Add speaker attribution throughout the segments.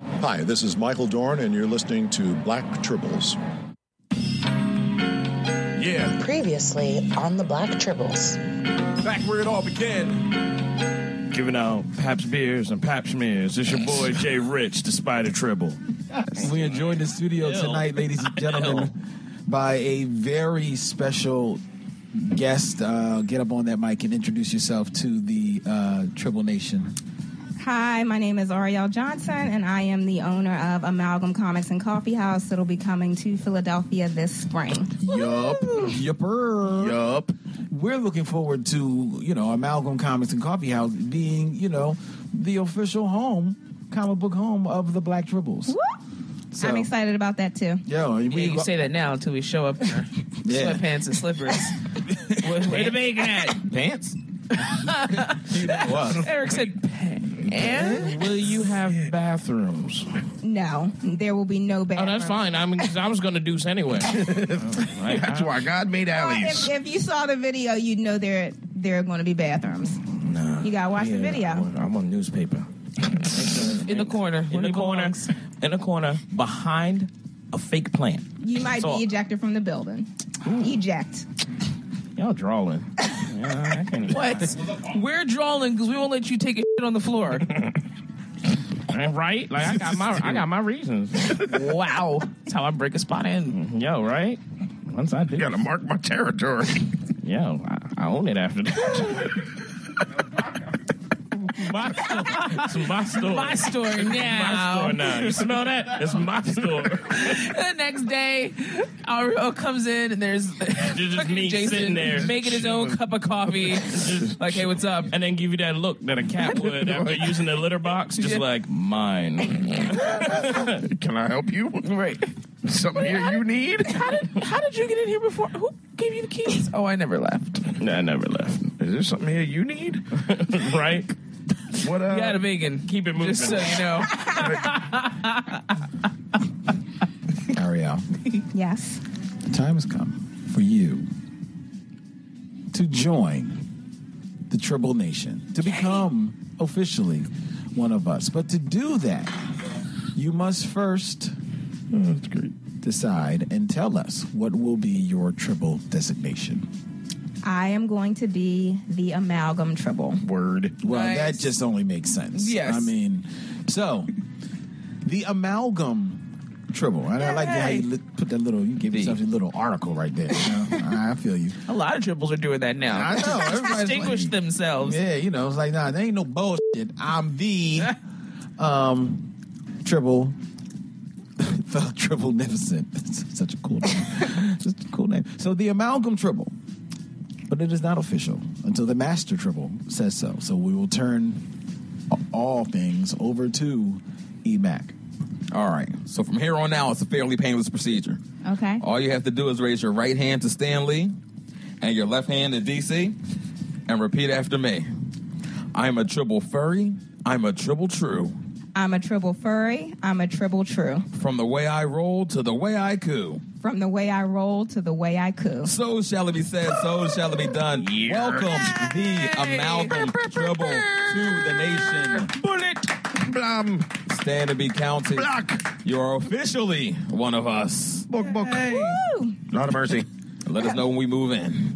Speaker 1: Hi, this is Michael Dorn, and you're listening to Black Tribbles.
Speaker 2: Yeah,
Speaker 3: Previously on the Black Tribbles.
Speaker 2: back where it all began. Giving out Paps beers and Pap smears. It's your boy Jay Rich, the Spider Tribble.
Speaker 4: We are joined in studio tonight, ladies and gentlemen, by a very special guest. Uh, get up on that mic and introduce yourself to the uh, Tribble Nation.
Speaker 5: Hi, my name is Ariel Johnson, and I am the owner of Amalgam Comics and Coffee House. It'll be coming to Philadelphia this spring.
Speaker 4: Yup. Yupper.
Speaker 6: Yup.
Speaker 4: We're looking forward to, you know, Amalgam Comics and Coffee House being, you know, the official home, comic book home of the Black Tribbles. So,
Speaker 5: I'm excited about that too.
Speaker 4: Yo, we,
Speaker 6: Yeah, you say that now until we show up in our
Speaker 4: Yeah.
Speaker 6: sweatpants and slippers. Where- Where the bacon at?
Speaker 4: pants?
Speaker 6: Eric said, "Pan."
Speaker 2: Will you have bathrooms?
Speaker 5: No, there will be no
Speaker 7: Oh,
Speaker 5: bathroom.
Speaker 7: that's fine. I mean, 'cause I was going to deuce anyway.
Speaker 2: Like,
Speaker 8: That's why God made
Speaker 5: But
Speaker 8: alleys.
Speaker 5: If, if you saw the video, you'd know there there are going to be bathrooms.
Speaker 2: nah.
Speaker 5: You gotta watch the video.
Speaker 2: I want, I want newspaper.
Speaker 6: In the corner.
Speaker 7: in
Speaker 6: where
Speaker 7: the
Speaker 6: he
Speaker 7: corner,
Speaker 6: belongs.
Speaker 7: in the corner, behind a fake plant.
Speaker 5: You might
Speaker 7: So-
Speaker 5: be ejected from the building. Eject.
Speaker 7: Y'all drawing. Yeah, I can't even-
Speaker 6: What? We're drawing because we won't let you take a shit on the floor.
Speaker 7: Right? Like I got my, I got my reasons.
Speaker 6: wow. That's how I break a spot in.
Speaker 7: Yo, right? Once I do,
Speaker 8: You gotta mark my territory.
Speaker 7: yo, I, I own it after that. my, it's my store.
Speaker 6: My story
Speaker 7: My
Speaker 6: now.
Speaker 7: store now. You smell that? It's my store.
Speaker 6: The next day, Ariel comes in and there's
Speaker 7: just
Speaker 6: fucking
Speaker 7: me sitting there.
Speaker 6: making his own cup of coffee. like, hey, what's up?
Speaker 7: And then give you that look that a cat would after using the litter box, just
Speaker 6: Yeah.
Speaker 7: like mine.
Speaker 8: Can I help you?
Speaker 6: Right.
Speaker 8: Something here you need?
Speaker 6: How did, how did you get in here before? Who gave you the keys? Oh, I never left.
Speaker 7: I never left.
Speaker 8: Is there something here you need?
Speaker 7: Right?
Speaker 8: What uh?
Speaker 6: You got a bacon.
Speaker 7: Keep it moving.
Speaker 6: Just so you know.
Speaker 4: Ariel.
Speaker 5: Yes.
Speaker 4: The time has come for you to join the Tribble Nation, to become officially one of us. But to do that, you must first
Speaker 6: Oh,
Speaker 8: that's great.
Speaker 4: decide and tell us what will be your Tribble designation.
Speaker 5: I am going to be the amalgam trouble.
Speaker 8: Word.
Speaker 4: Well,
Speaker 6: Nice.
Speaker 4: that just only makes sense.
Speaker 6: Yes.
Speaker 4: I mean, so the amalgam Tribble. And I like how you li- put that little, you gave yourself a little article right there. you know? I feel you.
Speaker 6: A lot of triples are doing that now.
Speaker 4: I know. Everybody's
Speaker 6: Distinguish
Speaker 4: like-
Speaker 6: themselves.
Speaker 4: Yeah, you know, it's like, nah, there ain't no bullshit. I'm the um triple the triple nificent. It's such a cool name. Such a cool name. So the amalgam triple. But it is not official until the master triple says so. So we will turn all things over to E EMAC.
Speaker 9: All right. So from here on out, it's a fairly painless procedure.
Speaker 5: Okay.
Speaker 9: All you have to do is raise your right hand to Stan Lee and your left hand to DC and repeat after me. I'm a triple furry. I'm a triple true.
Speaker 5: I'm a tribble furry. I'm a tribble true.
Speaker 9: From the way I roll to the way I coo.
Speaker 5: From the way I roll to the way I coo.
Speaker 9: So shall it be said, so shall it be done. Welcome the amalgam triple to the nation.
Speaker 6: Bullet.
Speaker 8: Blam.
Speaker 9: Stand to be counted.
Speaker 8: Block.
Speaker 9: You're officially one of us.
Speaker 8: Book. Book.
Speaker 5: Woo!
Speaker 8: Lot of mercy.
Speaker 9: Let us know when we move in.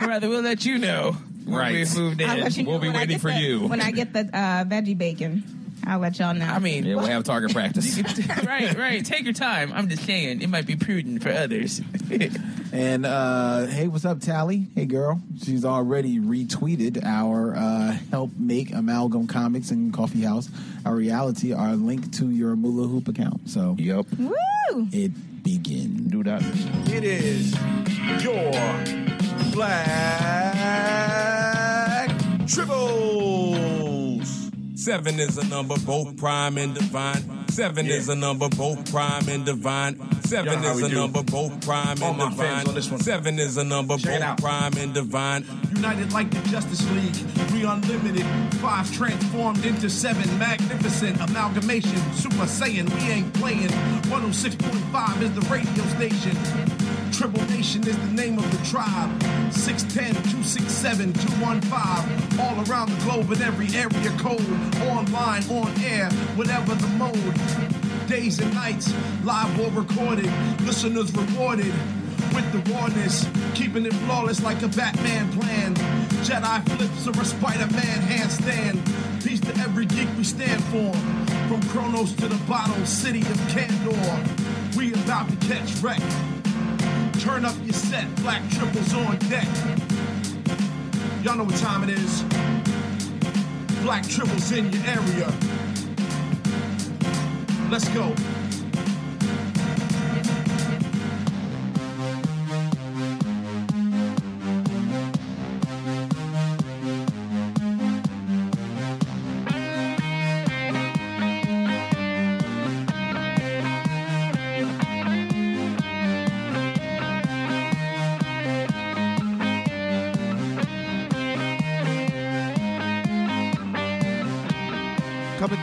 Speaker 6: Rather, we'll let you know. when
Speaker 9: Right.
Speaker 6: We've moved in.
Speaker 5: I'll let you know
Speaker 9: We'll be
Speaker 5: when I
Speaker 9: waiting
Speaker 5: get
Speaker 9: for
Speaker 5: the-
Speaker 9: you.
Speaker 5: When I get the uh, veggie bacon, I'll let y'all know.
Speaker 6: I mean,
Speaker 9: Yeah, we'll have target practice.
Speaker 6: right, right. Take your time. I'm just saying, it might be prudent for others.
Speaker 4: And uh, hey, what's up, Tally? Hey, girl. She's already retweeted our uh, help make Amalgam Comics and Coffee House our reality, our link to your Mula Hoop account. So
Speaker 8: Yep.
Speaker 5: woo!
Speaker 4: it begins.
Speaker 8: Do that.
Speaker 2: It is your black tribbles.
Speaker 10: Seven is a number both prime and divine. Seven
Speaker 8: Yeah.
Speaker 10: is a number both prime and divine.
Speaker 8: Y'all
Speaker 10: Seven
Speaker 8: know how
Speaker 10: is
Speaker 8: we
Speaker 10: a
Speaker 8: do.
Speaker 10: number both prime
Speaker 8: All
Speaker 10: and
Speaker 8: my fans on
Speaker 10: divine.
Speaker 8: this one.
Speaker 10: Seven is a number
Speaker 8: Check it out.
Speaker 10: both prime and divine.
Speaker 11: United like the Justice League, we unlimited. Five transformed into seven, magnificent amalgamation. Super Saiyan, we ain't playing. 106.5 is the radio station. Triple Nation is the name of the tribe. 610 267 215. All around the globe in every area code. online, on air, whatever the mode. Days and nights, live or recorded, listeners rewarded with the rawness, keeping it flawless like a Batman plan. Jedi flips or a Spider-Man handstand. Peace to every geek we stand for. From Kronos to the bottle, city of Candor. We about to catch wreck. Turn up your set, black triples on deck. Y'all know what time it is. Black triples in your area. Let's go.
Speaker 10: Coming,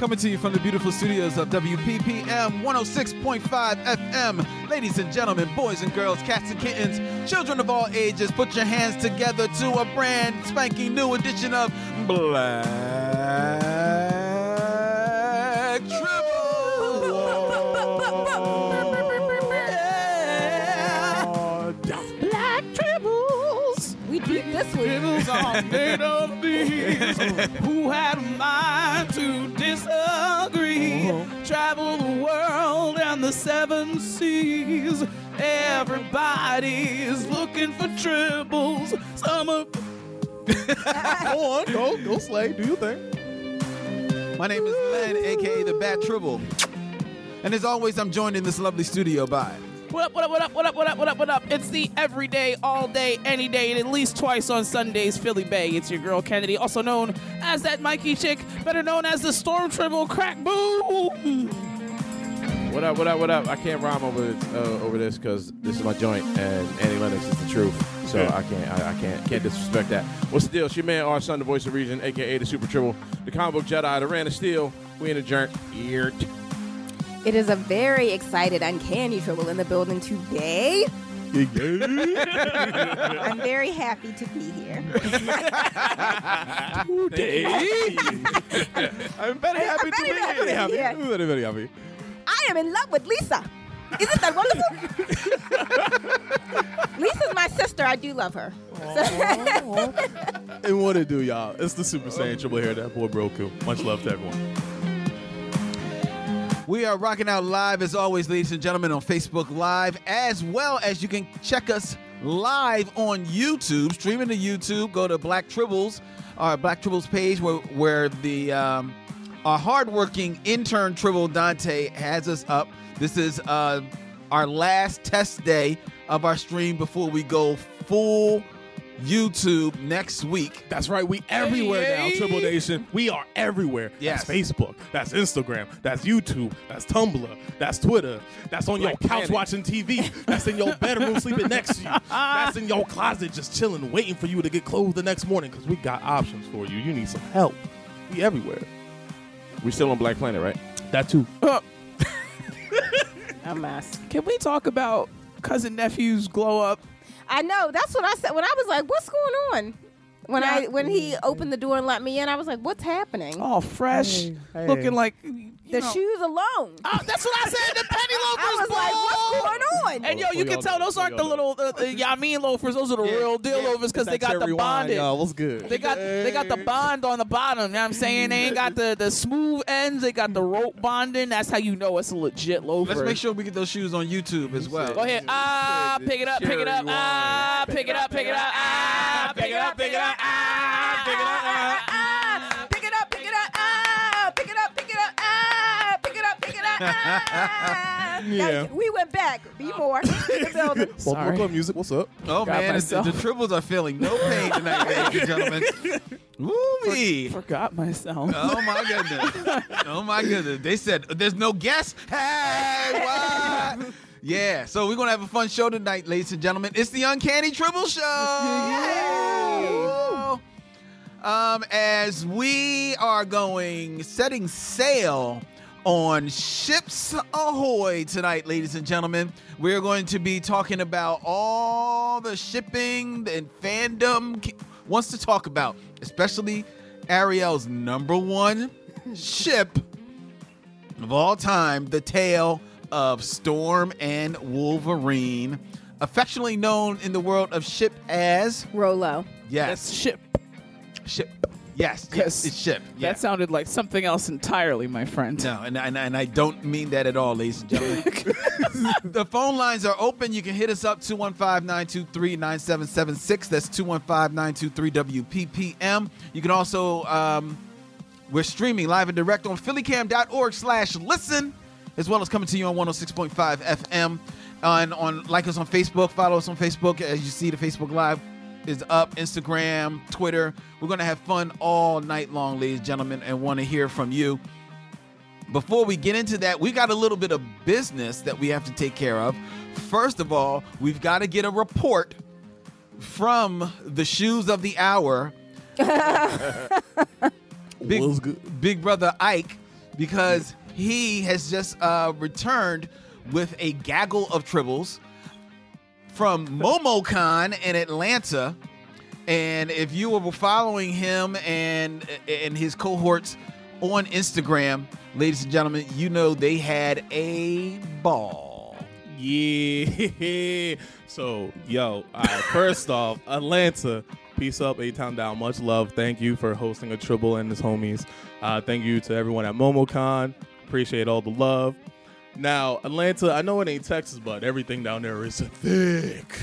Speaker 10: coming to you from the beautiful studios of WPPM 106.5 FM. Ladies and gentlemen, boys and girls, cats and kittens, children of all ages, put your hands together to a brand spanking new edition of Black Tribble.
Speaker 6: Black tribbles. We did this one.
Speaker 10: Tribbles
Speaker 6: are
Speaker 10: made
Speaker 6: of
Speaker 10: these
Speaker 6: who had a mind to disagree. Travel the world and the seven seas. Everybody's looking for tribbles. Some of
Speaker 10: go on, go, go slay, do your thing. My name is Len, aka the Bat Tribble. And as always, I'm joined in this lovely studio by
Speaker 6: What up, what up, what up, what up, what up, what up, what up? It's the everyday, all day, any day, and at least twice on Sundays, Philly Bay. It's your girl Kennedy, also known as that Mikey chick, better known as the Storm Tribble Crack Boom.
Speaker 12: What up? What up? What up? I can't rhyme over uh, over this because this is my joint, and Annie Lennox is the truth. So I can't I, I can't can't disrespect that. What's the deal? She man, our son, the voice of reason, aka the Super Triple, the comic book Jedi, the Rand of Steel. We in a jerk. Eared.
Speaker 5: It is a very excited, uncanny trouble in the building today. I'm very happy to be here.
Speaker 10: Today. I'm very happy to be
Speaker 5: Very happy,
Speaker 10: here.
Speaker 5: yeah.
Speaker 10: I'm very, very happy.
Speaker 5: I am in love with Lisa. Isn't that wonderful? Lisa's my sister. I do love her.
Speaker 10: And what it do, y'all? It's the Super Saiyan Triple Hair, that boy Broku. Much love to everyone.
Speaker 4: We are rocking out live as always, ladies and gentlemen, on Facebook Live, as well as you can check us live on YouTube, streaming to YouTube. Go to Black Tribbles, our Black Tribbles page, where where the um, our hardworking intern Tribble Dante has us up. This is uh, our last test day of our stream before we go full YouTube next week.
Speaker 10: That's right, we everywhere now, Triple Nation. We are everywhere.
Speaker 4: Yes.
Speaker 10: That's Facebook. That's Instagram. That's YouTube. That's Tumblr. That's Twitter. That's on
Speaker 12: Black
Speaker 10: your couch
Speaker 12: Planet.
Speaker 10: watching TV. That's in your bedroom sleeping next to you. That's in your closet just chilling, waiting for you to get clothes the next morning because we got options for you. You need some help. We everywhere.
Speaker 12: We still on Black Planet, right?
Speaker 10: That too.
Speaker 6: A mess. Can we talk about cousin nephew's glow up?
Speaker 5: I know. That's what I said when I was like, "What's going on?" When I
Speaker 6: Yeah.
Speaker 5: when he opened the door and let me in, I was like, "What's happening?"
Speaker 6: All fresh, looking like
Speaker 5: the shoes alone.
Speaker 6: Oh, that's what I said. The penny loafers.
Speaker 5: I was like, "What's going on?"
Speaker 6: And yo, you can tell those aren't the little the, the Yamin loafers. Those are the real deal loafers because they got the bonded.
Speaker 10: What's good?
Speaker 6: They got they got the bond on the bottom. You know what I'm saying? They ain't got the, the smooth ends. They got the rope bonding. That's how you know it's a legit loafer.
Speaker 4: Let's make sure we get those shoes on YouTube as well.
Speaker 6: Go ahead. Ah, pick it up, pick it up. Ah, pick it up, pick it up. Ah, pick it up, pick it up. Ah, pick it up.
Speaker 5: Ah, pick it up, pick it up. Ah, pick it up, pick it up. Ah, pick it up, pick it up. Ah.
Speaker 10: Yeah.
Speaker 5: We went back. Be more. in the building.
Speaker 10: Welcome, welcome, music. What's up?
Speaker 4: Oh man, the, the tribbles are feeling no pain tonight, ladies and gentlemen. Woo-wee.
Speaker 6: Forgot myself.
Speaker 4: Oh my goodness. Oh my goodness. They said there's no guest. Hey, what? Yeah, so we're gonna have a fun show tonight, ladies and gentlemen. It's the Uncanny Tribble Show. Um, as we are going setting sail on ships ahoy tonight, ladies and gentlemen, we're going to be talking about all the shipping and fandom ki- wants to talk about, especially Ariel's number one ship of all time, the tale of Storm and Wolverine, affectionately known in the world of ship as
Speaker 5: Rolo.
Speaker 4: Yes,
Speaker 6: ship.
Speaker 4: Ship. Yes, yes, it's ship.
Speaker 6: That sounded like something else entirely, my friend.
Speaker 4: No, and, and, and I don't mean that at all, ladies and gentlemen. the phone lines are open. You can hit us up 215 923 9776. That's 215 923 WPPM. You can also, um, we're streaming live and direct on phillycam.org slash listen, as well as coming to you on 106.5 FM. And on like us on Facebook, follow us on Facebook. As you see, the Facebook Live is up, Instagram, Twitter. We're going to have fun all night long, ladies and gentlemen, and want to hear from you before we get into that, we got a little bit of business that we have to take care of. First of all, we've got to get a report from the shoes of the hour. Big, Big Brother Ike, because he has just uh, returned with a gaggle of tribbles from MomoCon in Atlanta. And if you were following him and and his cohorts on Instagram, ladies and gentlemen, you know they had a ball.
Speaker 7: Yeah. So, yo, all right, first off, Atlanta, peace up, A Town Down. Much love. Thank you for hosting a Tribble and his homies. Uh, thank you to everyone at MomoCon. Appreciate all the love. Now, Atlanta, I know it ain't Texas, but everything down there is thick.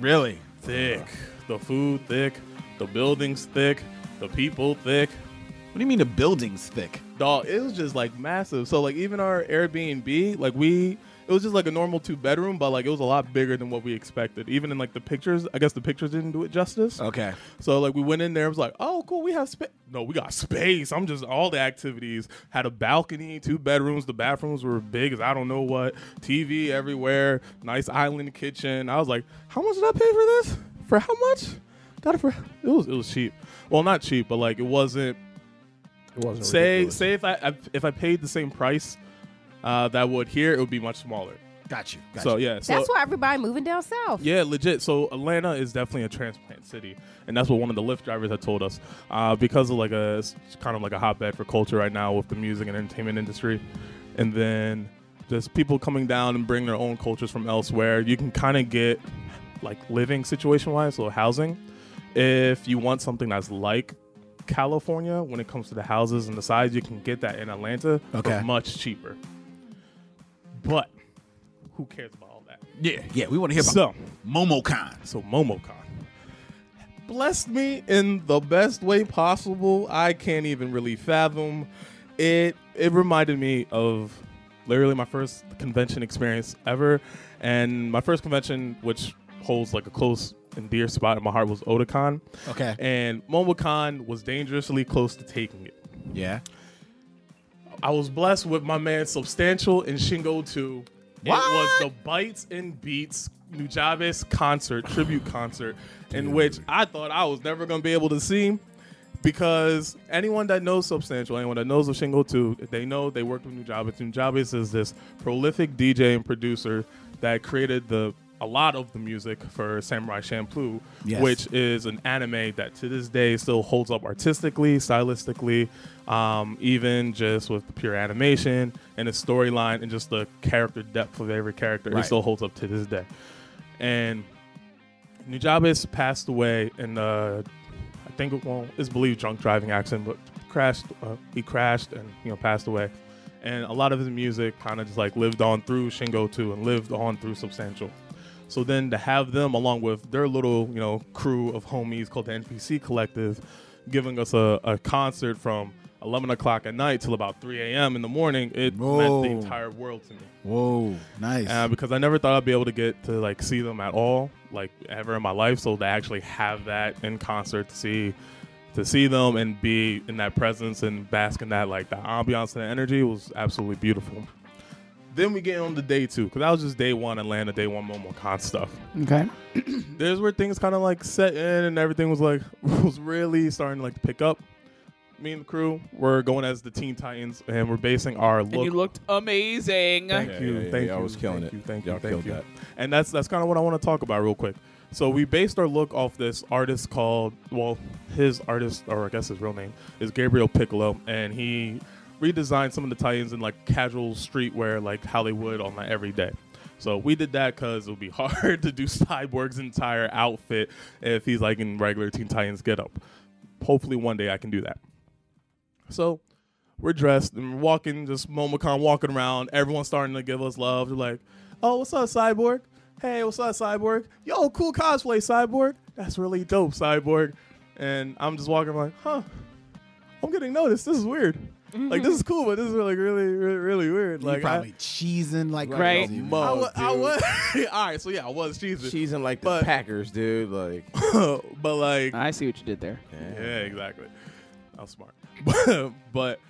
Speaker 4: Really?
Speaker 7: Thick. The food thick. The buildings thick. The people thick.
Speaker 4: What do you mean the buildings thick?
Speaker 7: Dog, it was just like massive. So like even our Airbnb, like we it was just like a normal two bedroom, but like it was a lot bigger than what we expected. Even in like the pictures, I guess the pictures didn't do it justice.
Speaker 4: Okay.
Speaker 7: So like we went in there, it was like, oh cool, we have space. No, we got space. I'm just all the activities had a balcony, two bedrooms. The bathrooms were big as I don't know what. TV everywhere, nice island kitchen. I was like, how much did I pay for this? For how much? Got it for it was it was cheap. Well, not cheap, but like it wasn't. It
Speaker 10: wasn't
Speaker 7: say
Speaker 10: ridiculous.
Speaker 7: say if I- I if I paid the same price uh, that I would here, it would be much smaller.
Speaker 4: Got you.
Speaker 7: so yeah, so
Speaker 5: That's why everybody moving down south.
Speaker 7: yeah, legit. So Atlanta is definitely a transplant city, and that's what one of the Lyft drivers had told us. Uh, because of like a it's kind of like a hotbed for culture right now with the music and entertainment industry, and then just people coming down and bring their own cultures from elsewhere. You can kind of get like living situation wise, so housing, if you want something that's like California when it comes to the houses and the size, you can get that in Atlanta, but
Speaker 4: Okay.
Speaker 7: much cheaper. But who cares about all that?
Speaker 4: Yeah, yeah, we want to hear about
Speaker 7: so,
Speaker 4: MomoCon.
Speaker 7: So MomoCon blessed me in the best way possible. I can't even really fathom it. It reminded me of literally my first convention experience ever, and my first convention, which holds like a close and dear spot in my heart, was Otakon.
Speaker 4: Okay.
Speaker 7: and MomoCon was dangerously close to taking it.
Speaker 4: Yeah.
Speaker 7: I was blessed with my man Substantial and Shingo 2. It was the Bites and Beats Nujabes concert, tribute concert, in which I thought I was never going to be able to see because anyone that knows Substantial, anyone that knows of Shingo 2, they know they worked with Nujabes. Nujabes is this prolific DJ and producer that created the a lot of the music for Samurai Champloo,
Speaker 10: Yes.
Speaker 7: which is an anime that to this day still holds up artistically, stylistically, um, even just with the pure animation and the storyline and just the character depth of every character. It
Speaker 10: Right.
Speaker 7: still holds up to this day. And Nujabes passed away in uh, I think it well, it's believed drunk driving accident, but crashed. Uh, he crashed and you know passed away. And a lot of his music kind of just like lived on through Shingo too, and lived on through Substantial. So then to have them along with their little you know crew of homies called the NPC Collective, giving us a, a concert from 11 o'clock at night till about 3 a.m. in the morning, it meant
Speaker 4: Whoa.
Speaker 7: the entire world to me.
Speaker 4: Whoa, nice.
Speaker 7: Uh, because I never thought I'd be able to get to like see them at all, like ever in my life. So to actually have that in concert to see, to see them and be in that presence and bask in that like the ambiance and the energy was absolutely beautiful. Then we get on to day two because that was just day one Atlanta, day one MomoCon stuff.
Speaker 6: Okay.
Speaker 7: There's where things kind of like set in and everything was like was really starting to like pick up. Me and the crew were going as the Teen Titans and we're basing our
Speaker 6: And
Speaker 7: look
Speaker 6: you looked amazing.
Speaker 7: Thank you. thank you.
Speaker 10: I was killing
Speaker 7: thank
Speaker 10: it.
Speaker 7: You, thank you.
Speaker 10: Y'all
Speaker 7: thank
Speaker 10: killed
Speaker 7: you.
Speaker 10: that.
Speaker 7: And that's that's kind of what I want to talk about real quick.
Speaker 11: So we based our look off this artist called, well, his artist, or I guess his real name, is Gabriel Piccolo, and he redesigned some of the tie-ins in like casual streetwear, like how they would on my everyday. So we did that because it would be hard to do Cyborg's entire outfit if he's like in regular Teen Titans get up. Hopefully one day I can do that. So we're dressed and we're walking, just MomoCon walking around. Everyone's starting to give us love. They're like, oh, what's up, Cyborg? Hey, what's up, Cyborg? Yo, cool cosplay, Cyborg. That's really dope, Cyborg. And I'm just walking like, huh, I'm getting noticed. This is weird. Like this is cool, but this is like really, really, really weird. Like
Speaker 4: you probably
Speaker 11: I,
Speaker 4: cheesing like
Speaker 11: Right.
Speaker 4: crazy.
Speaker 11: Mug, I wa- I wa- all right, so yeah, I was cheesing.
Speaker 10: She's in like the
Speaker 11: But-
Speaker 10: Packers, dude. Like,
Speaker 11: but like,
Speaker 10: I see what you did there.
Speaker 11: Yeah, exactly. I was smart. But, but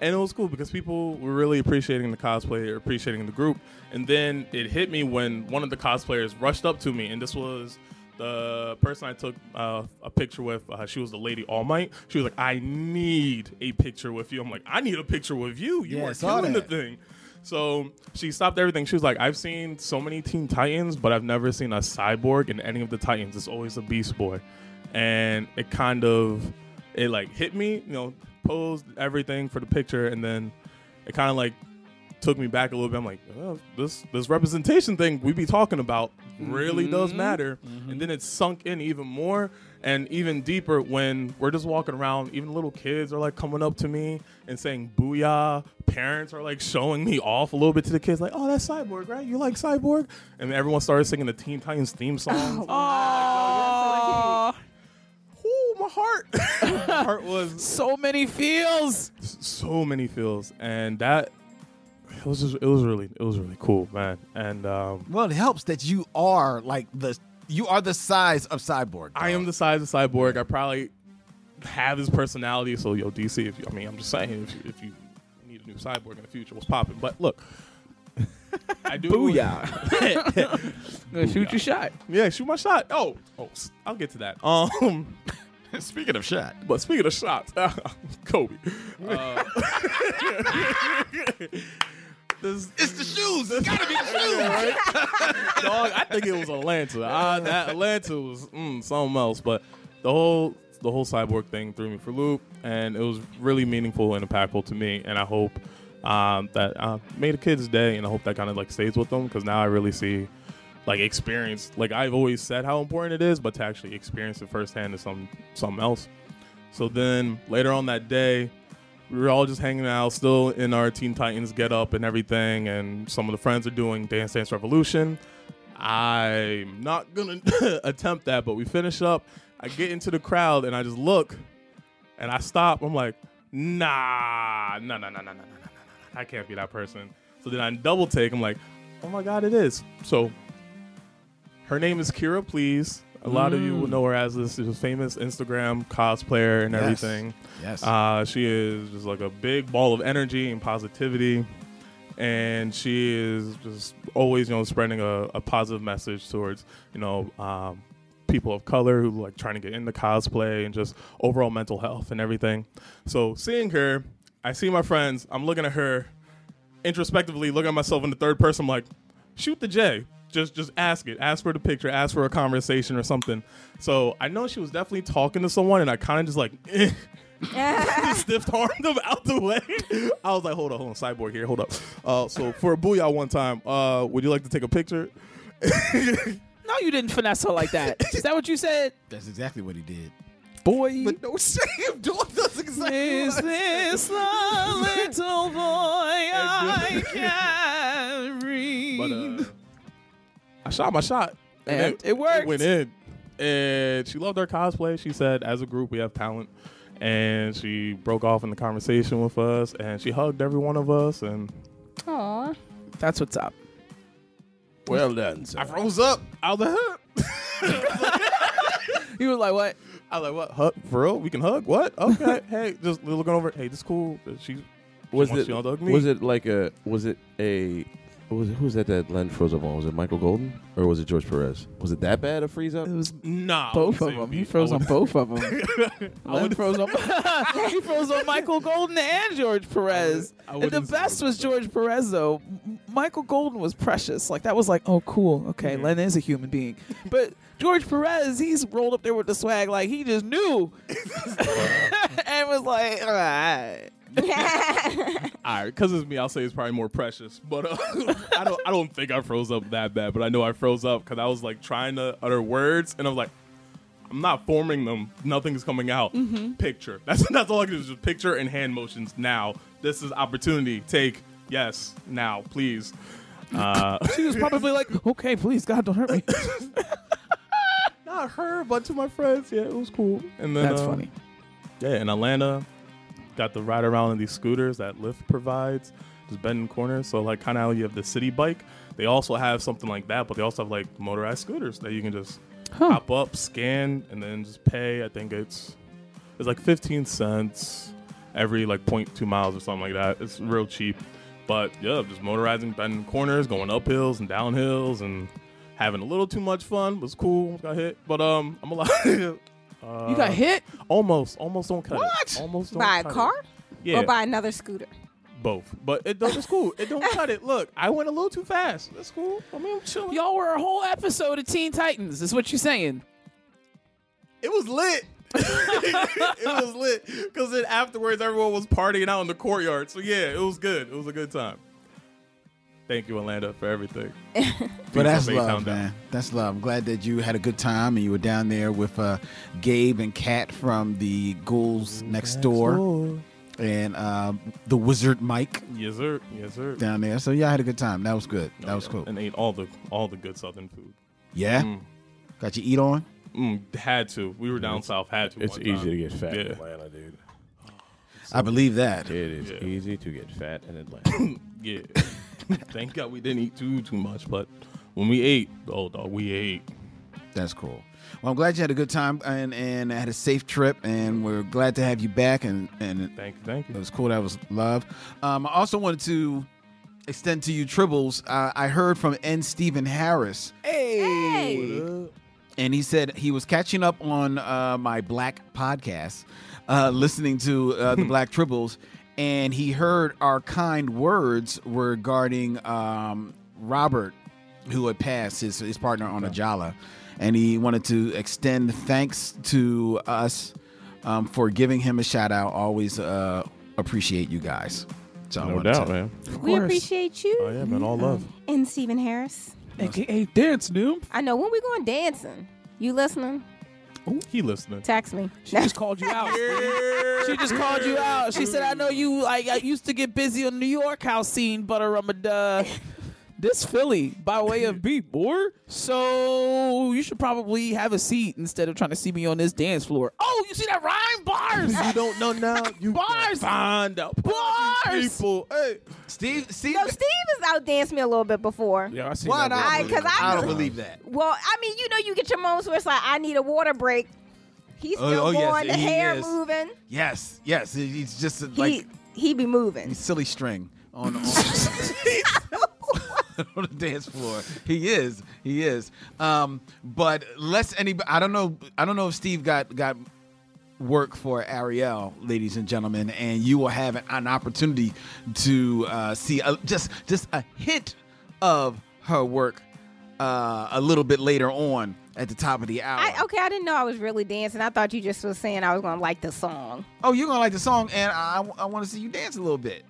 Speaker 11: and it was cool because people were really appreciating the cosplay, appreciating the group. And then it hit me when one of the cosplayers rushed up to me, and this was the person I took uh, a picture with. Uh, she was the Lady All Might. She was like, "I need a picture with you." I'm like, "I need a picture with you. You
Speaker 4: Yeah, I
Speaker 11: are
Speaker 4: saw
Speaker 11: killing
Speaker 4: that.
Speaker 11: the thing." So she stopped everything. She was like, "I've seen so many Teen Titans, but I've never seen a cyborg in any of the Titans. It's always a Beast Boy," and it kind of it like hit me. You know, posed everything for the picture, and then it kind of like took me back a little bit. I'm like, oh, this this representation thing we be talking about really does
Speaker 10: Mhm.
Speaker 11: matter. And then it sunk in even more and even deeper when we're just walking around. Even little kids are like coming up to me and saying "booyah." Parents are like showing me off a little bit to the kids, like, "Oh, that's Cyborg, right? You like Cyborg?" And everyone started singing the Teen Titans theme song.
Speaker 6: Oh,
Speaker 11: Ooh, my heart. my heart was
Speaker 6: so many feels.
Speaker 11: so many feels, and that it was just, it was really it was really cool, man. And um,
Speaker 4: Well, it helps that you are like the you are the size of Cyborg.
Speaker 11: I am the size of Cyborg. I probably have his personality. So yo, DC. If you, I mean, I'm just saying, if you, if you need a new Cyborg in the future, what's popping? But look, I do.
Speaker 6: Booyah. Gonna shoot your
Speaker 11: shot. Yeah, shoot my shot. Oh, oh, s- I'll get to that. Um,
Speaker 10: speaking of shot,
Speaker 11: but speaking of shots, Kobe. Uh, this, it's the shoes. It's gotta be the shoes. Dog, I think it was Atlanta. I, that Atlanta was mm, something else. But the whole the whole cyborg thing threw me for a loop, and it was really meaningful and impactful to me. And I hope um, that uh, made a kid's day, and I hope that kind of like stays with them because now I really see like experience. Like I've always said how important it is, but to actually experience it firsthand is some something else. So then later on that day, we were all just hanging out, still in our Teen Titans get up and everything, and some of the friends are doing Dance Dance Revolution. I'm not gonna attempt that, but we finish up. I get into the crowd and I just look and I stop. I'm like, nah, no, no, no, no, no, no, no, no, no. I can't be that person. So then I double take. I'm like, oh my god, it is. So her name is Kira Please. A lot of you will
Speaker 10: Mm.
Speaker 11: know her as this is a famous Instagram cosplayer and
Speaker 10: Yes.
Speaker 11: everything.
Speaker 10: Yes.
Speaker 11: Uh, she is just like a big ball of energy and positivity. And she is just always, you know, spreading a, a positive message towards, you know, um, people of color who like trying to get into cosplay and just overall mental health and everything. So seeing her, I see my friends, I'm looking at her introspectively, looking at myself in the third person, I'm like, shoot the J. Just just ask it. Ask for the picture, ask for a conversation or something. So I know she was definitely talking to someone and I kind of just like eh, stiff armed them out the way. I was like, hold on, hold on, cyborg here, hold up. Uh, so for a booyah one time, uh, would you like to take a picture?
Speaker 6: No, you didn't finesse her like that. Is that what you said?
Speaker 4: That's exactly what he did.
Speaker 6: Boy, but
Speaker 4: no shame, dog. That's exactly.
Speaker 6: Is this the little boy I carry?
Speaker 11: But uh, I shot my shot.
Speaker 6: And it worked.
Speaker 11: went in. And she loved our cosplay. She said, as a group, we have talent. And she broke off in the conversation with us and she hugged every one of us. And
Speaker 13: Aw.
Speaker 6: that's what's up.
Speaker 10: Well done, sir.
Speaker 11: I froze up out the hut.
Speaker 6: you were like, what?
Speaker 11: I was like, what? Hug? For real? We can hug? What? Okay. hey, just looking over. Hey, this cool. She, she
Speaker 10: was
Speaker 11: wants
Speaker 10: it
Speaker 11: you to hug me.
Speaker 10: was it like a was it a Who was, who was that that Len froze up on? Was it Michael Golden or was it George Perez? Was it that bad a freeze up? It was
Speaker 7: nah,
Speaker 14: both of them. He froze on both of them.
Speaker 6: Len froze on he froze on Michael Golden and George Perez. and the best was George Perez though. M- Michael Golden was precious. Like that was like, oh cool, okay, Len is a human being. But George Perez, he's rolled up there with the swag like he just knew, and was like, all right.
Speaker 7: All right, because it's me, I'll say it's probably more precious. But uh, I don't, I don't think I froze up that bad. But I know I froze up because I was like trying to utter words, and I was like, I'm not forming them. Nothing's coming out.
Speaker 15: Mhm.
Speaker 7: Picture. That's that's all I can do. is Just picture and hand motions. Now, this is opportunity. Take yes now, please. Uh,
Speaker 6: She was probably like, okay, please, God, don't hurt me.
Speaker 7: Not her, but to my friends. Yeah, it was cool. And then,
Speaker 6: That's
Speaker 7: uh,
Speaker 6: funny.
Speaker 7: Yeah, in Atlanta, got the ride around in these scooters that Lyft provides, just bend in corners. So like kind of how you have the city bike. They also have something like that, but they also have like motorized scooters that you can just hop up, scan, and then just pay. I think it's it's like 15 cents every like 0.2 miles or something like that. It's real cheap. But yeah, just motorizing, bending corners, going up hills and down hills, and having a little too much fun. Was cool. Got hit, but um, I'm alive. uh,
Speaker 6: You got hit?
Speaker 7: Almost. Almost don't cut it.
Speaker 5: What?
Speaker 7: Almost don't
Speaker 5: by a
Speaker 7: cut it.
Speaker 5: car?
Speaker 7: Yeah.
Speaker 5: Or by another scooter?
Speaker 7: Both, but it don't, it's cool. It don't cut it. Look, I went a little too fast. That's cool. I mean, I'm chilling.
Speaker 6: Y'all were a whole episode of Teen Titans. Is what you're saying?
Speaker 7: It was lit. it was lit because then afterwards everyone was partying out in the courtyard. So yeah, it was good. It was a good time. Thank you, Orlando, for everything.
Speaker 4: But that's
Speaker 7: Being
Speaker 4: love,
Speaker 7: found out.
Speaker 4: man. That's love. I'm glad that you had a good time and you were down there with uh, Gabe and Kat from the Ghouls Next, door, and uh, the Wizard Mike
Speaker 7: Yes, sir. Yes, sir.
Speaker 4: down there. So yeah, I had a good time. That was good. That was cool.
Speaker 7: And ate all the all the good Southern food.
Speaker 4: Yeah. Got your eat on.
Speaker 7: Mm, had to. We were down south. Had to.
Speaker 10: It's
Speaker 11: Oh,
Speaker 7: one
Speaker 10: easy
Speaker 7: time.
Speaker 10: to get fat in
Speaker 7: Yeah.
Speaker 10: Atlanta, dude.
Speaker 4: I believe that.
Speaker 10: It is easy to get fat in Atlanta.
Speaker 7: Yeah. Thank God we didn't eat too too much, but when we ate, oh dog, we ate.
Speaker 4: That's cool. Well, I'm glad you had a good time and and had a safe trip, and we're glad to have you back. And and
Speaker 7: thank you, thank you.
Speaker 4: It was cool. That was love. Um, I also wanted to extend to you tribbles. Uh, I heard from N. Stephen Harris.
Speaker 16: Hey.
Speaker 4: and he said he was catching up on uh, my black podcast, uh, listening to uh,
Speaker 10: Hmm.
Speaker 4: the Black Tribbles, and he heard our kind words regarding um, Robert, who had passed his his partner on Ajala, and he wanted to extend thanks to us um, for giving him a shout out. Always uh, appreciate you guys. So I
Speaker 10: No
Speaker 4: wanted
Speaker 10: doubt,
Speaker 4: to-
Speaker 10: man.
Speaker 5: We appreciate you.
Speaker 4: Oh, yeah, man, all
Speaker 5: Mhm.
Speaker 4: love.
Speaker 5: And Stephen Harris.
Speaker 6: AKA Dance Doom.
Speaker 5: I know. When we going dancing? You listening?
Speaker 7: He listening.
Speaker 5: Text me.
Speaker 6: She just called you out. she just called you out. She said, "I know you. I, I used to get busy on New York house scene, but I'm a uh, this Philly by way of beat board. So you should probably have a seat instead of trying to see me on this dance floor." Oh, you see that rhyme bars? you
Speaker 10: don't know now. You
Speaker 6: bars.
Speaker 7: Find out.
Speaker 5: Bars.
Speaker 7: People. Hey.
Speaker 4: Steve. Steve.
Speaker 5: No, Steve has outdanced me a little bit before.
Speaker 10: Yeah, I see
Speaker 4: Why that not? one.
Speaker 5: Because I,
Speaker 4: I don't believe that.
Speaker 5: Well, I mean, you know, you get your moments where it's like, I need a water break. He's
Speaker 4: Oh,
Speaker 5: still
Speaker 4: oh, yes,
Speaker 5: going. the
Speaker 4: he
Speaker 5: hair
Speaker 4: is.
Speaker 5: moving.
Speaker 4: Yes, yes. he- He's just
Speaker 5: He
Speaker 4: like
Speaker 5: he be moving.
Speaker 4: silly string on on, on the dance floor. He is, he is. Um, but let's any. I don't know. I don't know if Steve got got work for Ariel, ladies and gentlemen, and you will have an, an opportunity to uh, see a, just just a hint of her work uh, a little bit later on at the top of the hour.
Speaker 5: I, okay, I didn't know I was really dancing. I thought you just was saying I was gonna like the song.
Speaker 4: oh, you're gonna like the song, and I, I want to see you dance a little bit.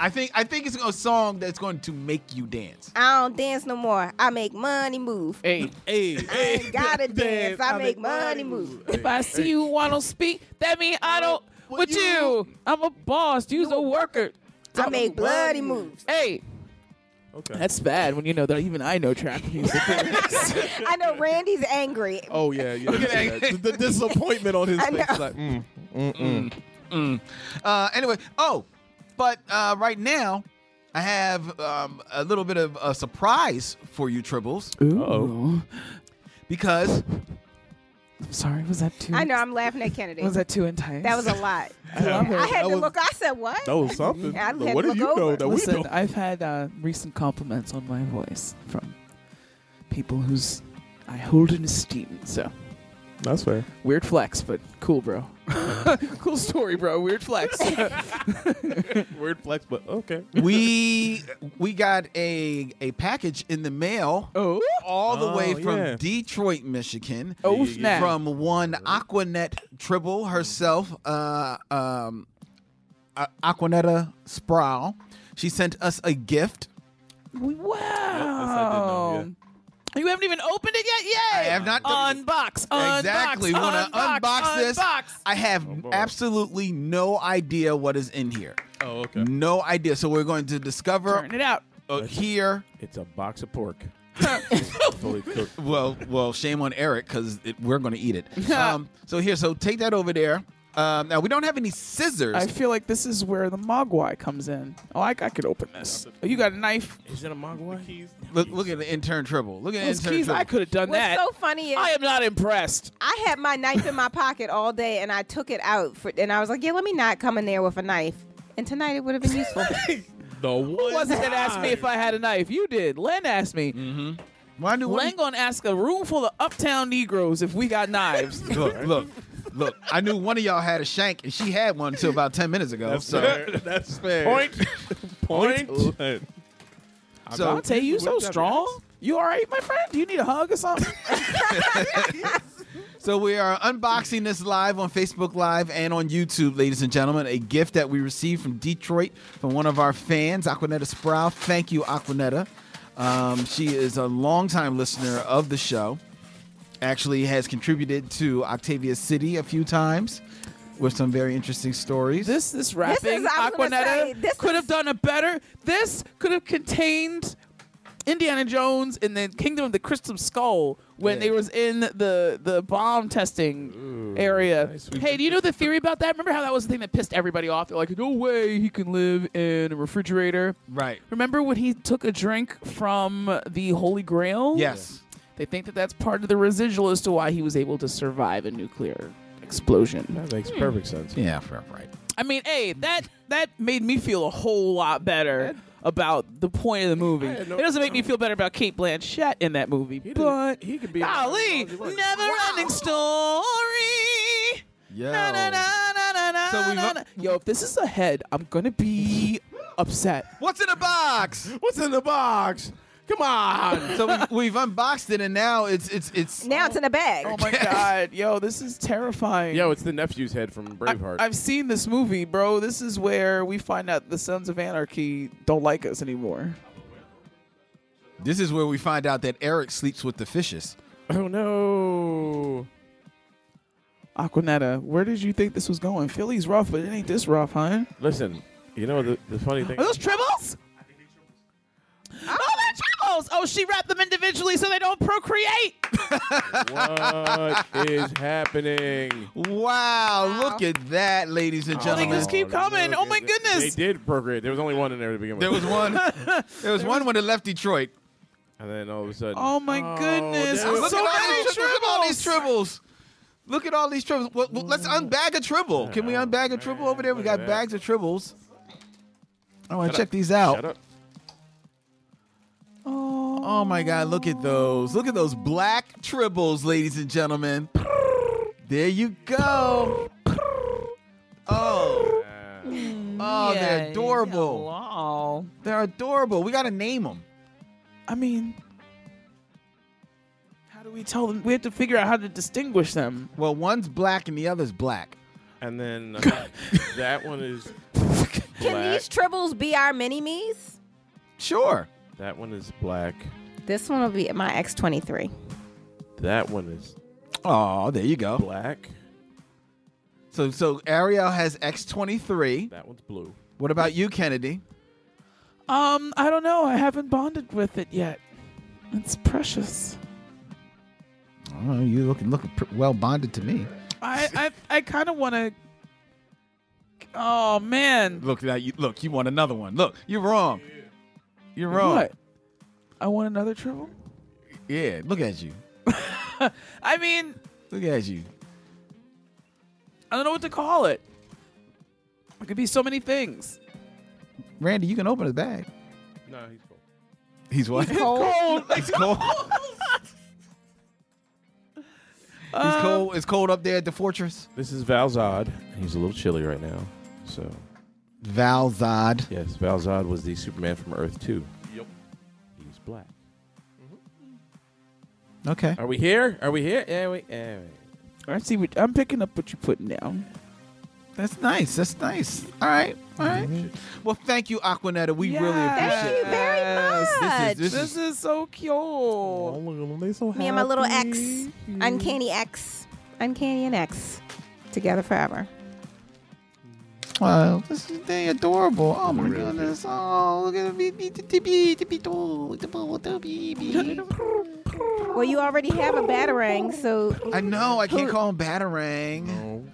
Speaker 4: I think I think it's a song that's going to make you dance.
Speaker 5: I don't dance no more. I make money move.
Speaker 6: Hey,
Speaker 7: hey,
Speaker 5: I ain't gotta dance. I, make, money move.
Speaker 6: If I see you, I don't speak. That mean I don't. With you, I'm a boss. You's a worker.
Speaker 5: I make bloody moves.
Speaker 6: Hey.
Speaker 7: Okay.
Speaker 6: That's bad when you know that even I know trap music.
Speaker 5: I know Randy's angry.
Speaker 10: Oh yeah, yeah.
Speaker 6: Look at
Speaker 10: yeah. The, the disappointment on his
Speaker 5: I know.
Speaker 10: face. Like, mm, mm, mm.
Speaker 4: Mm. Uh, anyway, oh, but uh, right now I have um, a little bit of a surprise for you, Tribbles.
Speaker 6: Oh.
Speaker 4: Because
Speaker 6: Sorry, was that too?
Speaker 5: I know. I'm laughing at Kennedy.
Speaker 6: Was that too intense?
Speaker 5: That was a lot.
Speaker 6: I love it.
Speaker 5: I had
Speaker 6: That
Speaker 5: to
Speaker 6: was-
Speaker 5: look. I said what?
Speaker 6: That was something.
Speaker 5: I had to look over.
Speaker 6: Listen, I've had uh, recent compliments on my voice from people whose I hold in esteem. So
Speaker 17: That's fair.
Speaker 6: weird flex, but cool, bro. cool story, bro. Weird flex.
Speaker 17: Weird flex, but okay.
Speaker 4: we we got a a package in the mail.
Speaker 6: Oh,
Speaker 4: all the
Speaker 17: Oh,
Speaker 4: way from
Speaker 17: yeah.
Speaker 4: Detroit, Michigan.
Speaker 6: Oh, snap.
Speaker 4: From one Aquanet Tribble herself, uh, um, uh, Aquanetta Sproul. She sent us a gift.
Speaker 6: wow. You haven't even opened it yet? Yay!
Speaker 4: I have not done-
Speaker 6: Unbox.
Speaker 4: exactly.
Speaker 6: Unbox.
Speaker 4: Wanna
Speaker 6: unbox,
Speaker 4: unbox this?
Speaker 6: Unbox.
Speaker 4: I have absolutely no idea what is in here.
Speaker 17: Oh, okay.
Speaker 4: No idea. So we're going to discover.
Speaker 6: Turn it out.
Speaker 4: Uh, here,
Speaker 10: it's a box of pork.
Speaker 4: Fully cooked. Well, well, shame on Eric because we're going to eat it. um, so here, so take that over there. Um, now we don't have any scissors.
Speaker 6: I feel like this is where the mogwai comes in. Oh, I, I could open this. Oh, you got a knife?
Speaker 10: Is it a mogwai?
Speaker 4: Look, look at the intern triple. Look at
Speaker 6: Those
Speaker 4: intern
Speaker 6: keys,
Speaker 4: triple.
Speaker 6: I could have done
Speaker 5: What's
Speaker 6: that.
Speaker 5: so funny is
Speaker 6: I am not impressed.
Speaker 5: I had my knife in my pocket all day, and I took it out for, and I was like, "Yeah, let me not come in there with a knife." And tonight it would have been useful.
Speaker 10: The
Speaker 6: Who was it that asked me if I had a knife? You did. Len asked me.
Speaker 4: Mm-hmm. Why do
Speaker 6: Len gonna ask a room full of uptown Negroes if we got knives?
Speaker 4: look, look, look. I knew one of y'all had a shank, and she had one until about ten minutes ago. so
Speaker 17: That's fair.
Speaker 10: Point.
Speaker 17: Point.
Speaker 6: So Dante, you so strong. You all right, my friend? Do you need a hug or something?
Speaker 4: So we are unboxing this live on Facebook Live and on YouTube, ladies and gentlemen. A gift that we received from Detroit from one of our fans, Aquanetta Sproul. Thank you, Aquanetta. Um, she is a longtime listener of the show. Actually, has contributed to Octavia City a few times with some very interesting stories.
Speaker 6: This this rapping
Speaker 18: I was gonna say,
Speaker 6: Aquanetta
Speaker 18: this
Speaker 6: could have done it better. This could have contained Indiana Jones in the Kingdom of the Crystal Skull when they was in the the bomb testing area. hey, do you know the theory about that? Remember how that was the thing that pissed everybody off? They're like, no way he can live in a refrigerator.
Speaker 4: Right.
Speaker 6: Remember when he took a drink from the Holy Grail?
Speaker 4: Yes.
Speaker 6: They think that that's part of the residual as to why he was able to survive a nuclear explosion.
Speaker 10: That makes perfect sense.
Speaker 4: Yeah, right.
Speaker 6: I mean, hey, that that made me feel a whole lot better about the point of the movie.
Speaker 10: had no-
Speaker 6: it doesn't make me feel better about Kate Blanchett in that movie, but
Speaker 10: he could be
Speaker 6: golly, never ending story.
Speaker 4: Yo.
Speaker 6: Na, na, na, na, na, na, na, na. Yo, if this is a head, I'm gonna be upset.
Speaker 4: What's in the box?
Speaker 10: What's in the box? Come on.
Speaker 4: so we, we've unboxed it, and now it's it's it's
Speaker 5: now it's in a bag.
Speaker 6: Oh my god, yo, this is terrifying.
Speaker 10: Yo, Oh, it's the nephew's head from Braveheart.
Speaker 6: I've seen this movie, bro. This is where we find out the Sons of Anarchy don't like us anymore.
Speaker 4: This is where we find out that Eric sleeps with the fishes.
Speaker 10: oh no.
Speaker 6: Aquanetta, where did you think this was going? Philly's rough, but it ain't this rough, huh?
Speaker 10: Listen, you know the, the funny thing.
Speaker 6: Are those tribbles? Oh, they're tribbles! Oh, she wrapped them individually so they don't procreate.
Speaker 10: what is happening?
Speaker 4: Wow, look at that, ladies
Speaker 10: Oh.
Speaker 4: and gentlemen.
Speaker 6: Niggas keep coming. Oh my
Speaker 10: They
Speaker 6: goodness.
Speaker 10: did procreate. There was only one in there to begin with.
Speaker 4: There was one. There was one when it left Detroit.
Speaker 10: And then all of a sudden.
Speaker 6: Oh my goodness.
Speaker 10: there was-
Speaker 6: So
Speaker 10: Look at
Speaker 6: many
Speaker 4: Look at all these tribbles. Look at all these tribbles. Well, well, let's unbag a tribble. Can we unbag a tribble over there? We got bags of tribbles. I want
Speaker 10: Shut
Speaker 4: to check
Speaker 10: up.
Speaker 4: these out.
Speaker 10: Shut up.
Speaker 6: Oh.
Speaker 4: my God! Look at those. Look at those black tribbles, ladies and gentlemen. There you go. Oh. Oh,
Speaker 6: Yeah,
Speaker 4: they're adorable.
Speaker 6: Wow.
Speaker 4: They're adorable. We gotta name them.
Speaker 6: I mean, how do we tell them? We have to figure out how to distinguish them.
Speaker 4: Well, one's black and the other's black.
Speaker 10: And then uh, that one is
Speaker 5: Can
Speaker 10: black.
Speaker 5: these tribbles be our mini me's?
Speaker 4: Sure.
Speaker 10: That one is black.
Speaker 5: This one will be my X twenty three.
Speaker 10: That one is
Speaker 4: Oh, there you go.
Speaker 10: black.
Speaker 4: So, so Ariel has X twenty three.
Speaker 10: That one's blue.
Speaker 4: What about you, Kennedy?
Speaker 6: Um, I don't know. I haven't bonded with it yet. It's precious.
Speaker 4: Oh, you looking looking pr- well bonded to me.
Speaker 6: I I, I kind of want to. Oh man,
Speaker 4: Look that you look. You want another one? Look, you're wrong. You're wrong.
Speaker 6: What? I want another triple.
Speaker 4: Yeah, look at you.
Speaker 6: I mean,
Speaker 4: Look at you.
Speaker 6: I don't know what to call it. It could be so many things.
Speaker 4: Randy, you can open his bag.
Speaker 10: No, he's cool.
Speaker 4: He's what?
Speaker 6: It's cold.
Speaker 4: It's cold. It's cold. It's cold up there at the fortress.
Speaker 11: This is Valzad. He's a little chilly right now. So
Speaker 4: Valzad.
Speaker 11: yes, Valzad was the Superman from Earth Two.
Speaker 10: Yep.
Speaker 11: He's black.
Speaker 4: Okay.
Speaker 11: Are we here? Are we here? Yeah, we. Yeah,
Speaker 6: I see what I'm picking up what you're putting down.
Speaker 4: That's nice. That's nice. All right. All right.
Speaker 11: Mm-hmm.
Speaker 4: Well, thank you, Aquanetta. We really appreciate.
Speaker 5: Thank you very much.
Speaker 6: This is, so cute.
Speaker 5: Me and my little ex, Uncanny X, Uncanny and X, together forever.
Speaker 4: Wow, this is they adorable. Oh my goodness. Oh, look at me.
Speaker 5: Well, you already have a batarang, so
Speaker 4: I know. I can't call him Batarang.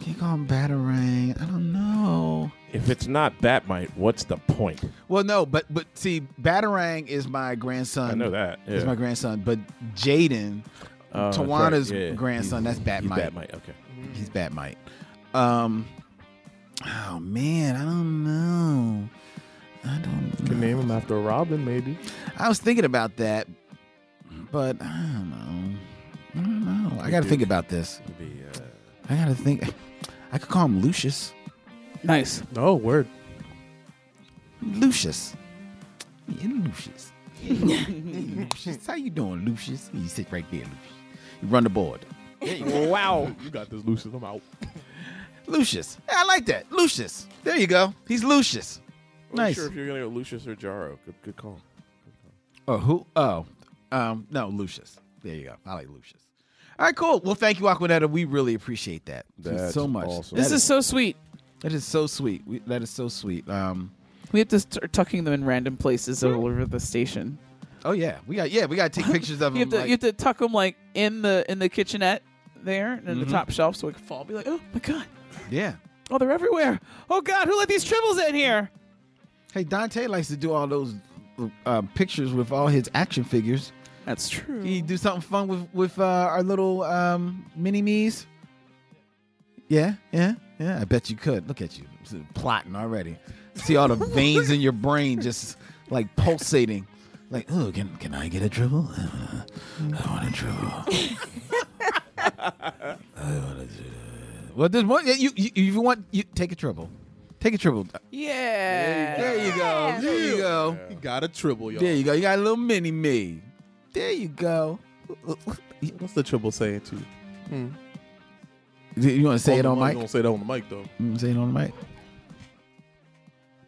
Speaker 4: Can't call him Batarang. I don't know.
Speaker 11: If it's not Batmite, what's the point?
Speaker 4: Well, no, but but see, Batarang is my grandson.
Speaker 11: I know that,
Speaker 4: Is
Speaker 11: yeah.
Speaker 4: my grandson, but Jaden,
Speaker 11: Oh, that's right,
Speaker 4: Tawana's
Speaker 11: yeah.
Speaker 4: grandson.
Speaker 11: He's-
Speaker 4: that's
Speaker 11: he's
Speaker 4: Batmite.
Speaker 11: Batmite, okay.
Speaker 4: He's Batmite. Um. Oh man, I don't know. I don't. Know.
Speaker 10: Can name him after Robin, maybe.
Speaker 4: I was thinking about that, but I don't know. I don't know. I got to think about this.
Speaker 11: uh,
Speaker 4: I got to think. I could call him Lucius.
Speaker 6: Nice.
Speaker 10: Oh, word.
Speaker 4: Lucius. Yeah, Lucius. Yeah, Lucius. How you doing, Lucius? You sit right there, Lucius. You run the board.
Speaker 10: wow. You got this, Lucius. I'm out.
Speaker 4: Lucius. Yeah, I like that. Lucius. There you go. He's Lucius. Nice.
Speaker 11: Sure, if you're gonna go Lucius or Jaro, good, good call.
Speaker 4: Oh, who? Oh, um, no, Lucius. There you go. I like Lucius. All right, cool. Well, thank you, Aquanetta. We really appreciate that
Speaker 11: That's
Speaker 4: so much.
Speaker 11: awesome.
Speaker 6: This is so sweet.
Speaker 4: That is so sweet. We, that is so sweet. Um,
Speaker 6: We have to start tucking them in random places all over the station.
Speaker 4: oh yeah, we got yeah, we got to take pictures of
Speaker 6: You have
Speaker 4: him.
Speaker 6: to
Speaker 4: like-
Speaker 6: you have to tuck them like in the in the kitchenette there and in
Speaker 4: Mhm.
Speaker 6: the top shelf so it can fall. Be like, oh my god,
Speaker 4: yeah.
Speaker 6: oh they're everywhere. Oh god, who let these tribbles in here?
Speaker 4: Hey, Dante likes to do all those uh, pictures with all his action figures.
Speaker 6: That's true.
Speaker 4: Can you do something fun with with uh, our little um, mini me's? Yeah, yeah, yeah. I bet you could. Look at you plotting already. See all the veins in your brain just like pulsating. Like, oh, can can I get a dribble? Uh, I want a dribble. I want a dribble. Well, there's one. You, you if you want, you take a dribble. Take a dribble.
Speaker 6: Yeah.
Speaker 4: There you go. There you go.
Speaker 19: You got a triple, y'all.
Speaker 4: There you go. You got a little mini me. There you go.
Speaker 10: What's the triple saying to you?
Speaker 4: You want to say it on
Speaker 10: mic?
Speaker 4: mic?
Speaker 10: You don't say that on the mic, though.
Speaker 4: You wanna Say it on mic.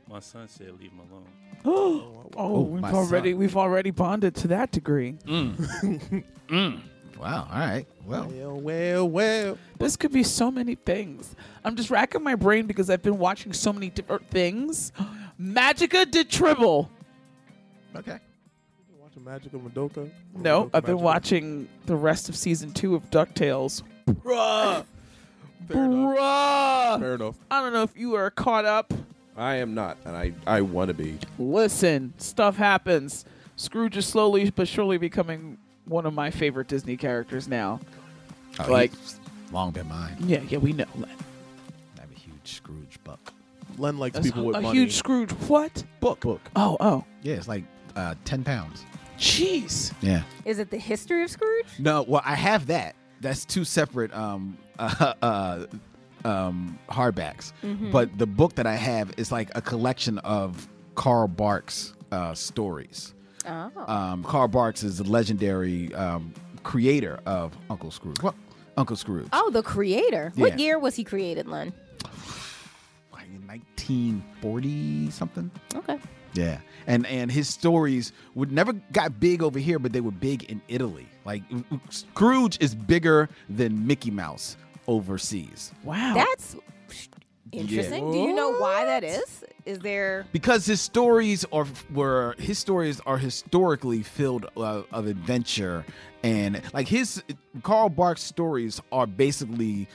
Speaker 20: My son said, "Leave him alone."
Speaker 6: oh,
Speaker 4: Oh,
Speaker 6: we've
Speaker 4: my
Speaker 6: already we've already bonded to that degree.
Speaker 4: Wow. All right. Well.
Speaker 10: Well, well, well.
Speaker 6: This could be so many things. I'm just racking my brain because I've been watching so many different things. Magica did Tribble.
Speaker 4: Okay.
Speaker 10: Watching Magic of Madoka.
Speaker 6: No, I've been watching the rest of season two of DuckTales. Bruh. Bruh.
Speaker 11: Fair enough.
Speaker 6: I don't know if you are caught up.
Speaker 11: I am not, and I I want to be.
Speaker 6: Listen, stuff happens. Scrooge is slowly but surely becoming one of my favorite Disney characters now.
Speaker 4: Oh,
Speaker 6: like,
Speaker 4: he's long been mine.
Speaker 6: yeah, yeah, we know. Mm.
Speaker 4: I'm a huge Scrooge buck.
Speaker 10: Len likes
Speaker 6: That's
Speaker 10: people with
Speaker 6: a
Speaker 10: money.
Speaker 6: huge Scrooge. What? Book.
Speaker 10: Book.
Speaker 6: Oh, oh.
Speaker 4: Yeah, it's like uh, ten pounds.
Speaker 6: Jeez.
Speaker 4: Yeah.
Speaker 5: is it the history of Scrooge?
Speaker 4: No, well, I have that. That's two separate um, uh, uh, um, hardbacks.
Speaker 5: Mhm.
Speaker 4: But the book that I have is like a collection of Carl Barks uh, stories.
Speaker 5: Oh.
Speaker 4: Um, Carl Barks is the legendary um, creator of Uncle Scrooge. Well, Uncle Scrooge.
Speaker 5: Oh, the creator. What
Speaker 4: Yeah.
Speaker 5: year was he created, Len?
Speaker 4: 1940 something.
Speaker 5: Okay.
Speaker 4: Yeah, and and his stories would never got big over here, but they were big in Italy. Like Scrooge is bigger than Mickey Mouse overseas
Speaker 6: Wow.
Speaker 5: That's interesting. Do you know why that is? Is there
Speaker 4: because his stories are were his stories are historically filled of, of adventure and like his Carl Barks stories are basically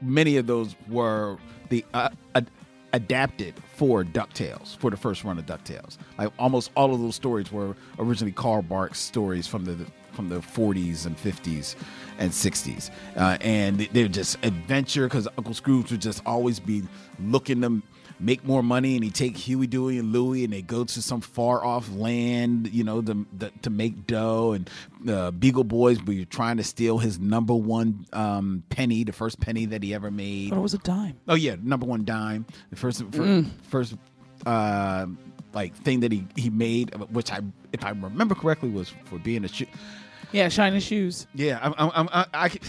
Speaker 4: many of those were the uh, ad- adapted for DuckTales for the first run of DuckTales. Like almost all of those stories were originally Carl Barks stories from the from the 40s and 50s and 60s. Uh, and they're just adventure because Uncle Scrooge would just always be looking to make more money and he take Huey, Dewey, and Louie and they go to some far off land, you know, to, the, to make dough. And uh, Beagle Boys were trying to steal his number one um, penny, the first penny that he ever made.
Speaker 11: Thought it was a dime.
Speaker 4: Oh yeah, number one dime. The first fir-
Speaker 11: Mm.
Speaker 4: first uh, like thing that he he made, which I if I remember correctly was for being a shoe.
Speaker 11: Yeah, shiny shoes.
Speaker 4: Yeah, I'm, I'm, I'm, I, I could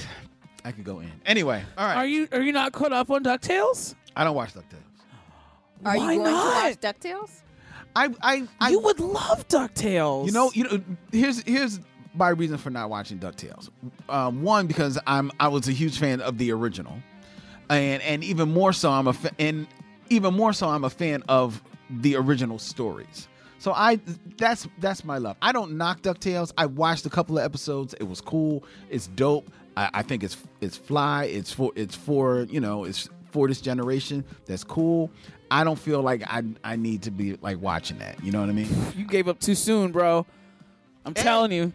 Speaker 4: I could go in anyway. All right.
Speaker 11: Are you are you not caught up on Ducktales?
Speaker 4: I don't watch DuckTales.
Speaker 5: Are
Speaker 11: Why
Speaker 5: you going
Speaker 11: not?
Speaker 5: to watch DuckTales?
Speaker 4: I, I, I
Speaker 11: you would love Ducktales.
Speaker 4: You know, you know. Here's here's my reason for not watching Ducktales. Um, one because I'm I was a huge fan of the original, and and even more so I'm a fa- and even more so I'm a fan of the original stories. So I that's that's my love. I don't knock Ducktales. I watched a couple of episodes. It was cool. It's dope. I, I think it's it's fly. It's for it's for you know it's for this generation. That's cool. I don't feel like I I need to be like watching that. You know what I mean?
Speaker 11: You gave up too soon, bro. I'm telling you.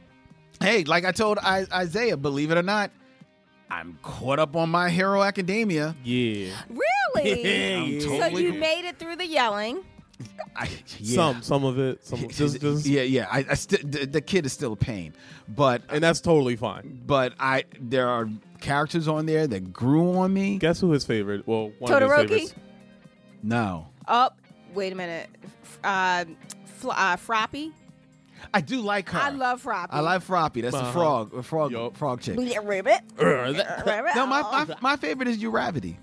Speaker 4: Hey, like I told I, Isaiah, believe it or not, I'm caught up on My Hero Academia.
Speaker 7: Yeah.
Speaker 5: Really?
Speaker 4: Yeah, I'm
Speaker 5: so
Speaker 4: totally
Speaker 5: you
Speaker 4: cool.
Speaker 5: made it through the yelling.
Speaker 21: Some, some of it. Some of, just, just,
Speaker 4: yeah, yeah. I, I sti- the, the kid is still a pain, but
Speaker 21: and that's totally fine.
Speaker 4: But I, there are characters on there that grew on me.
Speaker 21: Guess who his favorite? Well, one of
Speaker 5: Todoroki?
Speaker 21: his favorites.
Speaker 4: No,
Speaker 5: Oh, wait a minute. F- Uh, fl- uh, Froppy.
Speaker 4: I do like her.
Speaker 5: I love Froppy.
Speaker 4: I like Froppy. That's the
Speaker 21: Uh-huh.
Speaker 4: frog, the frog, frog chick.
Speaker 5: Bleed it, Ribbit. Uh,
Speaker 4: no, my, my my favorite is Uravity.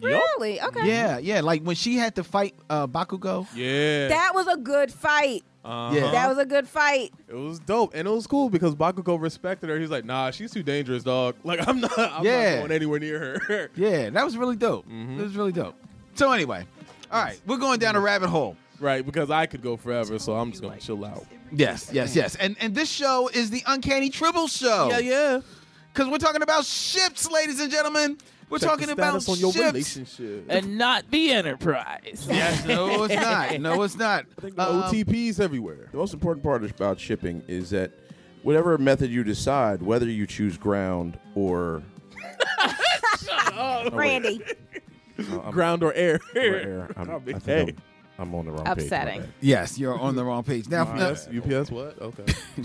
Speaker 5: Really? Okay.
Speaker 4: Yeah, yeah. Like when she had to fight uh, Bakugo.
Speaker 21: Uh-huh. Yeah.
Speaker 5: That was a good fight.
Speaker 21: Uh-huh.
Speaker 5: That was a good fight.
Speaker 21: It was dope, and it was cool because Bakugo respected her. He's like, "Nah, she's too dangerous, dog. Like, I'm not, I'm
Speaker 4: Yeah.
Speaker 21: not going anywhere near her."
Speaker 4: Yeah, that was really dope. It was really dope. So anyway, all right, we're going down a rabbit hole.
Speaker 21: right, because I could go forever, so I'm just gonna chill out.
Speaker 4: Yes, yes, yes. And and this show is the Uncanny Tribble Show.
Speaker 21: Yeah,
Speaker 11: yeah.
Speaker 4: Because we're talking about ships, ladies and gentlemen. We're
Speaker 21: Check the
Speaker 4: talking about
Speaker 21: status on your
Speaker 4: ships.
Speaker 21: relationship.
Speaker 11: And not the Enterprise.
Speaker 4: Yes, no, it's not. No, it's not. Um,
Speaker 21: OTPs everywhere.
Speaker 6: The most important part is about shipping is that whatever method you decide, whether you choose ground or
Speaker 5: Randy.
Speaker 21: ground or air.
Speaker 6: um, air, I'm, I think I'm- I'm on the wrong page. my
Speaker 5: Upsetting.
Speaker 6: bad.
Speaker 4: Yes, you're on the wrong page. Now, now-
Speaker 21: UPS, UPS, what? Okay,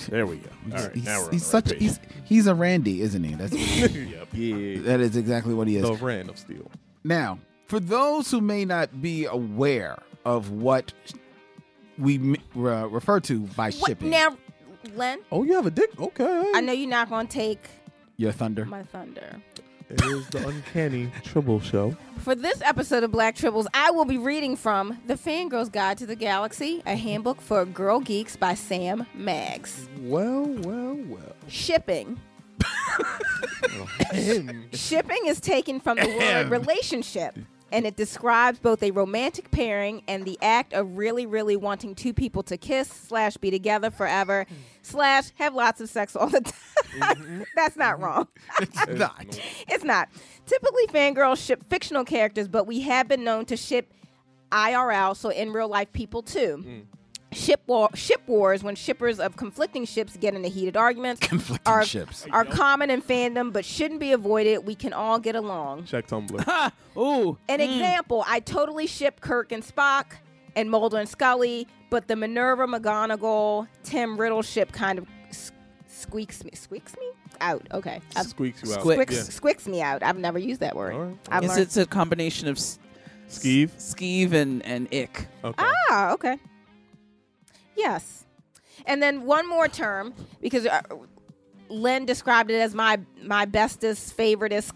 Speaker 6: there we go. All right,
Speaker 4: he's,
Speaker 6: now we're on
Speaker 4: he's
Speaker 6: the
Speaker 4: such
Speaker 6: right page.
Speaker 4: he's he's a Randy, isn't he? That's
Speaker 21: yep. yeah.
Speaker 4: that is exactly what he is.
Speaker 21: The brand of steel.
Speaker 4: Now, for those who may not be aware of what we m- re- refer to by
Speaker 5: What,
Speaker 4: shipping,
Speaker 5: now, Len,
Speaker 21: Oh, you have a dick. Okay.
Speaker 5: I know you're not going to take
Speaker 4: your thunder.
Speaker 5: my thunder.
Speaker 21: It is the uncanny Tribble Show.
Speaker 5: For this episode of Black Tribbles, I will be reading from The Fangirl's Guide to the Galaxy, a handbook for girl geeks by Sam Maggs.
Speaker 21: Well, well, well.
Speaker 5: Shipping. Shipping is taken from the word
Speaker 22: Ahem.
Speaker 5: relationship, and it describes both a romantic pairing and the act of really, really wanting two people to kiss slash be together forever slash have lots of sex all the time. That's not wrong.
Speaker 4: It's not.
Speaker 5: It's not. Typically, fangirls ship fictional characters, but we have been known to ship IRL, so in real life people too. Ship war, ship wars when shippers of conflicting ships get into heated arguments. Conflicting are,
Speaker 4: ships.
Speaker 5: are common in fandom, but shouldn't be avoided. We can all get along.
Speaker 21: Check Tumblr.
Speaker 11: Ooh.
Speaker 5: An example: I totally ship Kirk and Spock and Mulder and Scully, but the Minerva McGonagall Tim Riddle ship kind of s- squeaks me squeaks me out. Okay, I've-
Speaker 21: Squeaks you out.
Speaker 5: Squicks,
Speaker 21: Yeah.
Speaker 5: squicks me out. I've never used that word. I've
Speaker 11: Yes,
Speaker 5: learned-
Speaker 11: it's a combination of s-
Speaker 21: skeeve,
Speaker 11: skeeve, and and ick.
Speaker 21: Okay.
Speaker 5: Ah, okay. Yes. And then one more term because uh, Lynn described it as my my bestest favoritist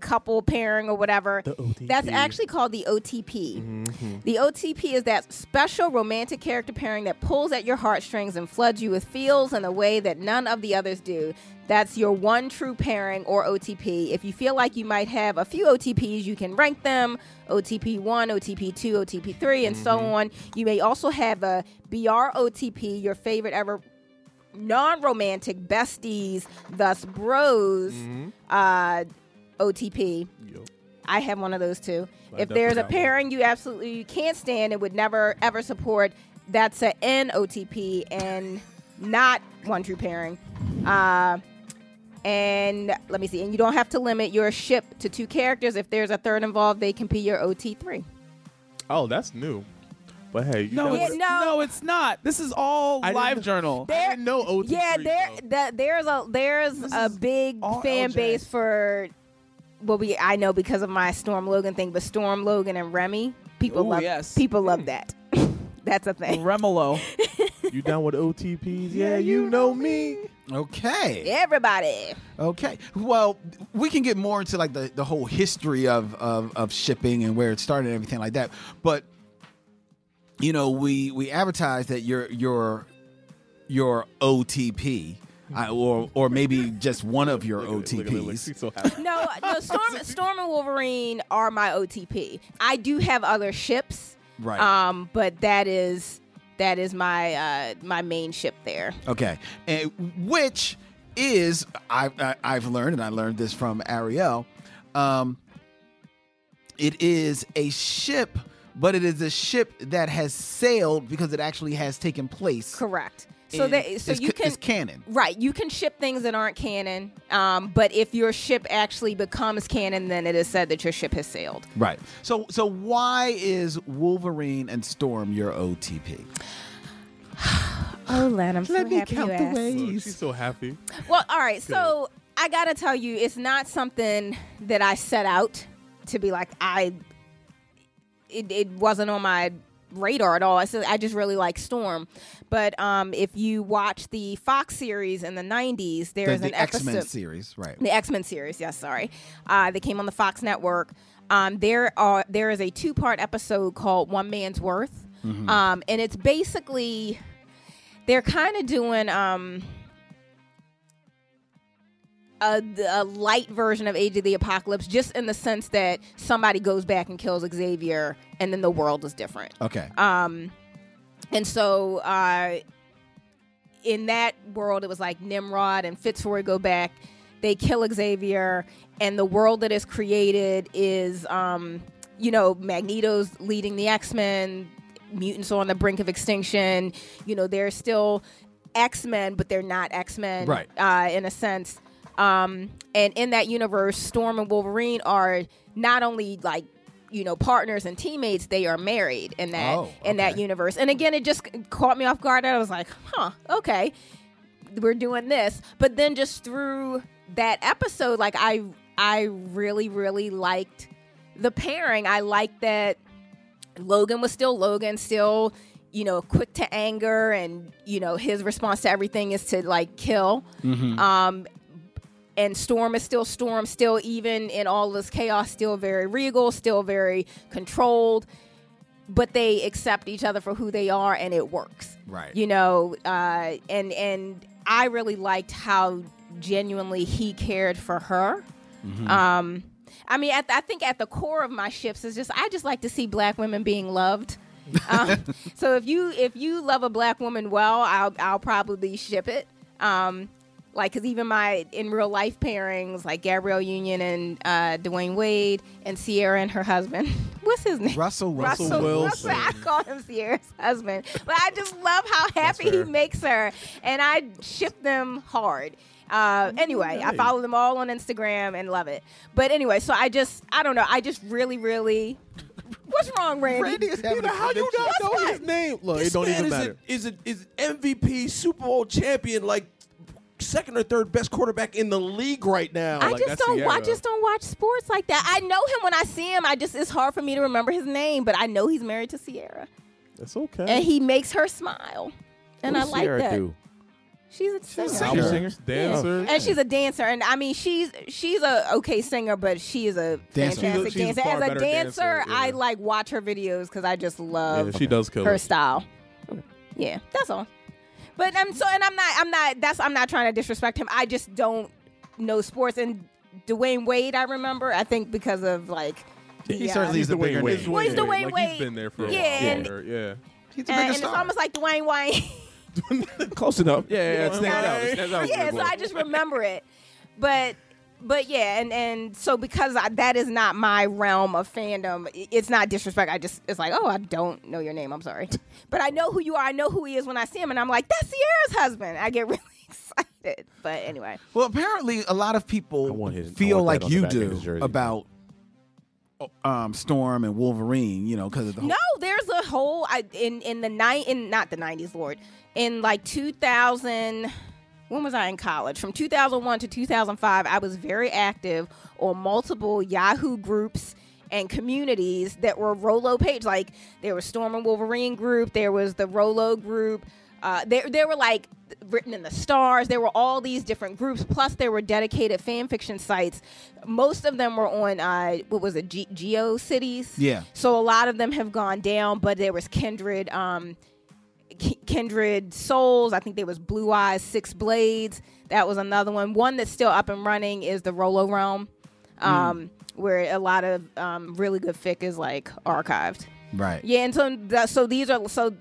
Speaker 5: couple pairing or whatever. That's actually called the OTP. The OTP is that special romantic character pairing that pulls at your heartstrings and floods you with feels in a way that none of the others do. That's your one true pairing or OTP. If you feel like you might have a few OTPs, you can rank them OTP 1, OTP 2, OTP 3, and so on. You may also have a BR OTP, your favorite ever non romantic besties, thus bros
Speaker 22: Mm-hmm.
Speaker 5: uh, OTP. I have one of those too.
Speaker 22: I
Speaker 5: if there's
Speaker 22: definitely
Speaker 5: a
Speaker 22: got one.
Speaker 5: pairing you absolutely you can't stand and would never ever support, that's a N OTP and not one true pairing. Uh, and let me see. And you don't have to limit your ship to two characters. If there's a third involved, they can be your OT three.
Speaker 21: Oh, that's new. But hey, you
Speaker 11: No,
Speaker 21: guys-
Speaker 11: it's, no. it's not. This is all
Speaker 21: I didn't-
Speaker 11: live journal.
Speaker 5: There,
Speaker 21: no OT
Speaker 5: Yeah, there, that there's a there's a big fan base for. Well, we I know because of my Storm Logan thing, but Storm Logan and Remy, people
Speaker 11: Ooh,
Speaker 5: love
Speaker 11: yes.
Speaker 5: people love that. That's a thing.
Speaker 11: Remelo.
Speaker 21: you down with OTPs? Yeah, you know me.
Speaker 4: Okay.
Speaker 5: Everybody.
Speaker 4: Okay. Well, we can get more into like the, the whole history of, of of shipping and where it started and everything like that. But you know, we we advertise that your your your OTP I, or or maybe just one of your OTPs.
Speaker 5: No, no, Storm, Storm and Wolverine are my OTP. I do have other ships,
Speaker 4: Right.
Speaker 5: Um, but that is that is my uh my main ship there.
Speaker 4: Okay, and which is I, I I've learned, and I learned this from Ariel. Um, it is a ship, but it is a ship that has sailed because it actually has taken place.
Speaker 5: Correct. So
Speaker 4: in-
Speaker 5: that so
Speaker 4: it's
Speaker 5: you
Speaker 4: ca-
Speaker 5: can
Speaker 4: it's canon.
Speaker 5: right? You can ship things that aren't canon, um, but if your ship actually becomes canon, then it is said that your ship has sailed.
Speaker 4: Right. So so why is Wolverine and Storm your OTP?
Speaker 5: Oh, Len, I'm so
Speaker 22: Let me
Speaker 5: happy
Speaker 22: count
Speaker 5: you
Speaker 22: the
Speaker 5: asked.
Speaker 21: Look, she's so happy.
Speaker 5: Well, all right. So I gotta tell you, it's not something that I set out to be like. I it, it wasn't on my radar at all. I said I just really like Storm, but um, if you watch the Fox series in the '90s, there is
Speaker 4: the
Speaker 5: an
Speaker 4: X
Speaker 5: episode
Speaker 4: Men series, right?
Speaker 5: the X Men series. Yes, sorry, uh, they came on the Fox network. Um, there are there is a two part episode called One Man's Worth,
Speaker 22: Mhm.
Speaker 5: um, and it's basically they're kind of doing um, a, a light version of Age of the Apocalypse, just in the sense that somebody goes back and kills Xavier, and then the world is different.
Speaker 4: Okay.
Speaker 22: uh,
Speaker 5: Um, and so uh, in that world, it was like Nimrod and Fitzroy go back. They kill Xavier, and the world that is created is, um, you know, Magneto's leading the X Men. Mutants are on the brink of extinction. You know, they're still X Men, but they're not X Men,
Speaker 22: Right.
Speaker 5: Uh, in a sense. Um, and in that universe, Storm and Wolverine are not only like you know partners and teammates; they are married in that
Speaker 22: Oh,
Speaker 5: in that
Speaker 22: okay.
Speaker 5: universe. And again, it just caught me off guard. I was like, huh, okay, we're doing this. But then just through that episode, like I I really really liked the pairing. I liked that Logan was still Logan, still, you know, quick to anger, and you know, his response to everything is to like kill.
Speaker 22: Mhm.
Speaker 5: Um, and Storm is still Storm, still even in all this chaos, still very regal, still very controlled. But they accept each other for who they are, and it works.
Speaker 22: Right.
Speaker 5: You know, uh, and and I really liked how genuinely he cared for her.
Speaker 22: Mhm.
Speaker 5: Um, I mean, at I think at the core of my ships is just I just like to see black women being loved. Um, so if you if you love a black woman well, I'll I'll probably ship it. Um, like because even my in real life pairings, like Gabrielle Union and uh, Dwayne Wade and Sierra and her husband. What's his name?
Speaker 4: Russell Wilson.
Speaker 5: Russell Wilson. I call him Sierra's husband, but I just love how happy he
Speaker 22: fair.
Speaker 5: makes her, and I ship them hard. Uh, anyway, I
Speaker 22: Nice.
Speaker 5: follow them all on Instagram and love it. But anyway, so I just, I don't know, I just really, really. What's wrong, Randy?
Speaker 22: Randy is having You know, a how you
Speaker 6: not
Speaker 5: What's
Speaker 6: know
Speaker 5: that?
Speaker 6: his name? Look,
Speaker 22: this
Speaker 6: it don't
Speaker 22: man
Speaker 6: even
Speaker 22: is
Speaker 6: matter.
Speaker 22: A, is, a, is MVP Super Bowl champion, like second or third best quarterback in the league right now.
Speaker 5: I just don't. I just don't watch sports like that. I know him when I see him. I just it's hard for me to remember his name, but I know he's married to Sierra,
Speaker 21: That's okay.
Speaker 5: and he makes her smile, and
Speaker 6: What
Speaker 5: I
Speaker 6: does
Speaker 5: like
Speaker 6: Ciara
Speaker 5: that.
Speaker 6: do?
Speaker 5: She's a singer.
Speaker 6: singer. She's a singer,
Speaker 5: Yeah.
Speaker 6: dancer.
Speaker 5: And she's a dancer, and I mean, she's she's a okay singer, but she is a
Speaker 21: Dancer.
Speaker 5: fantastic
Speaker 21: She's a- she's a
Speaker 5: dancer.
Speaker 21: far
Speaker 5: As a
Speaker 21: better
Speaker 5: dancer,
Speaker 21: dancer,
Speaker 5: I like watch her videos because I just love.
Speaker 21: Yeah, she does kill
Speaker 5: her
Speaker 21: it.
Speaker 5: style. Yeah, that's all. But I'm so, and I'm not, I'm not. That's I'm not trying to disrespect him. I just don't know sports. And Dwayne Wade, I remember, I think because of like.
Speaker 4: He certainly is the bigger
Speaker 21: Wade.
Speaker 4: name.
Speaker 5: Well, he's Dwayne
Speaker 21: Like,
Speaker 5: Wade.
Speaker 21: He's been there for a
Speaker 5: Yeah,
Speaker 21: while.
Speaker 5: and-
Speaker 21: longer, yeah.
Speaker 5: and, and it's almost like Dwayne Wayne.
Speaker 6: Close enough. Yeah, yeah, yeah. it stands out. It stands out.
Speaker 5: yeah, so I just remember it. But but yeah, and and so because I, that is not my realm of fandom, i- it's not disrespect. I just it's like, oh, I don't know your name. I'm sorry, but I know who you are. I know who he is when I see him, and I'm like, that's Sierra's husband. I get really excited. But anyway,
Speaker 4: Well, apparently, a lot of people feel
Speaker 6: want that
Speaker 4: like
Speaker 6: on the
Speaker 4: you
Speaker 6: back of
Speaker 4: do
Speaker 6: his jersey.
Speaker 4: about um, Storm and Wolverine, you know, because of the whole.
Speaker 5: no, there's a whole I, in in the night in not the 90s, Lord, in like 2000. When was I in college? From 2001 to 2005, I was very active on multiple Yahoo groups and communities that were Rolo page. Like there was Storm and Wolverine group, there was the Rolo group. Uh, there, there were like written in the stars. There were all these different groups. Plus, there were dedicated fan fiction sites. Most of them were on uh, what was it, G- Geo Cities?
Speaker 22: Yeah.
Speaker 5: So a lot of them have gone down, but there was Kindred, um, K- Kindred Souls. I think there was Blue Eyes Six Blades. That was another one. One that's still up and running is the Rolo Realm, um, where a lot of um, really good fic is like archived.
Speaker 4: Right.
Speaker 5: Yeah, and so th- so these are so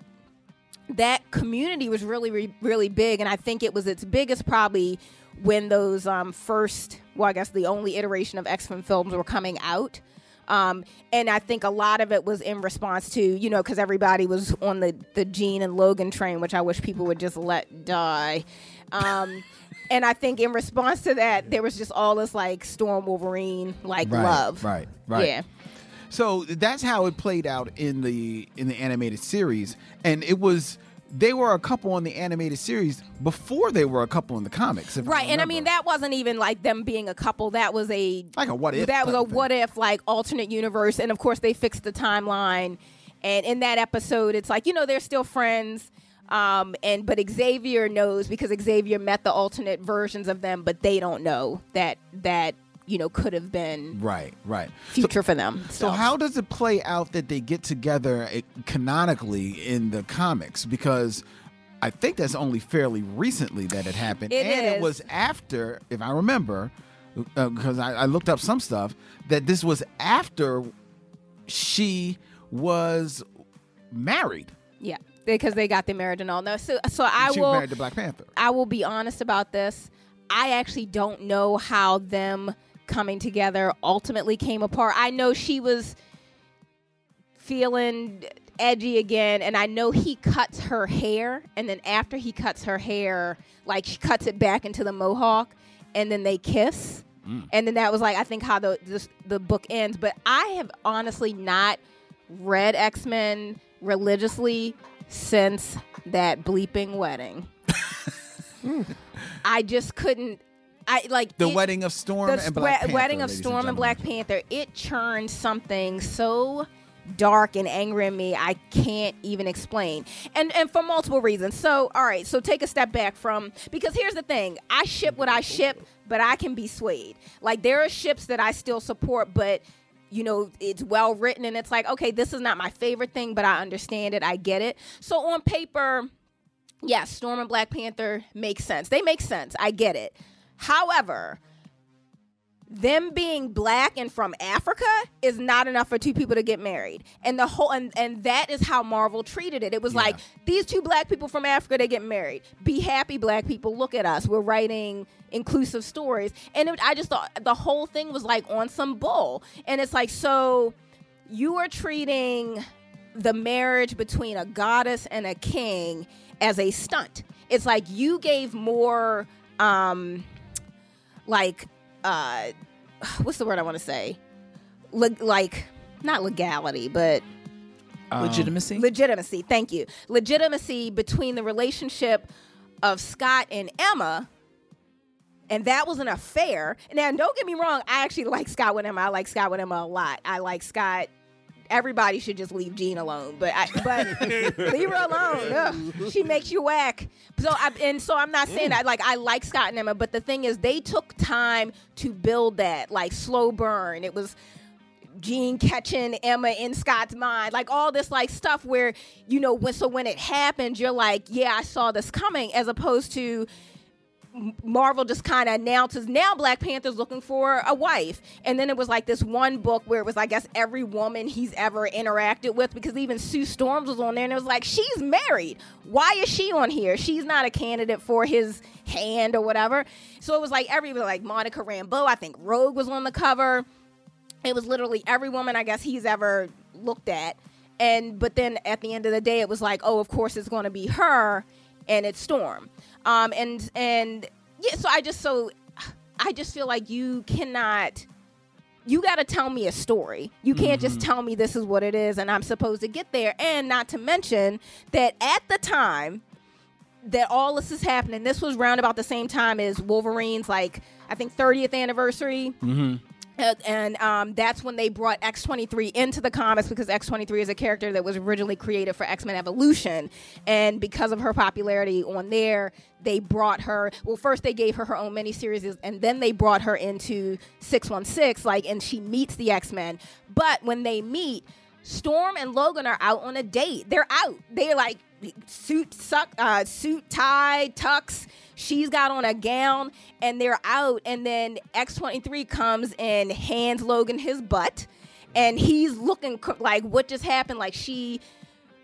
Speaker 5: that community was really re- really big, and I think it was its biggest probably when those um, first, well, I guess the only iteration of X Men films were coming out. Um, and I think a lot of it was in response to, you know, because everybody was on the, the Gene and Logan train, which I wish people would just let die. Um, and I think in response to that, there was just all this like Storm Wolverine, like
Speaker 4: Right,
Speaker 5: love.
Speaker 4: Right. Right.
Speaker 5: Yeah.
Speaker 4: So that's how it played out in the in the animated series, and it was they were a couple on the animated series before they were a couple in the comics. if
Speaker 5: Right, and I
Speaker 4: remember.
Speaker 5: mean that wasn't even like them being a couple. That was a
Speaker 4: Like a what if
Speaker 5: That was
Speaker 4: type
Speaker 5: a
Speaker 4: of thing.
Speaker 5: what if like alternate universe, and of course they fixed the timeline. And in that episode, it's like you know they're still friends, um, and but Xavier knows because Xavier met the alternate versions of them, but they don't know that that you know could have been
Speaker 4: Right, right.
Speaker 5: Future for them.
Speaker 4: So. how does it play out that they get together eh, canonically in the comics? Because I think that's only fairly recently that it happened,
Speaker 22: It
Speaker 4: and
Speaker 22: is.
Speaker 4: it was after, if I remember, because I, I looked up some stuff that this was after she was married.
Speaker 5: yeah because they got the marriage and all. No, so so I
Speaker 4: she
Speaker 5: will
Speaker 4: was married to Black Panther.
Speaker 5: I will be honest about this. I actually don't know how them coming together ultimately came apart. I know she was feeling edgy again, and I know he cuts her hair, and then after he cuts her hair, like she cuts it back into the mohawk, and then they kiss.
Speaker 22: Mm.
Speaker 5: And then that was like I think how the this, the book ends. But I have honestly not read X Men religiously since that bleeping wedding. I just couldn't. I like
Speaker 4: The
Speaker 5: it-
Speaker 4: wedding of Storm
Speaker 5: the
Speaker 4: and Black
Speaker 5: swe-
Speaker 4: Panther.
Speaker 5: wedding of
Speaker 4: ladies and
Speaker 5: Storm and
Speaker 4: gentlemen.
Speaker 5: Black Panther. It churned something so dark and angry in me. I can't even explain, and and for multiple reasons. So all right, so take a step back from because here's the thing: I ship what I ship, but I can be swayed. Like there are ships that I still support, but you know it's well written and it's like okay this is not my favorite thing but i understand it i get it so on paper yes, Storm and Black Panther make sense. They make sense. I get it. However, them being black and from Africa is not enough for two people to get married. And the whole and, and that is how Marvel treated it. It was like these two black people from Africa they get married. Be happy black people, look at us. We're writing inclusive stories. And it, I just thought the whole thing was like on some bull. And it's like so you are treating the marriage between a goddess and a king as a stunt. It's like you gave more um like uh what's the word I want to say? Leg- like not legality, but
Speaker 11: Legitimacy?
Speaker 5: Legitimacy. Thank you. Legitimacy between the relationship of Scott and Emma and that was an affair. Now, don't get me wrong, I actually like Scott with Emma. I like Scott with Emma a lot. I like Scott. Everybody should just leave Jean alone, but I, but leave her alone. Ugh, she makes you whack. So I and so I'm not saying that like I like Scott and Emma, but the thing is they took time to build that like slow burn. It was Gene catching Emma in Scott's mind, like all this like stuff where you know when so when it happens, you're like, yeah, I saw this coming, as opposed to Marvel just kind of announces now Black Panther's looking for a wife. And then it was like this one book where it was, I guess, every woman he's ever interacted with because even Sue Storms was on there and it was like, she's married. Why is she on here? She's not a candidate for his hand or whatever. So it was like every, like Monica Rambeau, I think Rogue was on the cover. It was literally every woman I guess he's ever looked at. And, but then at the end of the day, it was like, oh, of course it's going to be her and it's Storm. Um, and and yeah, so I just so I just feel like you cannot. You got to tell me a story. You can't just tell me this is what it is and I'm supposed to get there. And not to mention that at the time that all this is happening, this was round about the same time as Wolverine's, like, I think 30th anniversary.
Speaker 22: Mm-hmm.
Speaker 5: Uh, and um, that's when they brought X23 into the comics because X23 is a character that was originally created for X Men Evolution. And because of her popularity on there, they brought her. Well, first they gave her her own miniseries, and then they brought her into 616, like, and she meets the X Men. But when they meet, Storm and Logan are out on a date. They're out. They're like suit, suck, uh, suit, tie, tux. She's got on a gown, and they're out. And then X twenty three comes and hands Logan his butt, and he's looking cr- like what just happened. Like she,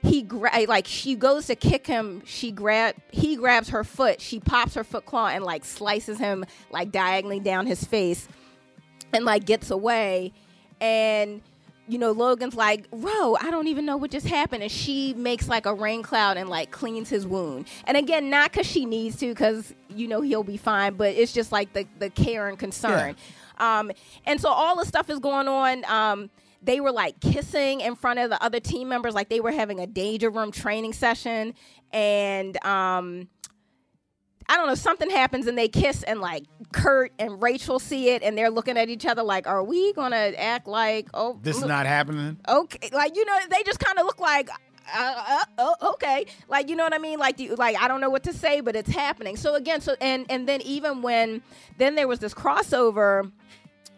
Speaker 5: he gra- like she goes to kick him. She grab he grabs her foot. She pops her foot claw and like slices him like diagonally down his face, and like gets away, and you know, Logan's like, Ro, I don't even know what just happened. And she makes like a rain cloud and like cleans his wound. And again, not because she needs to, because, you know, he'll be fine, but it's just like the, the care and concern. Um, and so all the stuff is going on. Um, they were like kissing in front of the other team members, like they were having a danger room training session. And, um, I don't know, something happens and they kiss and like Kurt and Rachel see it and they're looking at each other like, are we gonna act like oh
Speaker 4: This is
Speaker 5: look-
Speaker 4: not happening.
Speaker 5: Okay, like you know, they just kind of look like. Uh, uh, oh, okay, like you know what I mean. Like, you, like I don't know what to say, but it's happening. So again, so and and then even when then there was this crossover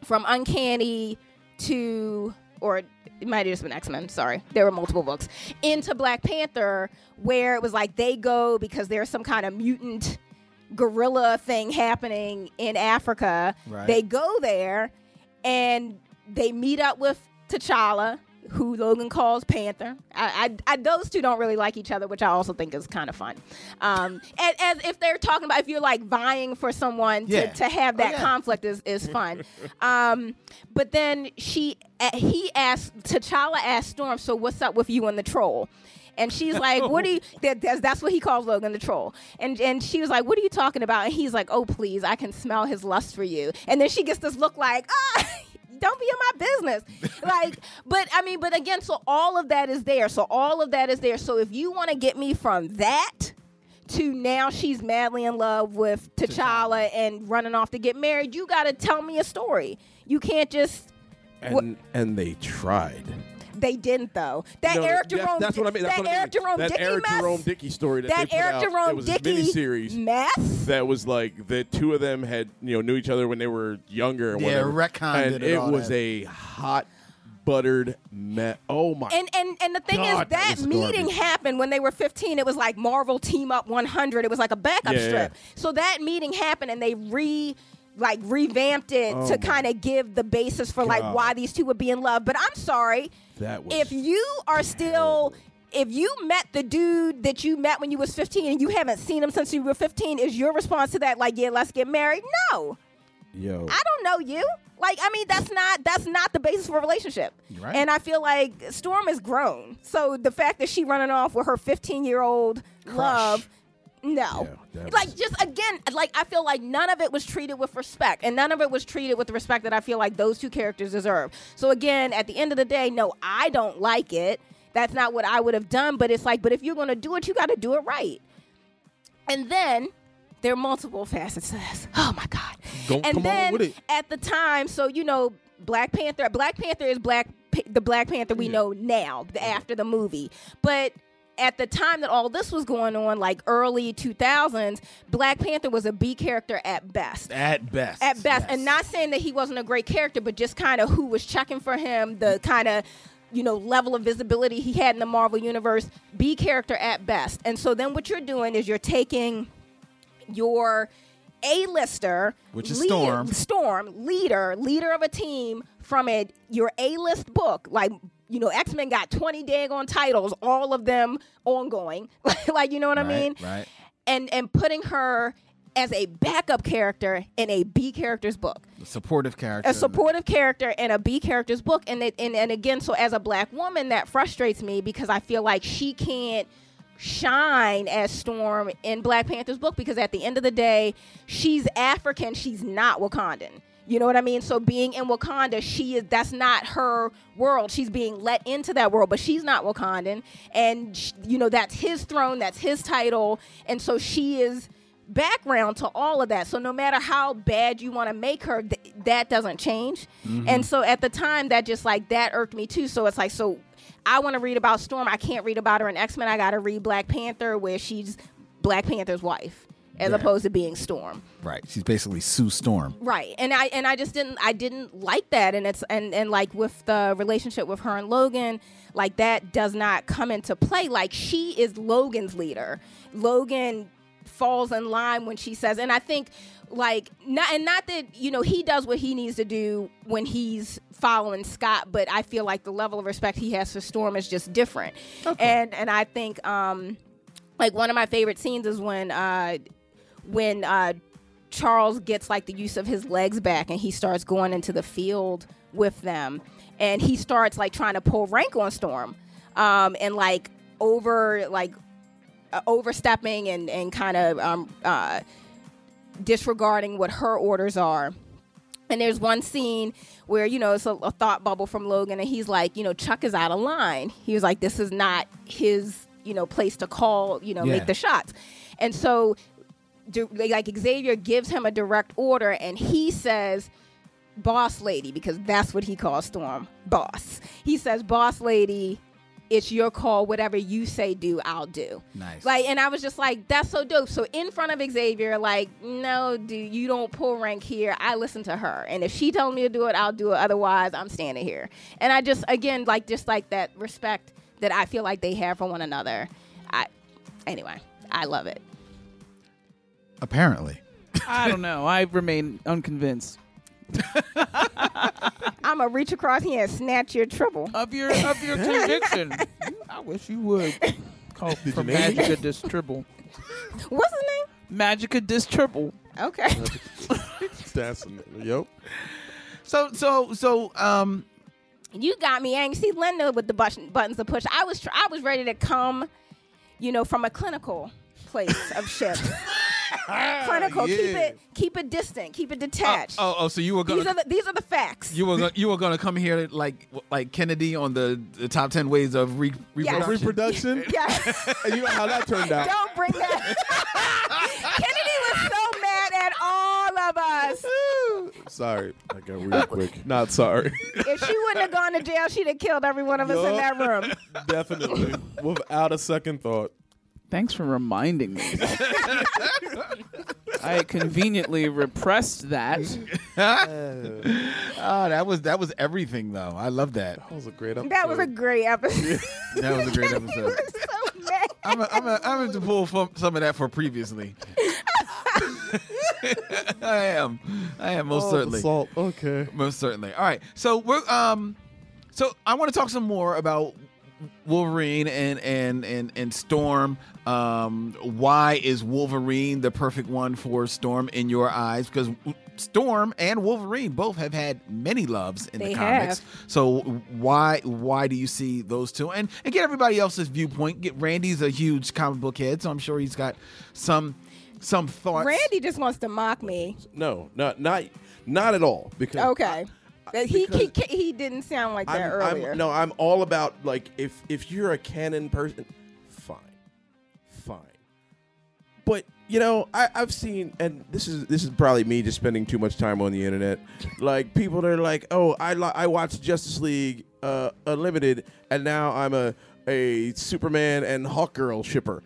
Speaker 5: from Uncanny to or it might have just been X Men. Sorry, there were multiple books into Black Panther, where it was like they go because there's some kind of mutant gorilla thing happening in Africa.
Speaker 22: Right.
Speaker 5: They go there and they meet up with T'Challa, who Logan calls Panther. I, I, I those two don't really like each other, which I also think is kind of fun. Um, and as if they're talking about if you're like vying for someone
Speaker 22: Yeah.
Speaker 5: to, to have
Speaker 22: Oh,
Speaker 5: that
Speaker 22: yeah.
Speaker 5: conflict is is fun. um, but then she a- he asked T'Challa asked Storm, so what's up with you and the troll? And she's like, "What do you?" That, that's, that's what he calls Logan the troll. And and she was like, "What are you talking about?" And he's like, "Oh please, I can smell his lust for you." And then she gets this look like, "Ah, don't be in my business." like, but I mean, but again, so all of that is there. So all of that is there. So if you want to get me from that to now she's madly in love with T'Challa and running off to get married, you got to tell me a story. You can't just
Speaker 6: And, and they tried.
Speaker 5: they didn't though. That
Speaker 6: No,
Speaker 5: Eric
Speaker 6: that's-
Speaker 5: Jerome.
Speaker 6: That's what I mean. That's
Speaker 5: that
Speaker 6: what I mean.
Speaker 5: Eric Jerome
Speaker 6: That
Speaker 5: Dickey
Speaker 6: Eric
Speaker 5: mess.
Speaker 6: Jerome Dickey story. That,
Speaker 5: That
Speaker 6: they put
Speaker 5: Eric
Speaker 6: out,
Speaker 5: Jerome
Speaker 6: it was
Speaker 5: Dickey
Speaker 6: a miniseries
Speaker 5: mess.
Speaker 6: that was like the two of them had you know knew each other when they were younger. And
Speaker 4: Yeah,
Speaker 6: whatever.
Speaker 4: retconned it
Speaker 6: and
Speaker 4: and
Speaker 6: it
Speaker 4: all
Speaker 6: was
Speaker 4: that.
Speaker 6: a hot buttered mess. Oh my!
Speaker 5: And and and the thing
Speaker 6: God,
Speaker 5: is,
Speaker 6: that
Speaker 5: that,
Speaker 6: was
Speaker 5: meeting
Speaker 6: garbage.
Speaker 5: happened when they were 15. It was like Marvel Team Up 100. It was like a backup
Speaker 6: Yeah, yeah.
Speaker 5: strip. So that meeting happened, and they re. Like revamped it
Speaker 6: Oh
Speaker 5: to
Speaker 6: my
Speaker 5: kind of give the basis for like
Speaker 6: God.
Speaker 5: why these two would be in love. But I'm sorry,
Speaker 6: That was
Speaker 5: if you are still if you met the dude that you met when you was 15 and you haven't seen him since you were 15 is your response to that like yeah let's get married no
Speaker 6: yo.
Speaker 5: i don't know you like i mean that's not that's not the basis for a relationship
Speaker 6: Right.
Speaker 5: and i feel like storm is grown so the fact that she running off with her 15 year old love no like just again like i feel like none of it was treated with respect and none of it was treated with the respect that i feel like those two characters deserve so again at the end of the day no i don't like it that's not what i would have done but it's like but if you're going to do it you got to do it right and then there are multiple facets to this oh my god
Speaker 22: Go-
Speaker 5: and
Speaker 22: come on
Speaker 5: then
Speaker 22: with it.
Speaker 5: at the time so you know black panther black panther is black Pa- the black panther we know now the- after the movie but at the time that all this was going on like early 2000s black panther was a b character at best
Speaker 4: At best.
Speaker 5: at best. And not saying that he wasn't a great character, but just kind of who was checking for him, the kind of you know level of visibility he had in the Marvel universe, B character at best. And so then what you're doing is you're taking your A-lister,
Speaker 4: Which is
Speaker 5: lead-
Speaker 4: Storm.
Speaker 5: Storm, leader, leader of a team from a your A-list book, like you know, X Men got twenty daggone titles, all of them ongoing. like you know what I mean?
Speaker 22: Right.
Speaker 5: And and putting her as a backup character in a B character's book
Speaker 4: A supportive character.
Speaker 5: a supportive character in a B character's book, and it, and and again, so as a black woman, that frustrates me because I feel like she can't shine as Storm in Black Panther's book because at the end of the day, she's African, she's not Wakandan. You know what I mean? So being in Wakanda, she is that's not her world. She's being let into that world, but she's not Wakandan, and sh you know that's his throne, that's his title, and so she is background to all of that. So no matter how bad you want to make her, th- that doesn't change.
Speaker 22: Mhm.
Speaker 5: And so at the time, that just like that irked me too. So it's like so. I want to read about Storm. I can't read about her in X Men. I got to read Black Panther, where she's Black Panther's wife, as
Speaker 4: Yeah.
Speaker 5: opposed to being Storm.
Speaker 4: right. She's basically Sue Storm.
Speaker 5: Right. And I and I just didn't I didn't like that and it's and and like with the relationship with her and Logan, like that does not come into play like she is Logan's leader. Logan falls in line when she says and I think like not and not that you know he does what he needs to do when he's following Scott, but I feel like the level of respect he has for Storm is just different. And and I think um like one of my favorite scenes is when uh when uh Charles gets like the use of his legs back and he starts going into the field with them and he starts like trying to pull rank on Storm um and like over like uh, overstepping and and kind of um uh disregarding what her orders are and there's one scene where, you know, it's a, a thought bubble from Logan, and he's like, you know, Chuck is out of line. He was like, this is not his, you know, place to call, you know,
Speaker 22: Yeah.
Speaker 5: make the shots. And so, du- like, Xavier gives him a direct order, and he says, boss lady, because that's what he calls Storm, boss. He says, boss lady, it's your call. Whatever you say, do, I'll do.
Speaker 22: Nice.
Speaker 5: Like, and I was just like, that's so dope. So in front of Xavier, like, no, dude, you don't pull rank here. I listen to her, and if she told me to do it, I'll do it. Otherwise, I'm standing here. And I just, again, like, just like that respect that I feel like they have for one another. I, anyway, I love it.
Speaker 4: Apparently.
Speaker 11: I don't know. I remain unconvinced.
Speaker 5: I'm gonna reach across here and snatch your triple
Speaker 11: of your of your conviction. I wish you would call
Speaker 6: you
Speaker 11: for
Speaker 6: name it?
Speaker 11: Magica Distribble.
Speaker 5: What's his
Speaker 11: name? Magica Distribble.
Speaker 5: Okay.
Speaker 6: That's yep.
Speaker 4: So so so um
Speaker 5: You got me angry. See, Linda with the button, buttons to push. I was tr- I was ready to come, you know, from a clinical place of ship. clinical. Keep
Speaker 4: Ah, yeah.
Speaker 5: it keep it distant. Keep it detached.
Speaker 4: oh oh so you were
Speaker 5: these are
Speaker 4: gonna
Speaker 5: the these are the facts.
Speaker 4: you were gonna, you were gonna come here like like Kennedy on the, the top ten ways of re-
Speaker 5: Yes.
Speaker 4: reproduction.
Speaker 5: Reproduction? Yes.
Speaker 4: you know how that turned
Speaker 5: Don't bring that. Kennedy was so mad at all of us.
Speaker 6: Sorry, I got real quick. Not sorry.
Speaker 5: If she wouldn't have gone to jail, she'd have killed every one of us in that room.
Speaker 21: Definitely. Without a second thought.
Speaker 11: Thanks for reminding me. I conveniently repressed that.
Speaker 4: oh, that was that was everything though. I love that. That
Speaker 21: was a great
Speaker 5: That was a great episode.
Speaker 4: that was a great episode. I'm a, I'm a, I'm going to pull from some of that for previously. I am, I am most
Speaker 21: Oh, the
Speaker 4: certainly.
Speaker 21: salt. Okay.
Speaker 4: Most certainly. All right. So we're um, so I want to talk some more about Wolverine and and and and Storm. Um, why is Wolverine the perfect one for Storm in your eyes? Because Storm and Wolverine both have had many loves in
Speaker 5: They
Speaker 4: the comics.
Speaker 5: have.
Speaker 4: So why why do you see those two? And and get everybody else's viewpoint. Get Randy's a huge comic book head, so I'm sure he's got some some thoughts.
Speaker 5: Randy just wants to mock me.
Speaker 6: No, not not not at all. Because
Speaker 5: Okay. That he, he he didn't sound like that
Speaker 6: I'm, I'm-
Speaker 5: earlier.
Speaker 6: no, I'm all about like if if you're a canon person, fine, fine. But you know, I, I've seen, and this is this is probably me just spending too much time on the internet. like people that are like, oh, I li- I watched Justice League uh, Unlimited, and now I'm a a Superman and Hawkgirl shipper.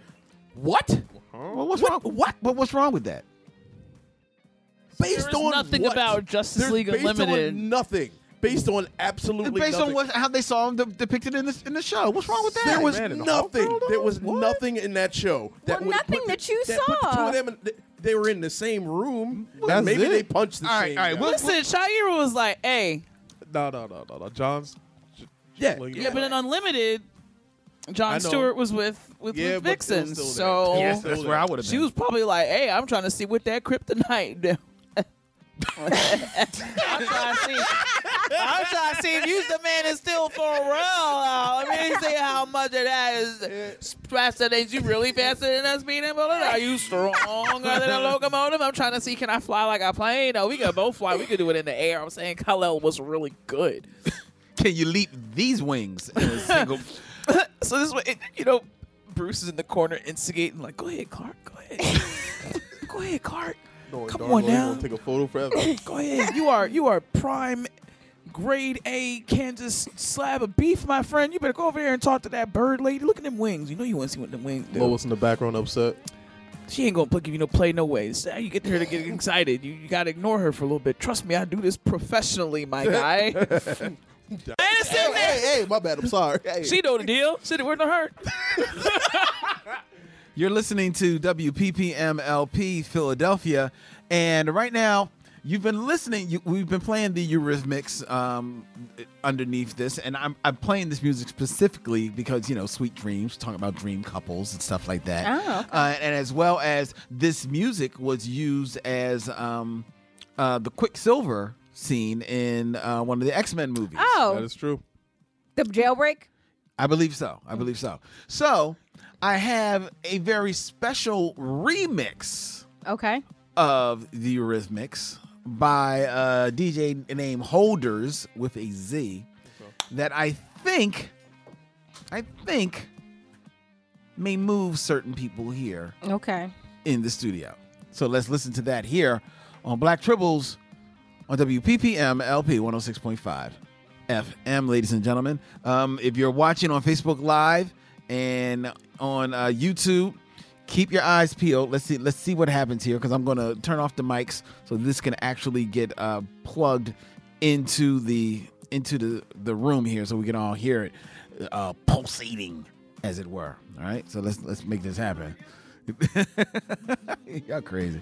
Speaker 6: What?
Speaker 4: Well, what's wrong? What? But what's wrong with that?
Speaker 6: Based on
Speaker 11: nothing
Speaker 6: what?
Speaker 11: about Justice
Speaker 6: There's
Speaker 11: League
Speaker 6: based on
Speaker 11: Unlimited.
Speaker 6: nothing. Based on absolutely
Speaker 4: Based
Speaker 6: nothing.
Speaker 4: on what, how they saw him de- depicted in the in the show. What's wrong with that?
Speaker 6: There was nothing. There was nothing in that show. That
Speaker 5: Well,
Speaker 6: would
Speaker 5: nothing
Speaker 6: put
Speaker 5: that you
Speaker 6: that put the two
Speaker 5: saw.
Speaker 6: of them in- th- that, they were in the same room.
Speaker 11: That's
Speaker 6: maybe
Speaker 11: it.
Speaker 6: they punched the
Speaker 11: All right,
Speaker 6: same.
Speaker 11: all right,
Speaker 6: guy.
Speaker 11: we'll-
Speaker 23: Listen, Shire was like, "Hey,
Speaker 21: No, no, no, no, no. John's.
Speaker 6: Yeah,
Speaker 23: yeah, but in Unlimited, John
Speaker 21: I know.
Speaker 23: Stewart was with with,
Speaker 21: Yeah,
Speaker 23: with
Speaker 21: but it was
Speaker 23: Vixen,
Speaker 21: still there.
Speaker 23: so
Speaker 21: Yeah, it's still That's where there. I would've
Speaker 23: She
Speaker 21: been.
Speaker 23: was probably like, "Hey, I'm trying to see what that kryptonite." do." I'm trying to see. I'm trying to see if you the man is still for real. Now. Let me see how much of that is faster than you really faster than us being able to. Are you stronger than a locomotive? I'm trying to see can I fly like a plane? No, we could both fly. We could do it in the air. I'm saying Kal-El was really good.
Speaker 4: Can you leap these wings? in a single-
Speaker 11: so this way, it, you know, Bruce is in the corner instigating, like, "Go ahead, Clark. Go ahead. go ahead, Clark. Come on now.
Speaker 6: Take a photo forever.
Speaker 11: go ahead. You are you are prime." Grade A Kansas slab of beef, my friend. You better go over there and talk to that bird lady. Look at them wings. You know you want to see what them wings do.
Speaker 6: Lois in the background upset.
Speaker 11: She ain't gonna give you no play no ways. How You get her to get excited. You, you gotta ignore her for a little bit. Trust me, I do this professionally, my guy. Madison,
Speaker 6: Hey, hey, hey, my bad. I'm sorry. Hey.
Speaker 11: she know the deal. Shit, we're no hurt.
Speaker 4: You're listening to WPPMLP Philadelphia, and right now you've been listening. You, we've been playing the Eurythmics um, underneath this, and I'm, I'm playing this music specifically because you know Sweet Dreams, talking about dream couples and stuff like that,
Speaker 22: Oh, okay.
Speaker 4: uh, and as well as this music was used as um, uh, the Quicksilver scene in uh, one of the X Men movies.
Speaker 5: Oh. That is
Speaker 21: true.
Speaker 5: The jailbreak.
Speaker 4: I believe so. I believe so. So I have a very special remix
Speaker 5: Okay.
Speaker 4: of the Eurythmics by uh, a DJ named Holders with a Z that I think, I think may move certain people here
Speaker 5: Okay.
Speaker 4: in the studio. So let's listen to that here on Black Tribbles on WPPM LP 106.5 FM, ladies and gentlemen. Um, if you're watching on Facebook Live and on uh, YouTube, keep your eyes peeled. Let's see. Let's see what happens here because I'm going to turn off the mics so this can actually get uh, plugged into the into the the room here so we can all hear it uh, pulsating, as it were. All right. So let's let's make this happen. Y'all crazy.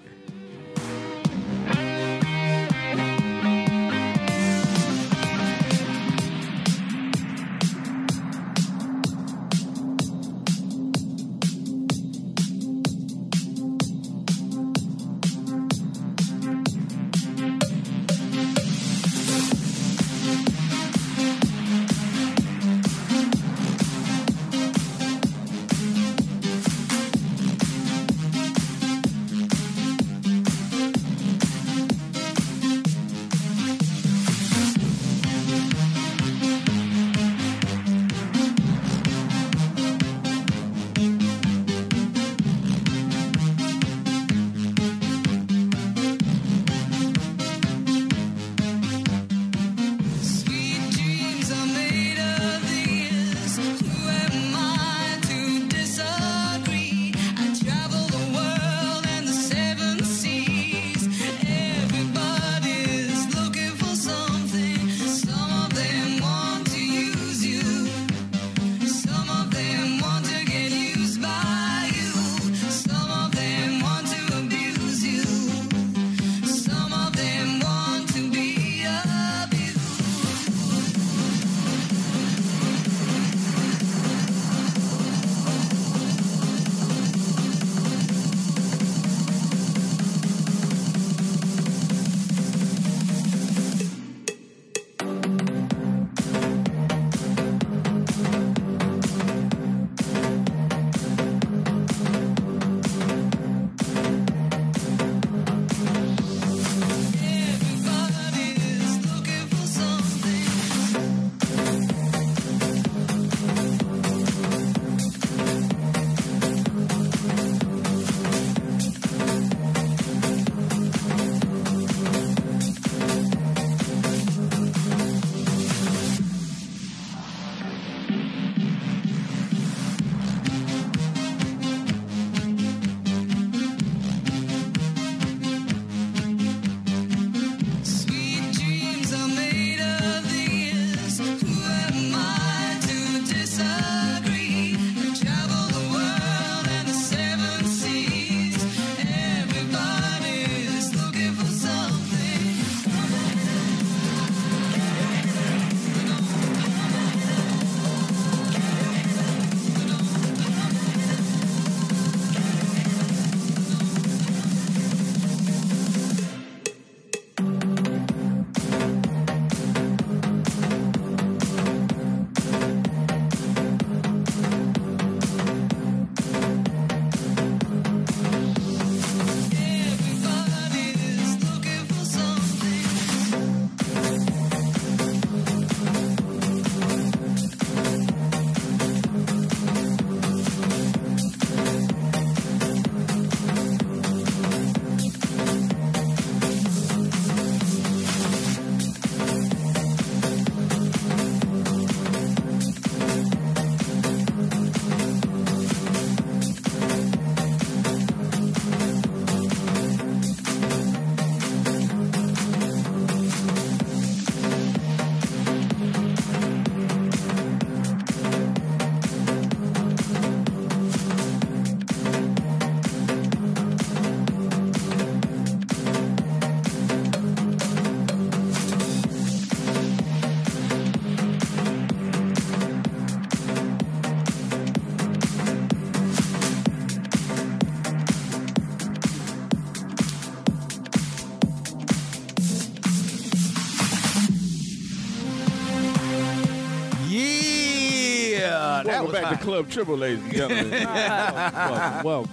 Speaker 6: back to Club Triple, ladies and gentlemen. Welcome, welcome.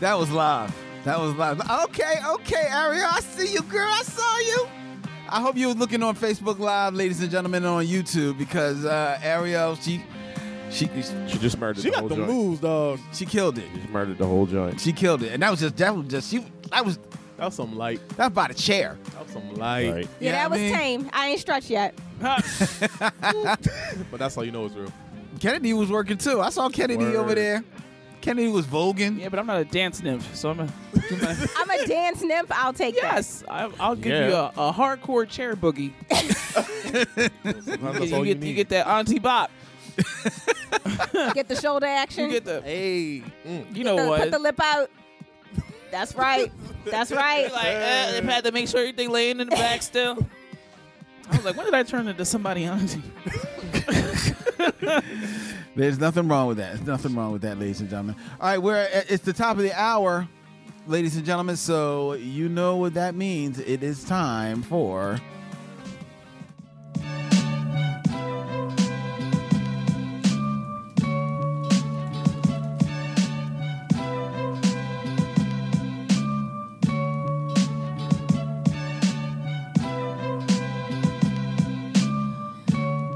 Speaker 4: That was live. That was live. Okay, okay, Ariel, I see you, girl. I saw you. I hope you were looking on Facebook Live, ladies and gentlemen, and on YouTube because uh, Ariel, she, she,
Speaker 6: she just murdered.
Speaker 4: She
Speaker 6: the
Speaker 4: got
Speaker 6: whole
Speaker 4: the
Speaker 6: joint.
Speaker 4: moves, dog. She killed it.
Speaker 6: She murdered the whole joint.
Speaker 4: She killed it, and that was just that was just she. That was
Speaker 7: that was some light.
Speaker 4: That was by the chair.
Speaker 7: That was some light.
Speaker 5: Yeah, that was tame. I ain't stretched yet.
Speaker 7: But that's how you know it's real.
Speaker 4: Kennedy was working too. I saw Kennedy
Speaker 7: Word.
Speaker 4: over there. Kennedy was voguing.
Speaker 11: Yeah, but I'm not a dance nymph, so I'm a.
Speaker 5: I'm a dance nymph. I'll take
Speaker 11: yes, I, I'll give
Speaker 5: Yeah.
Speaker 11: you a, a hardcore chair boogie.
Speaker 5: that's
Speaker 11: you,
Speaker 5: all
Speaker 11: get,
Speaker 5: you
Speaker 11: get that auntie bop.
Speaker 5: that. Get the shoulder action.
Speaker 11: You get the hey. You know
Speaker 5: Put the-
Speaker 11: what?
Speaker 5: Put the lip out. That's right. That's right.
Speaker 11: like uh, they had to make sure everything laying in the back still. I was like, when did I turn into somebody auntie?
Speaker 4: There's nothing wrong with that. There's nothing wrong with that, ladies and gentlemen. All right, we're uh, it's the top of the hour, ladies and gentlemen. So you know what that means. It is time for.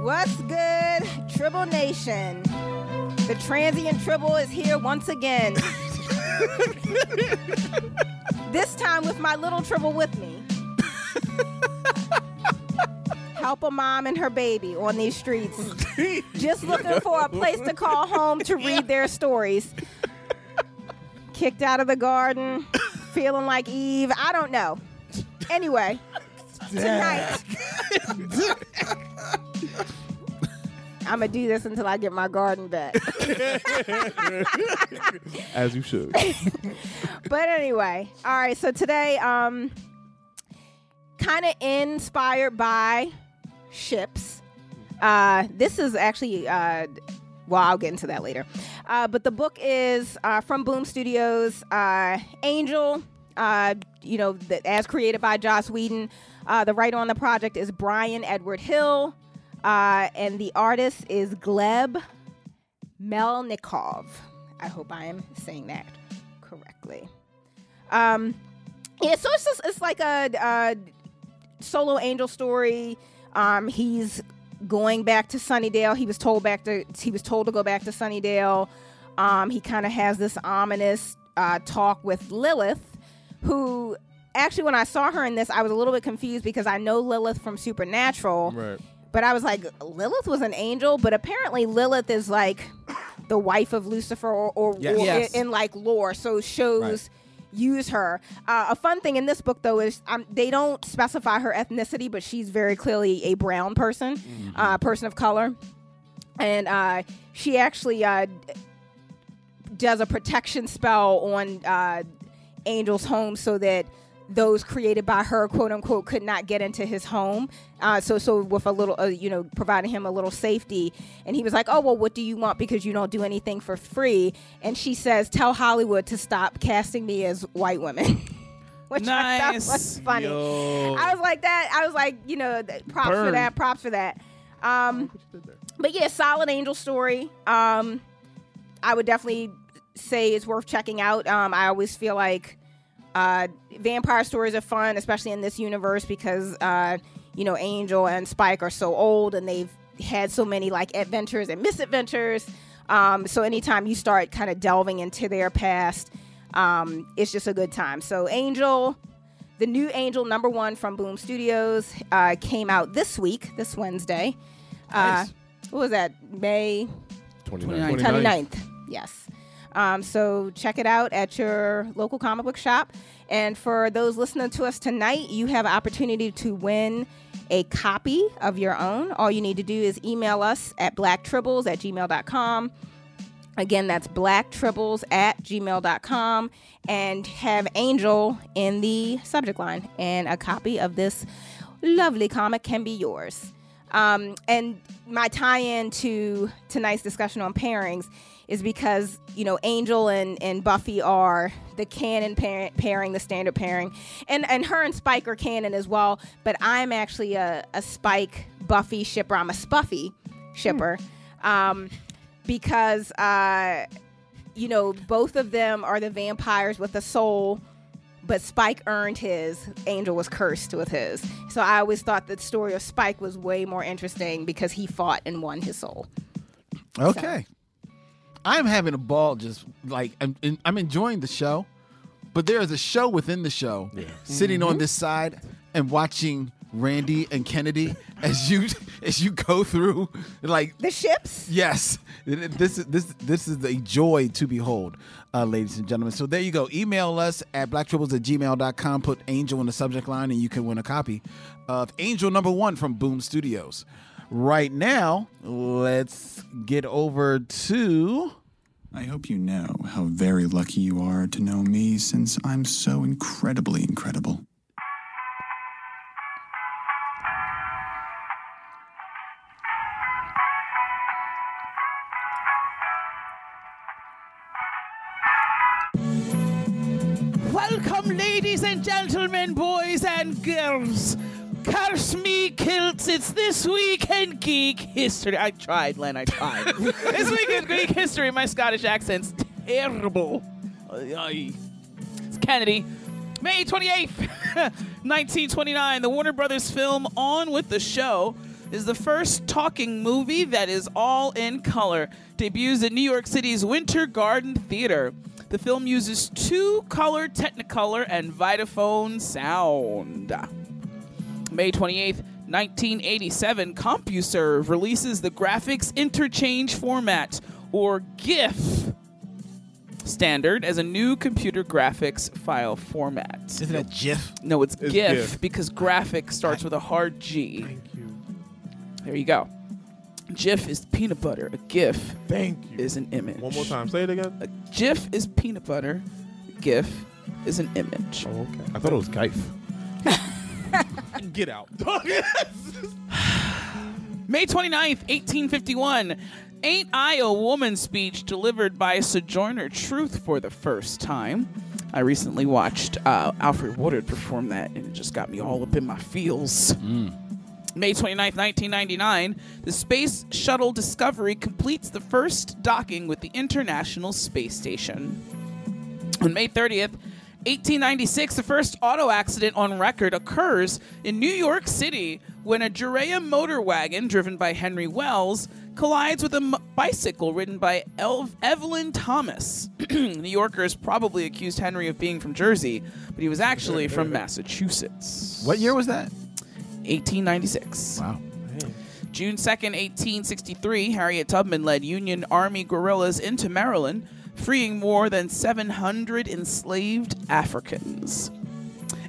Speaker 5: What's good, Tribble Nation? The transient Tribble is here once again. this time with my little Tribble with me. Help a mom and her baby on these streets. Just looking for a place to call home to read their stories. Kicked out of the garden, feeling like Eve. I don't know. Anyway, tonight. I'm gonna do this until I get my garden back.
Speaker 21: As you should.
Speaker 5: but anyway, all right. So today, um, kind of inspired by ships. Uh, this is actually, uh, well, I'll get into that later. Uh, but the book is uh, from Boom Studios, uh, Angel. Uh, you know, that as created by Joss Whedon. Uh, the writer on the project is Brian Edward Hill, uh, and the artist is Gleb Melnikov. I hope I am saying that correctly. Um, yeah, so it's just it's like a, uh solo angel story. Um, he's going back to Sunnydale. He was told back to he was told to go back to Sunnydale. Um, he kind of has this ominous uh, talk with Lilith, who actually when I saw her in this, I was a little bit confused because I know Lilith from Supernatural.
Speaker 22: Right.
Speaker 5: But I was like, Lilith was an angel, but apparently Lilith is like the wife of Lucifer or, or,
Speaker 22: Yes.
Speaker 5: or
Speaker 22: Yes.
Speaker 5: in, in like lore. So shows
Speaker 22: Right.
Speaker 5: use her. Uh, a fun thing in this book though is um, they don't specify her ethnicity, but she's very clearly a brown person,
Speaker 22: Mm-hmm.
Speaker 5: uh, person of color, and uh, she actually uh, d- does a protection spell on uh, Angel's home so that those created by her, quote unquote, could not get into his home. Uh, so, so with a little, uh, you know, providing him a little safety. And he was like, "Oh well, what do you want? Because you don't do anything for free." And she says, "Tell Hollywood to stop casting me as white women." Which I thought was
Speaker 11: Nice.
Speaker 5: funny.
Speaker 11: Yo.
Speaker 5: I was like that. I was like, you know, th- props for
Speaker 11: Burn.
Speaker 5: that. Props for that. Um, but yeah, solid angel story. Um, I would definitely say it's worth checking out. Um, I always feel like uh, vampire stories are fun, especially in this universe, because uh, you know Angel and Spike are so old and they've had so many like adventures and misadventures. Um, so anytime you start kind of delving into their past, um, it's just a good time. So Angel, the new Angel number one from Boom Studios uh, came out this week, this Wednesday.
Speaker 22: Nice.
Speaker 5: Uh, what was that? May
Speaker 22: 29th.
Speaker 5: 29th. Yes. Um, so check it out at your local comic book shop. And for those listening to us tonight, you have an opportunity to win a copy of your own. All you need to do is email us at blacktribbles at gmail.com. Again, that's blacktribbles at gmail.com and have Angel in the subject line. And a copy of this lovely comic can be yours. Um, and my tie in to tonight's discussion on pairings is because, you know, Angel and, and Buffy are the canon pair- pairing, the standard pairing. And, and her and Spike are canon as well. But I'm actually a, a Spike Buffy shipper. I'm a Spuffy shipper. Um, because uh, you know both of them are the vampires with a soul, but Spike earned his. Angel was cursed with his. So I always thought the story of Spike was way more interesting because he fought and won his soul.
Speaker 4: Okay. I'm having a ball just like I'm, I'm enjoying the show, but there is a show within the show sitting on this side and watching Randy and Kennedy as you as you go through like
Speaker 5: the ships.
Speaker 4: Yes. This is this this is a joy to behold, uh, ladies and gentlemen. So there you go. Email us at blacktribbles at gmail.com, put Angel in the subject line, and you can win a copy of Angel number one from Boom Studios. Right now, let's get over to
Speaker 24: I hope you know how very lucky you are to know me since I'm so incredibly incredible.
Speaker 11: Welcome, ladies and gentlemen, boys and girls. Curse me, kilts. It's this week in geek history. I tried, Len. I tried. this week in geek history, my Scottish accent's terrible. Ay, ay. It's Kennedy. May 28th, 1929, the Warner Brothers film On with the Show is the first talking movie that is all in color. Debuts in New York City's Winter Garden Theater. The film uses two color Technicolor and Vitaphone sound. May 28th, 1987, CompuServe releases the Graphics Interchange Format, or GIF, standard as a new computer graphics file format. Isn't
Speaker 4: it GIF?
Speaker 11: No, it's,
Speaker 6: It's
Speaker 11: GIF,
Speaker 6: GIF.
Speaker 11: because graphic starts with a hard G. Thank you. There you go. GIF is peanut butter. A GIF Thank you. is an image. One more time. Say it again. A GIF is peanut butter. A GIF is an image. Oh, okay.
Speaker 25: I thought it was Geif.
Speaker 11: Get out. May 29th, 1851. Ain't I a Woman speech delivered by Sojourner Truth for the first time. I recently watched uh, Alfred Woodard perform that, and it just got me all up in my feels. May 29th, 1999, the Space Shuttle Discovery completes the first docking with the International Space Station. On May 30th, 1896, the first auto accident on record occurs in New York City when a Jurea motor wagon driven by Henry Wells collides with a m- bicycle ridden by Elv- Evelyn Thomas. New Yorkers probably accused Henry of being from Jersey, but he was actually from Massachusetts.
Speaker 4: What year was that?
Speaker 11: 1896. Wow. June 2nd, 1863, Harriet Tubman led Union Army guerrillas into Maryland, freeing more than 700 enslaved Africans.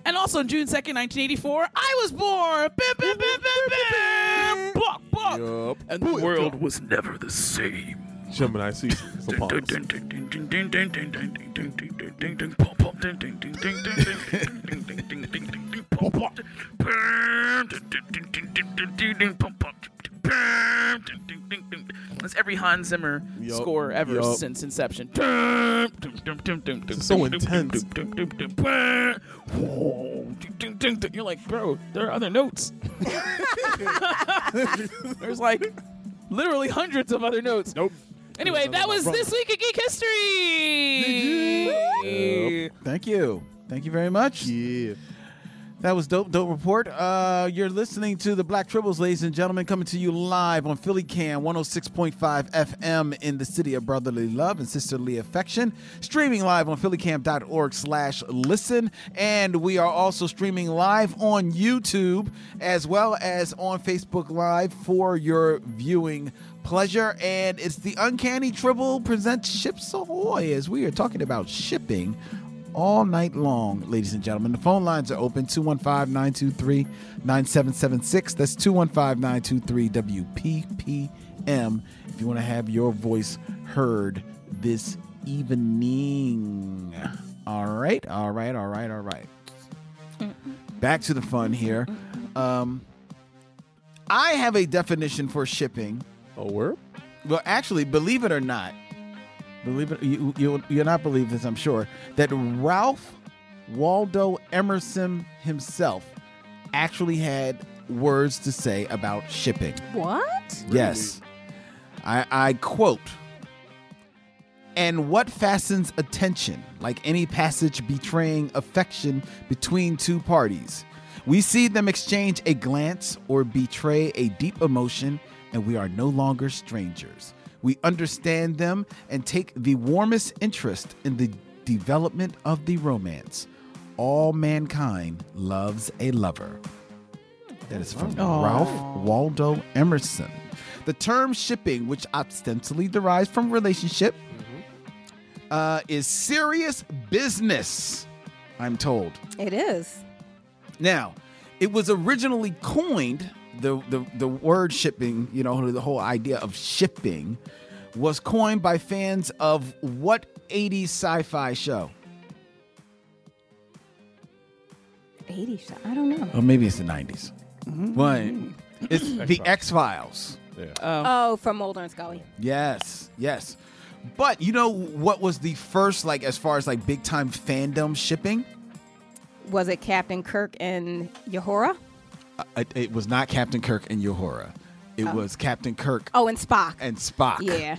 Speaker 11: And also on June 2nd, 1984, I was born! Bim, bim, bim, bim, bim! Buck, buck! And the world was never the same.
Speaker 26: Gemini season. Some pause.
Speaker 11: That's every Hans Zimmer
Speaker 6: Yup,
Speaker 11: score ever
Speaker 6: yup.
Speaker 11: since Inception.
Speaker 6: It's so intense.
Speaker 11: You're like, bro, there are other notes. There's like literally hundreds of other notes.
Speaker 6: Oh,
Speaker 11: Nope. Anyway, that was this week in Geek History.
Speaker 4: Thank you. Thank you very much. Yeah. That was dope, dope report. Uh, you're listening to the Black Tribbles, ladies and gentlemen, coming to you live on Philly Can 106.5 FM in the city of brotherly love and sisterly affection. Streaming live on phillycam.org slash listen. And we are also streaming live on YouTube as well as on Facebook Live for your viewing pleasure. And it's the Uncanny Tribble presents Ships Ahoy as we are talking about shipping all night long, ladies and gentlemen. The phone lines are open 215 923 9776. That's 215 923 WPPM if you want to have your voice heard this evening. All right, all right, all right, all right. Back to the fun here. Um, I have a definition for shipping.
Speaker 26: Oh, word?
Speaker 4: Well, actually, believe it or not, believe it you you you'll not believe this, I'm sure, that Ralph Waldo Emerson himself actually had words to say about shipping.
Speaker 27: What?
Speaker 4: Yes. I, I quote And what fastens attention, like any passage betraying affection between two parties? We see them exchange a glance or betray a deep emotion, and we are no longer strangers. We understand them and take the warmest interest in the development of the romance. All mankind loves a lover. That is from
Speaker 11: Oh.
Speaker 4: Ralph Waldo Emerson. The term shipping, which ostensibly derives from relationship, uh, is serious business, I'm told.
Speaker 5: It is.
Speaker 4: Now, it was originally coined the, the the word shipping, you know, the whole idea of shipping was coined by fans of what 80s sci-fi show?
Speaker 5: 80 shot. I don't know.
Speaker 4: Or Oh, maybe it's the Mm-hmm. 90s. But it's the X-Files.
Speaker 5: Oh, from Mulder and Scully.
Speaker 4: Yes, yes. But you know what was the first like as far as like big time fandom shipping?
Speaker 5: Was it Captain Kirk and Yahora?
Speaker 4: Uh, It, it was not Captain Kirk and Uhura. It
Speaker 5: Oh.
Speaker 4: was Captain Kirk
Speaker 5: Oh, and Spock.
Speaker 4: and Spock.
Speaker 5: Yeah.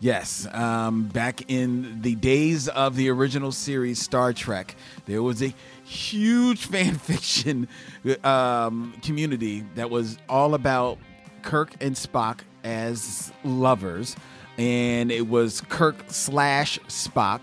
Speaker 4: Yes. Um, back in the days of the original series Star Trek, there was a huge fan fiction um, community that was all about Kirk and Spock as lovers. And it was Kirk slash Spock.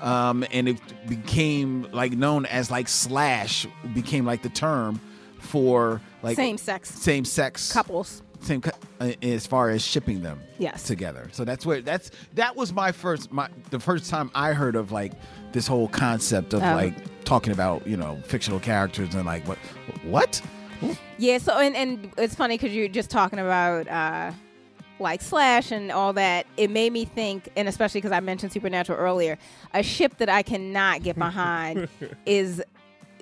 Speaker 4: Um, and it became like known as like slash became like the term for like
Speaker 5: Same sex.
Speaker 4: same sex
Speaker 5: Couples.
Speaker 4: same co- uh, as far as shipping them
Speaker 5: Yes.
Speaker 4: together so that's where that's that was my first my the first time i heard of like this whole concept of
Speaker 5: Um,
Speaker 4: like talking about you know fictional characters and like what what
Speaker 5: Yeah, so and, and it's funny because you're just talking about uh, like Slash and all that. It made me think, and especially because I mentioned Supernatural earlier, a ship that I cannot get behind is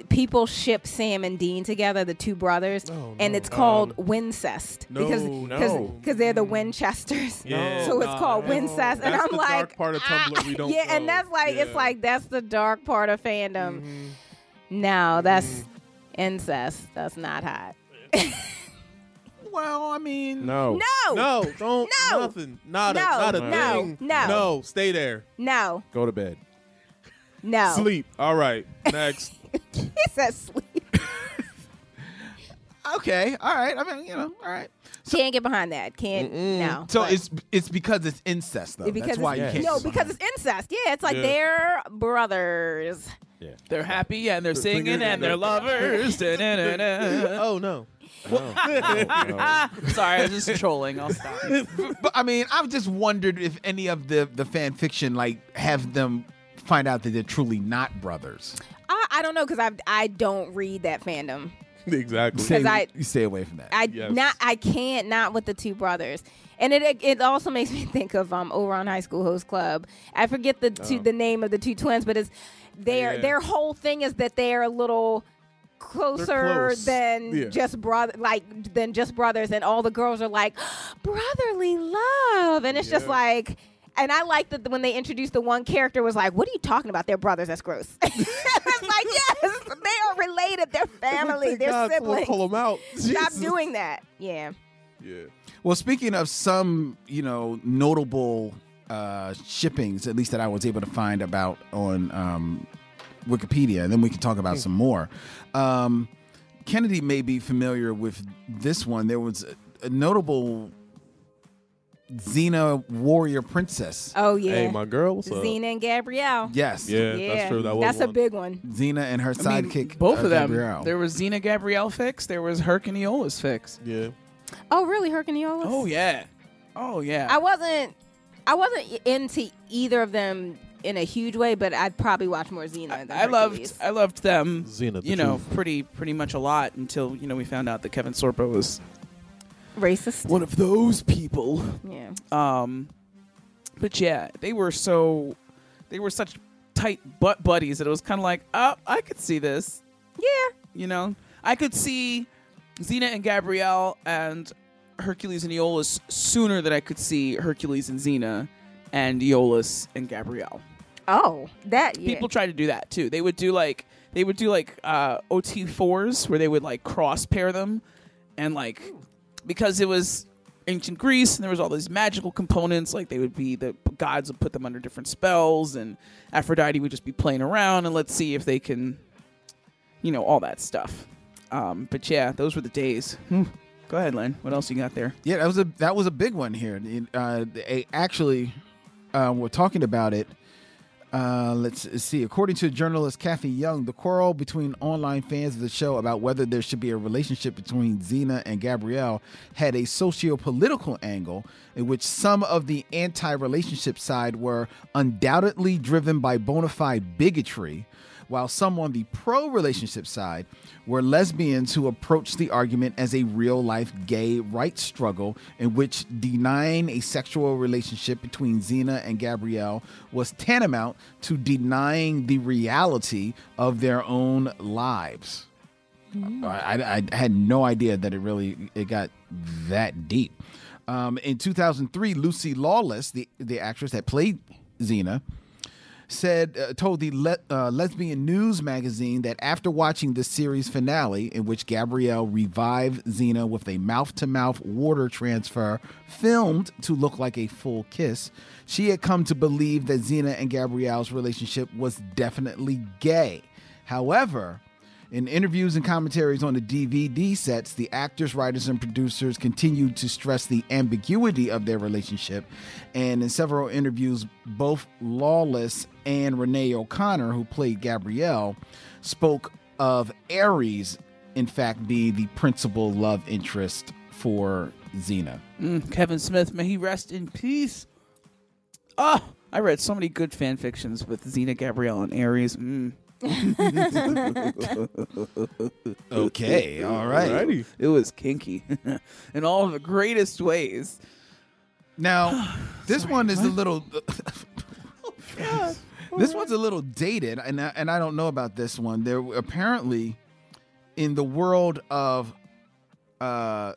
Speaker 5: people ship Sam and Dean together, the two brothers, and it's called Wincest because
Speaker 21: Oh, Um, no,
Speaker 5: cause,
Speaker 21: no.
Speaker 5: 'cause they're the Winchesters.
Speaker 21: Yeah.
Speaker 5: so it's
Speaker 21: No,
Speaker 5: called
Speaker 21: no.
Speaker 5: Wincest,
Speaker 21: That's
Speaker 5: and I'm
Speaker 21: the
Speaker 5: like,
Speaker 21: dark part of Tumblr we don't
Speaker 5: yeah, and
Speaker 21: know.
Speaker 5: that's like it's
Speaker 21: Yeah. Mm-hmm.
Speaker 5: like that's the dark part of fandom. No, that's incest. That's not hot.
Speaker 4: well i mean
Speaker 6: No.
Speaker 5: No.
Speaker 7: No, don't
Speaker 5: No.
Speaker 7: nothing. Not
Speaker 5: No,
Speaker 7: a not a
Speaker 5: no,
Speaker 7: thing.
Speaker 5: no.
Speaker 7: No, stay there.
Speaker 5: No,
Speaker 6: Go to bed.
Speaker 5: no.
Speaker 7: Sleep. All right. Next.
Speaker 5: He says sleep.
Speaker 4: okay all right i mean you know all right
Speaker 5: Can't get behind that. Can't. No.
Speaker 4: so
Speaker 5: but-
Speaker 4: it's it's because it's incest though
Speaker 5: because
Speaker 4: that's why
Speaker 5: it's,
Speaker 4: you can't
Speaker 5: no, because it's incest. Yeah, it's like
Speaker 4: Yeah.
Speaker 5: they're brothers.
Speaker 11: They're happy and they're singing and they're lovers.
Speaker 7: oh no.
Speaker 11: Sorry, I was just trolling. I'll stop.
Speaker 4: but i mean i've just wondered if any of the the fan fiction like have them find out that they're truly not brothers
Speaker 5: I, I don't know because I I don't read that fandom.
Speaker 7: exactly
Speaker 5: 'Cause I-
Speaker 4: you stay away from that
Speaker 5: I not I can't not with the two brothers. And it it also makes me think of um Oron High School Host Club. I forget the two,
Speaker 22: Oh.
Speaker 5: the name of the two twins, but it's their
Speaker 22: Yeah.
Speaker 5: their whole thing is that they are a little closer
Speaker 22: close.
Speaker 5: than
Speaker 22: Yeah.
Speaker 5: just brother like than just brothers and all the girls are like brotherly love and it's just
Speaker 22: Yeah.
Speaker 5: like and I like that when they introduced the one character was like, "What are you talking about? They're brothers. That's gross." it's like, yes, they are related. They're family.
Speaker 22: Thank
Speaker 5: They're
Speaker 22: God someone
Speaker 5: siblings.
Speaker 22: pull 'em out.
Speaker 5: Stop
Speaker 22: Jesus.
Speaker 5: doing that. Yeah.
Speaker 7: Yeah.
Speaker 4: Well, speaking of some, you know, notable uh, shippings, at least that I was able to find about on um, Wikipedia, and then we can talk
Speaker 11: Hmm.
Speaker 4: about some more. Um, Kennedy may be familiar with this one. There was a, a notable Xena warrior princess.
Speaker 5: Oh yeah.
Speaker 4: Hey, my girl, what's up?
Speaker 5: Xena and Gabrielle.
Speaker 4: Yes. Yeah, that's true. That was
Speaker 5: that's a
Speaker 4: one.
Speaker 5: big one.
Speaker 4: Xena and her
Speaker 11: I mean,
Speaker 4: sidekick.
Speaker 11: both
Speaker 4: uh,
Speaker 11: of them.
Speaker 4: Gabrielle.
Speaker 11: There was Xena Gabrielle fix. There was Herculeola's fix.
Speaker 7: Yeah.
Speaker 5: Oh really, Herculeolas?
Speaker 11: Oh yeah. Oh yeah.
Speaker 5: I wasn't. I wasn't into either of them in a huge way, but I'd probably watch more Xena. Than
Speaker 11: I loved
Speaker 4: uh,
Speaker 5: Hercules.
Speaker 11: I loved them.
Speaker 7: Xena, the
Speaker 11: you know,
Speaker 7: truth.
Speaker 11: pretty pretty much a lot until you know we found out that Kevin Sorbo was
Speaker 5: racist.
Speaker 11: One of those people.
Speaker 5: Yeah.
Speaker 11: Um, but yeah, they were so they were such tight butt buddies that it was kind of like, oh, I could see this.
Speaker 5: Yeah.
Speaker 11: You know, I could see Xena and Gabrielle and Hercules and Aeolus sooner than I could see Hercules and Xena and Aeolus and Gabrielle.
Speaker 5: Oh, that yeah.
Speaker 11: People try to do that too. They would do like they would do like uh, OT fours where they would like cross pair them, and like because it was ancient Greece and there was all these magical components, like they would be the gods would put them under different spells, and Aphrodite would just be playing around, and let's see if they can, you know, all that stuff. Um, but yeah, those were the days. Hmm. Go ahead, Len. What else you got there?
Speaker 4: Yeah, that was a that was a big one here. It, uh, they actually, uh, we're talking about it. Uh, let's see. According to journalist Kathy Young, the quarrel between online fans of the show about whether there should be a relationship between Xena and Gabrielle had a socio-political angle in which some of the anti-relationship side were undoubtedly driven by bona fide bigotry, while some on the pro-relationship side were lesbians who approached the argument as a real-life gay rights struggle in which denying a sexual relationship between Xena and Gabrielle was tantamount to denying the reality of their own lives. I, I- I had no idea that it really it got that deep. Um, in 2003, Lucy Lawless, the the actress that played Xena, said uh, told the le- uh, lesbian news magazine that after watching the series finale in which Gabrielle revived Xena with a mouth-to-mouth water transfer filmed to look like a full kiss, she had come to believe that Xena and Gabrielle's relationship was definitely gay. However, in interviews and commentaries on the DVD sets, the actors, writers, and producers continued to stress the ambiguity of their relationship. And in several interviews, both Lawless and Renee O'Connor, who played Gabrielle, spoke of Aries, in fact, being the principal love interest for Xena.
Speaker 11: Mm, Kevin Smith, may he rest in peace. Oh, I read so many good fan fictions with Xena Gabrielle and Aries. Mm.
Speaker 4: Okay, all right.
Speaker 11: Alrighty. It was kinky in all of the greatest ways.
Speaker 4: Now, this one is a little. this one's a little dated, and I, and I don't know about this one. There apparently, in the world of uh,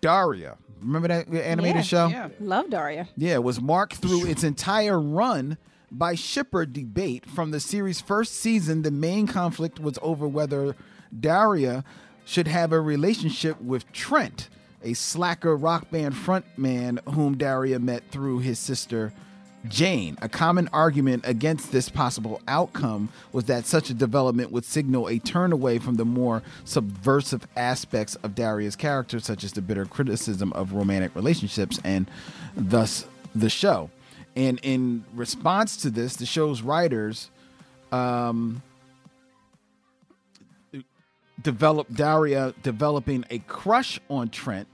Speaker 4: Daria, remember that animated show?
Speaker 5: Love Daria.
Speaker 4: Yeah, it was marked through its entire run by shipper debate. From the series' first season, the main conflict was over whether Daria should have a relationship with Trent, a slacker rock band frontman whom Daria met through his sister. Jane, a common argument against this possible outcome was that such a development would signal a turn away from the more subversive aspects of Daria's character, such as the bitter criticism of romantic relationships and thus the show. And in response to this, the show's writers um, developed Daria developing a crush on Trent.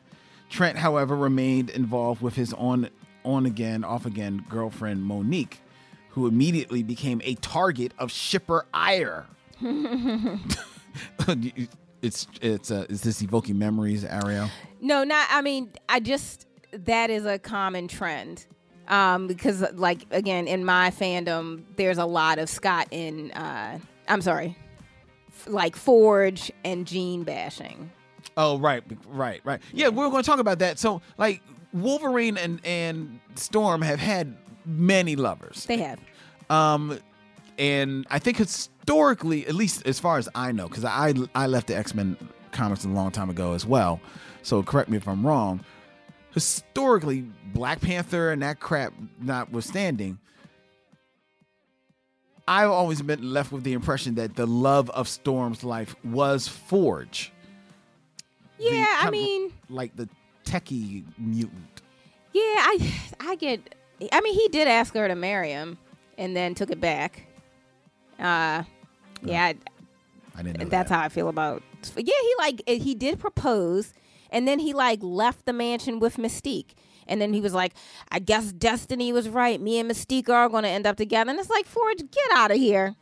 Speaker 4: Trent, however, remained involved with his on on again, off again girlfriend Monique, who immediately became a target of shipper ire. it's it's uh, is this evoking memories, Ariel?
Speaker 5: No, not. I mean, I just that is a common trend um, because, like, again, in my fandom, there's a lot of Scott in. Uh, I'm sorry, f- like Forge and Gene bashing.
Speaker 4: Oh, right, right, right. Yeah, we were going to talk about that. So, like, Wolverine and and Storm have had many lovers.
Speaker 5: They have.
Speaker 4: Um, and I think historically, at least as far as I know, because I I left the X Men comics a long time ago as well. So correct me if I'm wrong. Historically, Black Panther and that crap notwithstanding, I've always been left with the impression that the love of Storm's life was Forge,
Speaker 5: Yeah,
Speaker 4: kind
Speaker 5: I
Speaker 4: of-
Speaker 5: mean,
Speaker 4: like the techie mutant.
Speaker 5: yeah, I, I get. I mean, he did ask her to marry him, and then took it back. Uh, yeah, I-
Speaker 4: I didn't know
Speaker 5: that's how I feel about. Yeah, he like eh, he did propose, and then he like left the mansion with Mystique, and then he was like, "I guess destiny was right. Me and Mystique are gonna end up together." And it's like, Forge, get out of here.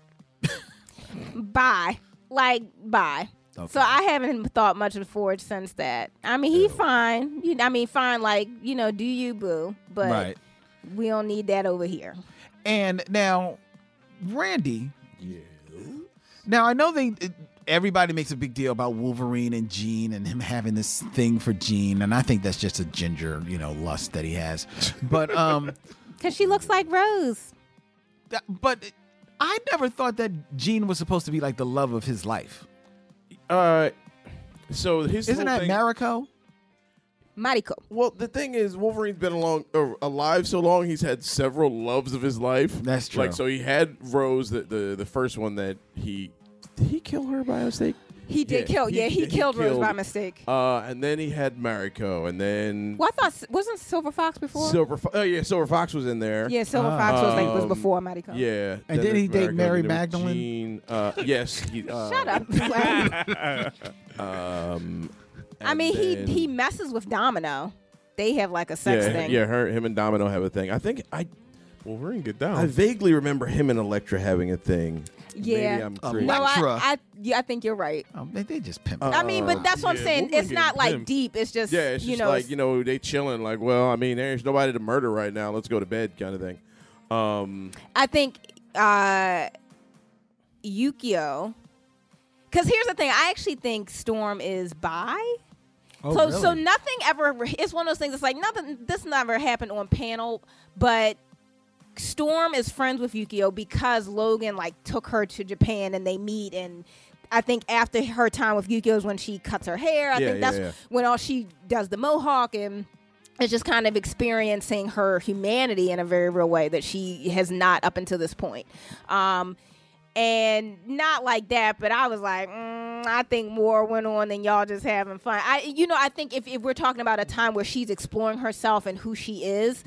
Speaker 5: bye, like bye. So I haven't thought much of Forge since that. I mean, he fine. You, I mean, fine. Like you know, do you boo? But
Speaker 4: Right.
Speaker 5: we don't need that over here.
Speaker 4: And now, Randy. Yeah. Now I know they. it- everybody makes a big deal about Wolverine and Jean and him having this thing for Jean, and I think that's just a ginger, you know, lust that he has. But um,
Speaker 5: Cause she looks like Rose.
Speaker 4: that- but I never thought that Jean was supposed to be like the love of his life.
Speaker 6: Uh, so his
Speaker 4: isn't
Speaker 6: whole
Speaker 4: that
Speaker 6: thing-
Speaker 4: Mariko?
Speaker 5: Mariko.
Speaker 6: Well, the thing is, Wolverine's been along, uh, alive so long. He's had several loves of his life. That's
Speaker 10: true.
Speaker 6: Like so, he had Rose, the the, the first one that he did he kill her by mistake.
Speaker 5: He did kill. Yeah, he, killed Rose by
Speaker 6: killed-
Speaker 5: mistake.
Speaker 6: Uh, and then he had Mariko, and then
Speaker 5: Well, I thought S- wasn't Silver Fox before?
Speaker 6: Silver. Fo- oh yeah, Silver Fox was in there.
Speaker 5: Yeah, Silver Fox was like was
Speaker 6: Um,
Speaker 5: before Mariko.
Speaker 6: Yeah.
Speaker 28: And
Speaker 6: then
Speaker 28: didn't he
Speaker 6: there's
Speaker 28: date Mary
Speaker 6: Mariko, then there was
Speaker 28: Magdalene?
Speaker 6: Jean, uh, yes. He, uh,
Speaker 5: Shut up.
Speaker 6: um,
Speaker 5: I
Speaker 6: and
Speaker 5: mean,
Speaker 6: then-
Speaker 5: he he messes with Domino. They have like a sex
Speaker 6: yeah,
Speaker 5: thing.
Speaker 6: Yeah, her, him and Domino have a thing. I think I.
Speaker 21: Wolverine, get down.
Speaker 6: I vaguely remember him and Elektra having a thing. Maybe
Speaker 5: Yeah.
Speaker 6: I'm
Speaker 5: No,
Speaker 6: crazy.
Speaker 5: I, I, yeah, I think you're right.
Speaker 4: Oh,
Speaker 28: they just pimp.
Speaker 4: Uh,
Speaker 5: I mean, but that's what I'm
Speaker 6: Uh, Yeah,
Speaker 5: saying.
Speaker 6: Wolverine
Speaker 5: It's not
Speaker 6: getting
Speaker 5: like
Speaker 6: pimped.
Speaker 5: deep. It's just
Speaker 6: yeah, it's just
Speaker 5: you know.
Speaker 6: like you know they chilling. Like, well, I mean, there's nobody to murder right now. Let's go to bed, kind of thing. Um,
Speaker 5: I think uh, Yukio. Because here's the thing. I actually think Storm is bi.
Speaker 22: Oh,
Speaker 5: so so
Speaker 22: really?
Speaker 5: nothing ever. It's one of those things. It's like nothing. This never happened on panel, but. Storm is friends with Yukio because Logan like took her to Japan and they meet and I think after her time with Yukio is when she cuts her hair. I
Speaker 22: Yeah,
Speaker 5: think
Speaker 22: yeah,
Speaker 5: that's
Speaker 22: yeah.
Speaker 5: when all she does the mohawk and it's just kind of experiencing her humanity in a very real way that she has not up until this point. Um, and not like that, but I was like, mm, I think more went on than y'all just having fun. I, you know, I think if, if we're talking about a time where she's exploring herself and who she is,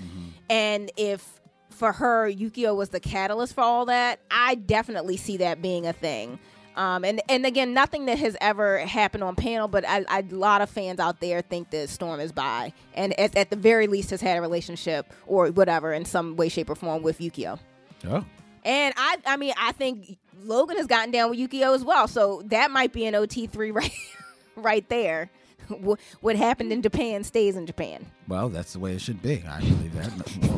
Speaker 5: and if for her Yukio was the catalyst for all that, I definitely see that being a thing. Um, and and again, nothing that has ever happened on panel, but I, I, a lot of fans out there think that Storm is bi, and at, at the very least has had a relationship or whatever in some way, shape, or form with Yukio.
Speaker 4: Oh.
Speaker 5: And I, I mean, I think Logan has gotten down with Yukio as well, so that might be an OT three right, right there. Wh- What happened in Japan stays in Japan.
Speaker 4: Well, that's the way it should be. I believe that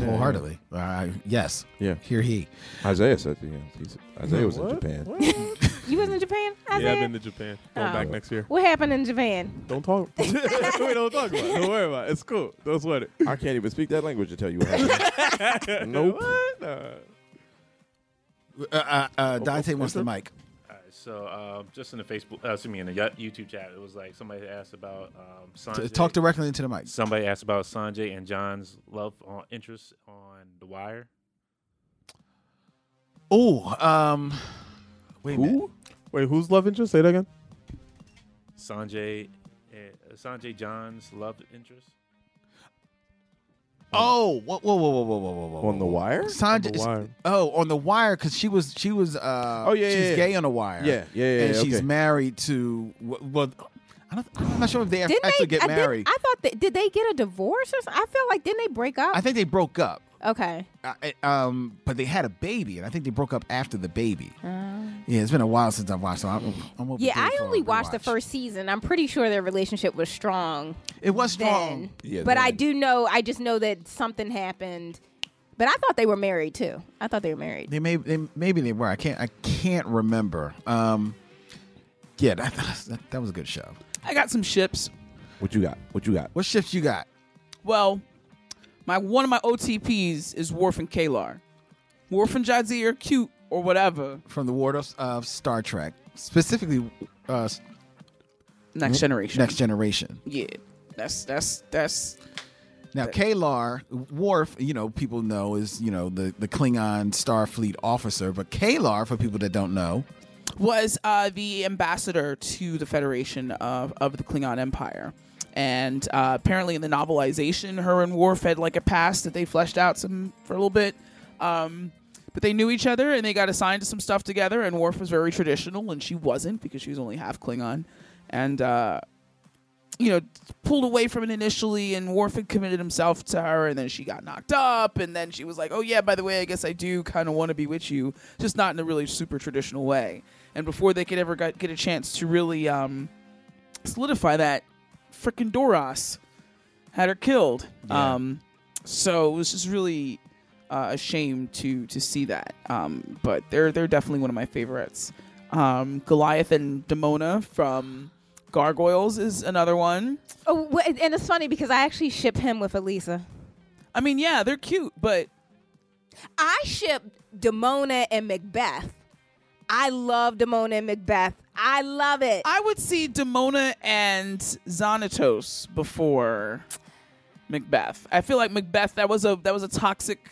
Speaker 4: wholeheartedly. Uh, yes.
Speaker 6: Yeah.
Speaker 4: Here he.
Speaker 6: Isaiah said, yeah, he's- Isaiah was in
Speaker 21: What?
Speaker 6: Japan.
Speaker 5: You was in Japan?
Speaker 21: Yeah, I've
Speaker 5: Isaiah?
Speaker 21: been to Japan. Going
Speaker 5: Oh.
Speaker 21: back next year.
Speaker 5: What happened in Japan?
Speaker 21: Don't talk. we don't talk about it. Don't worry about it. It's cool. Don't sweat it.
Speaker 6: I can't even speak that language to tell you what happened. nope.
Speaker 21: What? Uh,
Speaker 4: Uh, uh,
Speaker 5: Oh,
Speaker 4: uh, Dante wants the mic.
Speaker 29: So, um, just in the Facebook, uh, excuse me, in the Yu- YouTube chat, it was like somebody asked about um,
Speaker 4: T-
Speaker 29: Sanjay.
Speaker 4: talk directly into the mic.
Speaker 29: Somebody asked about Sanjay and John's love on, interest on The Wire.
Speaker 4: Oh, um, wait.
Speaker 21: Who? Wait, who's love interest? Say that again.
Speaker 29: Sanjay, uh, Sanjay John's love interest.
Speaker 4: Oh, whoa, whoa, whoa, whoa, whoa, whoa, whoa, whoa.
Speaker 6: On the wire?
Speaker 4: Sanjay. Oh, on the wire because she was she was. Uh,
Speaker 6: Oh, yeah,
Speaker 4: she's
Speaker 6: yeah, yeah.
Speaker 4: gay on the wire.
Speaker 6: Yeah, yeah, yeah,
Speaker 4: And she's
Speaker 6: okay.
Speaker 4: married to well. I don't, I'm not sure if they ever
Speaker 5: Didn't
Speaker 4: actually
Speaker 5: they,
Speaker 4: get
Speaker 5: I did-
Speaker 4: married.
Speaker 5: I thought that did they get a divorce or something? I feel like didn't they break up?
Speaker 4: I think they broke up.
Speaker 5: okay.
Speaker 4: I, I- um, but they had a baby, and I think they broke up after the baby.
Speaker 5: Uh,
Speaker 4: Yeah, it's been a while since I've watched. So I'm, I'm
Speaker 5: yeah,
Speaker 4: overdue
Speaker 5: I
Speaker 4: for a
Speaker 5: only watched the
Speaker 4: rewatch.
Speaker 5: first season. I'm pretty sure their relationship was strong.
Speaker 4: It was strong.
Speaker 5: then.
Speaker 4: Yeah,
Speaker 5: but I
Speaker 4: then.
Speaker 5: do know. I just know that something happened. But I thought they were married too. I thought they were married.
Speaker 4: They may, they, maybe they were. I can't. I can't remember. Um, yeah, that, that, that was a good show.
Speaker 11: I got some ships.
Speaker 6: What you got? What you got?
Speaker 4: What ships you got?
Speaker 11: Well, my one of my OTPs is Worf and Kalar. Worf and Jadzia are cute or whatever.
Speaker 4: From the world of, of Star Trek, specifically, uh, s-
Speaker 11: Next Generation.
Speaker 4: Next Generation.
Speaker 11: Yeah, that's that's that's
Speaker 4: Now, Kalar Worf, you know, people know is you know the the Klingon Starfleet officer, but Kalar, for people that don't know,
Speaker 11: was uh, the ambassador to the Federation of, of the Klingon Empire. And uh, apparently, in the novelization, her and Worf had like a past that they fleshed out some for a little bit. Um, but they knew each other and they got assigned to some stuff together. And Worf was very traditional, and she wasn't because she was only half Klingon. And uh, you know, pulled away from it initially, and Worf had committed himself to her, and then she got knocked up, and then she was like, "Oh yeah, by the way, I guess I do kind of want to be with you, just not in a really super traditional way." And before they could ever got, get a chance to really um, solidify that, frickin' Doros had her killed. Um, so it was just really uh, a shame to to see that. Um, but they're they're definitely one of my favorites. Um, Goliath and Demona from Gargoyles is another one.
Speaker 5: Oh, wh- and it's funny because I actually ship him with Elisa.
Speaker 11: I mean, yeah, they're cute, but
Speaker 5: I ship Demona and Macbeth. I love Demona and Macbeth. I love it.
Speaker 11: I would see Demona and Xanatos before Macbeth. I feel like Macbeth that was a that was a toxic,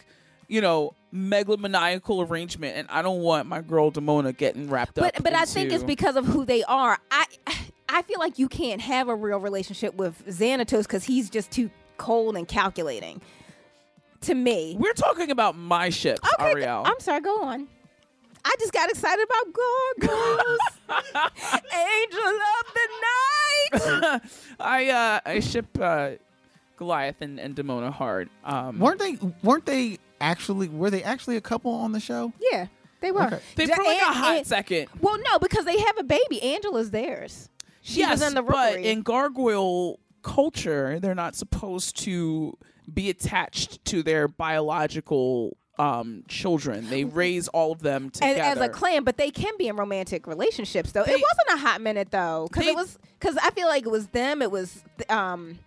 Speaker 11: you know, megalomaniacal arrangement, and I don't want my girl Demona getting wrapped up.
Speaker 5: But but I think it's
Speaker 11: into-
Speaker 5: because of who they are. I I feel like you can't have a real relationship with Xanatos because he's just too cold and calculating. To me,
Speaker 11: we're talking about my ship,
Speaker 5: okay, th-
Speaker 11: Ariel.
Speaker 5: I'm sorry. Go on. I just got excited about gargoyles, angel of the night.
Speaker 11: I uh, I ship uh, Goliath and, and Demona hard. Um,
Speaker 4: weren't they? Weren't they actually? Were they actually a couple on the show?
Speaker 5: Yeah, they were.
Speaker 4: Okay.
Speaker 11: They
Speaker 5: Ja-
Speaker 11: for like a
Speaker 5: and-
Speaker 11: hot
Speaker 5: and-
Speaker 11: second.
Speaker 5: Well, no, because they have a baby. Angela's theirs. She
Speaker 11: yes,
Speaker 5: was in the
Speaker 11: but
Speaker 5: rookery.
Speaker 11: in gargoyle culture, they're not supposed to be attached to their biological um, children. They raise all of them
Speaker 5: as,
Speaker 11: together
Speaker 5: as a clan, but they can be in romantic relationships though.
Speaker 11: They-
Speaker 5: it wasn't a hot minute though, because
Speaker 11: They-
Speaker 5: it was because I feel like it was them. It was um,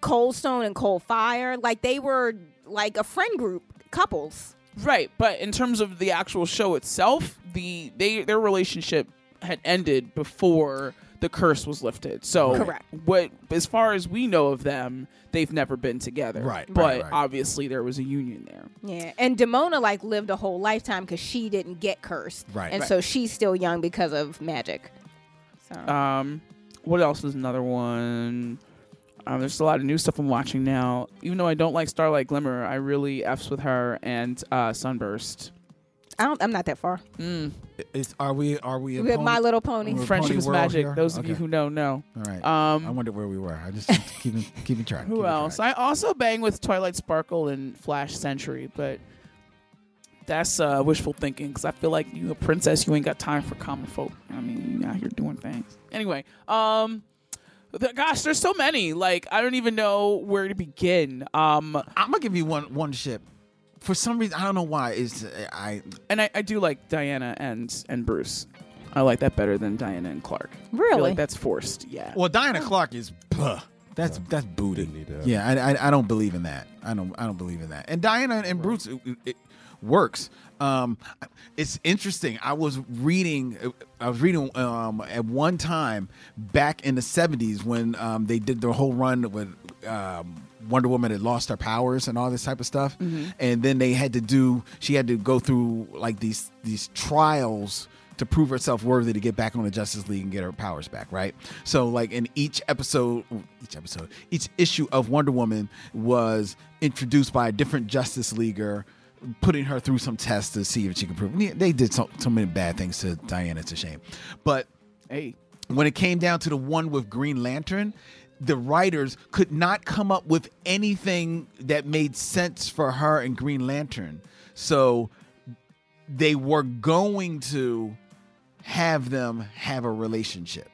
Speaker 5: Cold Stone and Cold Fire. Like they were like a friend group, couples.
Speaker 11: Right, but in terms of the actual show itself, the they their relationship had ended before the curse was lifted. So
Speaker 5: Correct.
Speaker 11: what as far as we know of them, they've never been together.
Speaker 5: Right, right,
Speaker 11: But
Speaker 5: right.
Speaker 11: obviously there was a union there.
Speaker 5: Yeah, and Demona like lived a whole lifetime because she didn't get cursed,
Speaker 11: Right.
Speaker 5: And
Speaker 11: Right.
Speaker 5: so she's still young because of magic. So
Speaker 11: Um, what else is another one? Um, there's a lot of new stuff I'm watching now. Even though I don't like Starlight Glimmer, I really f's with her and uh, Sunburst. Hmm.
Speaker 5: I don't, I'm not that far.
Speaker 4: Is, are we? Are we? a
Speaker 5: With
Speaker 4: pony-
Speaker 5: My Little Pony.
Speaker 4: we're a
Speaker 11: Friendship
Speaker 4: pony
Speaker 11: is
Speaker 4: world
Speaker 11: magic.
Speaker 4: here?
Speaker 11: Those of you
Speaker 4: Okay.
Speaker 11: who know know.
Speaker 4: All right.
Speaker 11: Um,
Speaker 4: I wondeed where we were. I just keeping keeping track.
Speaker 11: Who else? I also bang with Twilight Sparkle and Flash Century, but that's uh, wishful thinking because I feel like you a princess, you ain't got time for common folk. I mean, you out here doing things. Anyway, um, th- gosh, there's so many. Like I don't even know where to begin. Um,
Speaker 4: I'm gonna give you one one ship. For some reason, I don't know why. Is I
Speaker 11: and I, I do like Diana and and Bruce. I like that better than Diana and Clark. I feel
Speaker 4: Really?
Speaker 11: like that's forced. Yeah.
Speaker 4: well, Diana Clark is. Puh, that's that's booty. Yeah, I, I I don't believe in that. I don't I don't believe in that. And Diana and, and Bruce it, it works. Um, it's interesting. I was reading. I was reading um, at one time back in the '70s when um, they did their whole run with um, Wonder Woman had lost her powers and all this type of stuff,
Speaker 10: Mhm.
Speaker 4: and then they had to do. She had to go through like these these trials to prove herself worthy to get back on the Justice League and get her powers back, right? So like in each episode, each episode, each issue of Wonder Woman was introduced by a different Justice Leaguer putting her through some tests to see if she could prove. Yeah, They did so, so many bad things to Diana. It's a shame, but
Speaker 11: hey,
Speaker 4: when it came down to the one with Green Lantern, the writers could not come up with anything that made sense for her and Green Lantern. So they were going to have them have a relationship.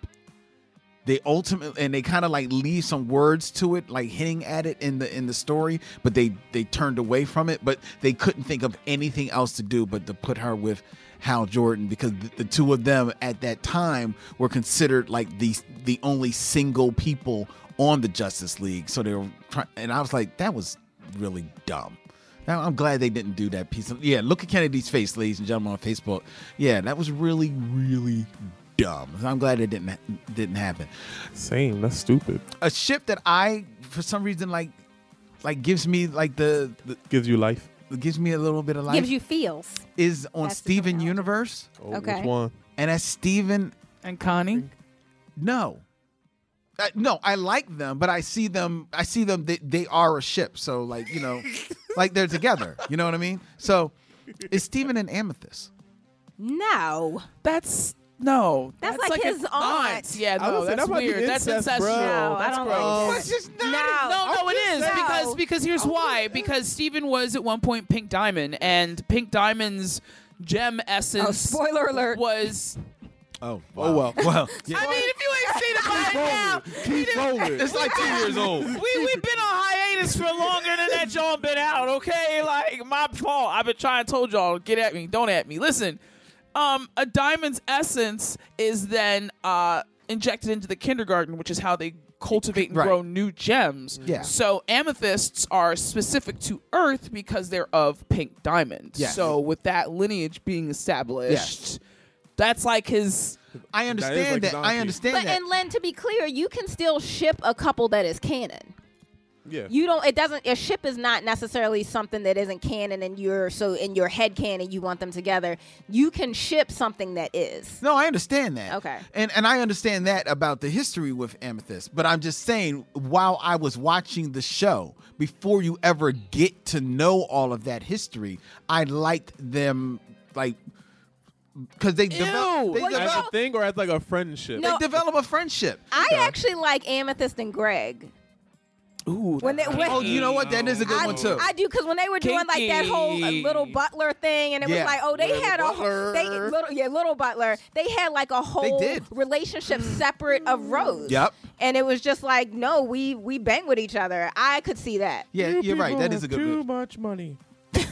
Speaker 4: They ultimately and they kind of like leave some words to it, like hinting at it in the in the story, but they they turned away from it. But they couldn't think of anything else to do but to put her with Hal Jordan because the, the two of them at that time were considered like the the only single people on the Justice League. So they were trying, and I was like, that was really dumb. Now I'm glad they didn't do that piece. Of, yeah, look at Kennedy's face, ladies and gentlemen, on Facebook. Yeah, that was really, really dumb. I'm glad it didn't didn't happen.
Speaker 21: Same. That's stupid.
Speaker 4: A ship that I, for some reason, like, like gives me like the, the
Speaker 21: gives you life.
Speaker 4: Gives me a little bit of life. Oh,
Speaker 5: gives you feels.
Speaker 4: is on
Speaker 5: That's the
Speaker 4: Steven Universe.
Speaker 5: which Okay. one?
Speaker 4: And that's Steven
Speaker 11: and Connie.
Speaker 4: No. Uh, no, I like them, but I see them. I see them. They, they are a ship, so like you know, like they're together. You know what I mean? So, it's Steven and Amethyst.
Speaker 5: No,
Speaker 11: that's no.
Speaker 5: That's, like, his aunt.
Speaker 11: Yeah,
Speaker 4: I
Speaker 11: no,
Speaker 4: was like,
Speaker 11: that's
Speaker 4: that might be
Speaker 11: weird. that's
Speaker 4: incest,
Speaker 11: incestual.
Speaker 4: bro. No, I
Speaker 11: that's
Speaker 4: don't
Speaker 11: gross.
Speaker 4: like
Speaker 6: Oh.
Speaker 4: that. That's
Speaker 11: just
Speaker 4: not-
Speaker 11: no,
Speaker 4: I'm
Speaker 11: no, it
Speaker 4: just
Speaker 11: is
Speaker 4: saying.
Speaker 11: because because here's why. Because Steven was at one point Pink Diamond, and Pink Diamond's gem essence.
Speaker 5: Oh, spoiler alert.
Speaker 11: Was
Speaker 4: Oh,
Speaker 6: oh well, well.
Speaker 11: I mean, if you ain't seen it by now,
Speaker 6: Keep rolling.
Speaker 11: It's like two years
Speaker 6: old.
Speaker 11: we we've been on hiatus for longer than that y'all been out, okay? Like my fault. I've been trying to told y'all get at me, don't at me. Listen, um, a diamond's essence is then uh injected into the kindergarten, which is how they cultivate and
Speaker 4: Right.
Speaker 11: grow new gems.
Speaker 4: Yeah.
Speaker 11: So amethysts are specific to Earth because they're of pink diamond.
Speaker 4: Yes.
Speaker 11: So with that lineage being established, that's like his
Speaker 4: I understand that. I understand
Speaker 5: But
Speaker 4: that.
Speaker 5: and Len, to be clear, you can still ship a couple that is canon.
Speaker 6: Yeah.
Speaker 5: You don't. It doesn't. A ship is not necessarily something that isn't canon, and you're so in your head canon. You want them together. You can ship something that is.
Speaker 4: No, I understand that.
Speaker 5: Okay.
Speaker 4: And and I understand that about the history with Amethyst, but I'm just saying while I was watching the show, before you ever get to know all of that history, I liked them like because they develop they,
Speaker 21: as
Speaker 4: develop-
Speaker 21: a thing or as like a friendship.
Speaker 4: they develop a friendship.
Speaker 5: I actually like Amethyst and Greg.
Speaker 11: Ooh.
Speaker 5: When they, when,
Speaker 4: oh, you know what? That is a good
Speaker 5: I,
Speaker 4: one too.
Speaker 5: I do because when they were doing like that whole uh, little butler thing, and it
Speaker 4: Yeah.
Speaker 5: was like, oh, they
Speaker 4: Little
Speaker 5: had a
Speaker 4: Butler.
Speaker 5: they little yeah little butler. They had like a whole
Speaker 4: did.
Speaker 5: relationship separate of Rose.
Speaker 4: Yep.
Speaker 5: And it was just like, no, we we bang with each other. I could see that.
Speaker 4: Yeah, You you're right. people That is a have good too
Speaker 21: much money.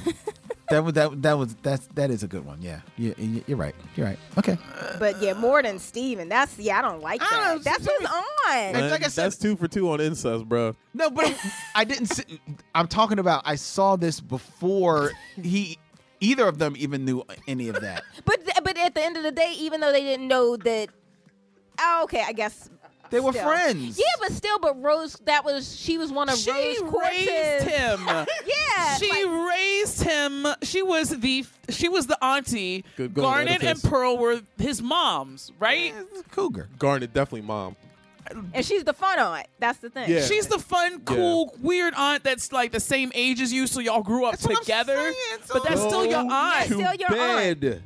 Speaker 4: that was that that was that's that is a good one. Yeah, yeah, you- you're right. You're right. Okay.
Speaker 5: But yeah, more than Steven. That's yeah, I don't like that. That's who's on.
Speaker 21: Len, that's two for two on incest, bro.
Speaker 4: No, but I didn't. See, I'm talking about. I saw this before he, either of them even knew any of that.
Speaker 5: But th- but at the end of the day, even though they didn't know that, oh, okay, I guess
Speaker 4: They were
Speaker 5: still.
Speaker 4: friends.
Speaker 5: Yeah, but still, but Rose, that was she was one of
Speaker 11: She
Speaker 5: Rose
Speaker 11: raised
Speaker 5: Cortez's-
Speaker 11: him.
Speaker 5: yeah,
Speaker 11: She raised him. She was the she was the auntie.
Speaker 6: Good going,
Speaker 11: Garnet and
Speaker 6: Oedipus.
Speaker 11: Pearl were his moms, right?
Speaker 4: Cougar.
Speaker 6: Garnet definitely mom.
Speaker 5: and she's the fun aunt. That's the thing.
Speaker 6: Yeah.
Speaker 11: She's the fun, cool, weird aunt that's like the same age as you, so y'all grew up together. but that's still your
Speaker 6: Go
Speaker 11: aunt.
Speaker 6: to bed.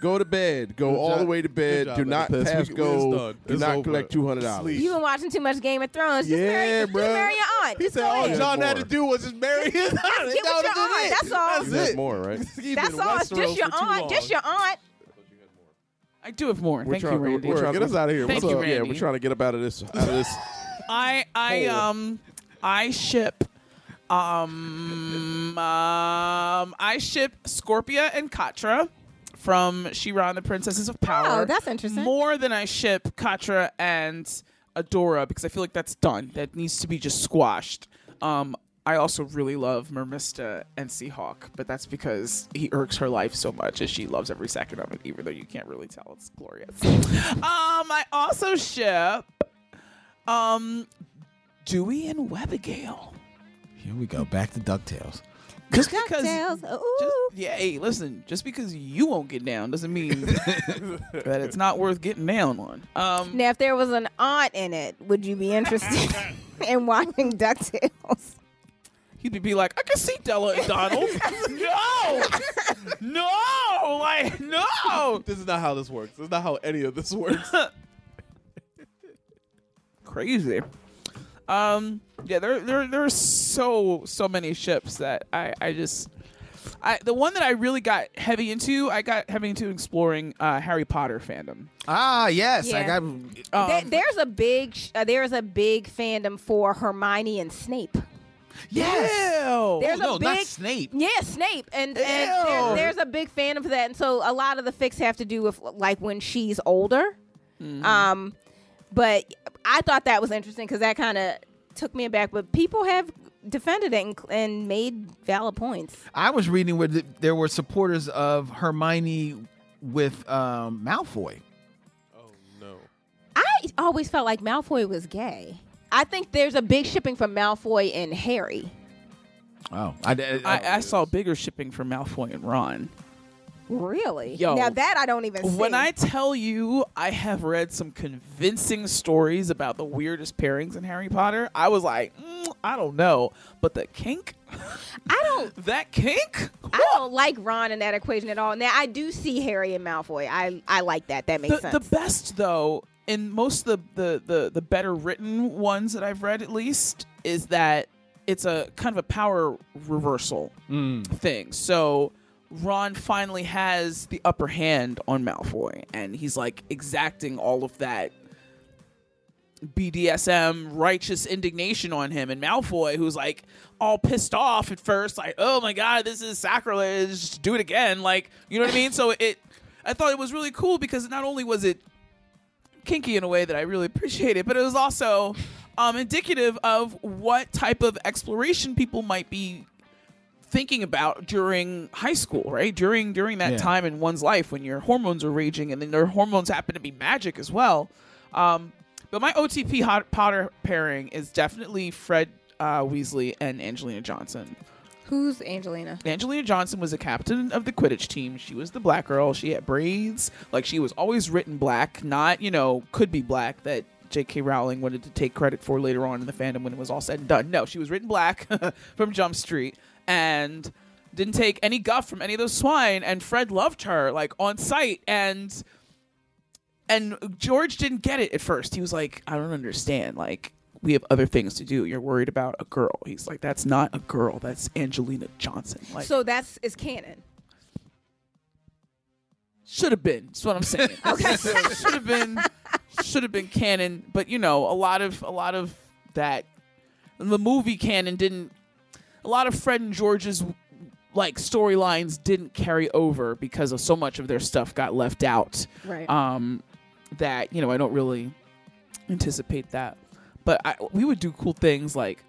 Speaker 6: go to bed. Go all the way to bed.
Speaker 21: Good
Speaker 6: Do
Speaker 21: job,
Speaker 6: not
Speaker 21: Epis.
Speaker 6: pass
Speaker 21: We-
Speaker 6: go.
Speaker 21: it's done.
Speaker 6: Do
Speaker 21: It's
Speaker 6: not
Speaker 21: over.
Speaker 6: collect two hundred dollars.
Speaker 5: You've been watching too much Game of Thrones. Just
Speaker 6: Yeah,
Speaker 5: marry,
Speaker 6: bruh.
Speaker 5: Just marry your aunt.
Speaker 6: He
Speaker 5: Just
Speaker 6: said
Speaker 5: go
Speaker 6: all
Speaker 5: ahead.
Speaker 6: John had to do was just marry his aunt.
Speaker 5: Get with your aunt. That's all.
Speaker 6: You had more, right?
Speaker 5: That's all. It's just your aunt. Just your aunt.
Speaker 11: I do have more.
Speaker 6: We're
Speaker 11: Thank
Speaker 6: trying,
Speaker 11: you, Randy.
Speaker 6: We're trying to get us out of here.
Speaker 11: Thank
Speaker 6: What's
Speaker 11: you,
Speaker 6: up?
Speaker 11: Randy.
Speaker 6: Yeah, we're trying to get up out of this. Out of this.
Speaker 11: I I
Speaker 6: Hole.
Speaker 11: um I ship um um I ship Scorpia and Katra from She-Ra and the Princesses of Power.
Speaker 5: Oh, that's interesting.
Speaker 11: More than I ship Katra and Adora because I feel like that's done. That needs to be just squashed. Um I also really love Mermista and Seahawk, but that's because he irks her life so much as she loves every second of it, even though you can't really tell it's glorious. um, I also ship um Dewey and Webigail.
Speaker 4: Here we go. Back to Ducktales.
Speaker 11: Just because,
Speaker 5: just,
Speaker 11: yeah. Hey, listen. Just because you won't get down doesn't mean that it's not worth getting down on. Um,
Speaker 5: Now, if there was an aunt in it, would you be interested in watching DuckTales?
Speaker 11: he'd be like, I can see Della and Donald. no, no, like no.
Speaker 21: This is not how this works. This is not how any of this works.
Speaker 11: Crazy. Um, yeah. There, there, there are so so many ships that I, I just. I, the one that I really got heavy into, I got heavy into exploring uh, Harry Potter fandom.
Speaker 4: Ah, yes, I
Speaker 5: Yeah.
Speaker 4: got.
Speaker 6: Um,
Speaker 5: There- there's a big, sh- uh, there's a big fandom for Hermione and Snape.
Speaker 4: Yes. Oh,
Speaker 5: There's
Speaker 4: no,
Speaker 5: a big,
Speaker 4: not Snape.
Speaker 5: Yeah, Snape, and, and
Speaker 4: Ew.
Speaker 5: there- there's a big fandom for that, and so a lot of the fix have to do with like when she's older.
Speaker 11: Mm-hmm.
Speaker 5: Um, but I thought that was interesting because that kind of took me aback. But people have defended it and, and made valid points.
Speaker 4: I was reading where th- there were supporters of Hermione with um, Malfoy.
Speaker 5: I always felt like Malfoy was gay. I think there's a big shipping for Malfoy and Harry.
Speaker 4: Oh, I,
Speaker 11: I, saw bigger shipping for Malfoy and Ron.
Speaker 5: Really?
Speaker 11: Yo.
Speaker 5: now that I don't even see.
Speaker 11: When I tell you I have read some convincing stories about the weirdest pairings in Harry Potter, I was like, mm, I don't know, but the kink,
Speaker 5: I don't
Speaker 11: that kink,
Speaker 5: I don't like Ron in that equation at all. Now I do see Harry and Malfoy. I I like that. That makes
Speaker 11: the,
Speaker 5: sense.
Speaker 11: the best though, in most of the, the the the better written ones that I've read, at least, is that it's a kind of a power reversal thing. So Ron finally has the upper hand on Malfoy, and he's like exacting all of that BDSM righteous indignation on him and Malfoy, who's like all pissed off at first, like, oh my god, this is sacrilege, just do it again. Like, you know what I mean? So it, I thought it was really cool because not only was it kinky in a way that I really appreciated, but it was also um, indicative of what type of exploration people might be thinking about during high school, right? During during that
Speaker 23: Yeah.
Speaker 11: time in one's life when your hormones are raging, and then their hormones happen to be magic as well. Um, but my OTP hot Potter pairing is definitely Fred uh, uh, Weasley and Angelina Johnson.
Speaker 5: Who's Angelina?
Speaker 11: Angelina Johnson was a captain of the Quidditch team. She was the black girl. She had braids. Like she was always written black, not, you know, could be black that J.K. Rowling wanted to take credit for later on in the fandom when it was all said and done. No, she was written black from Jump Street and didn't take any guff from any of those swine. And Fred loved her, like on sight. And and George didn't get it at first. He was like, I don't understand. Like, we have other things to do. You're worried about a girl. He's like, that's not a girl. That's Angelina Johnson. Like,
Speaker 5: so that's is canon.
Speaker 11: should have been. That's what I'm saying. okay, should have been, should have been canon. But you know, a lot of a lot of that, the movie canon didn't. A lot of Fred and George's like storylines didn't carry over because of so much of their stuff got left out.
Speaker 5: Right.
Speaker 11: Um, that you know, I don't really anticipate that. But I, we would do cool things like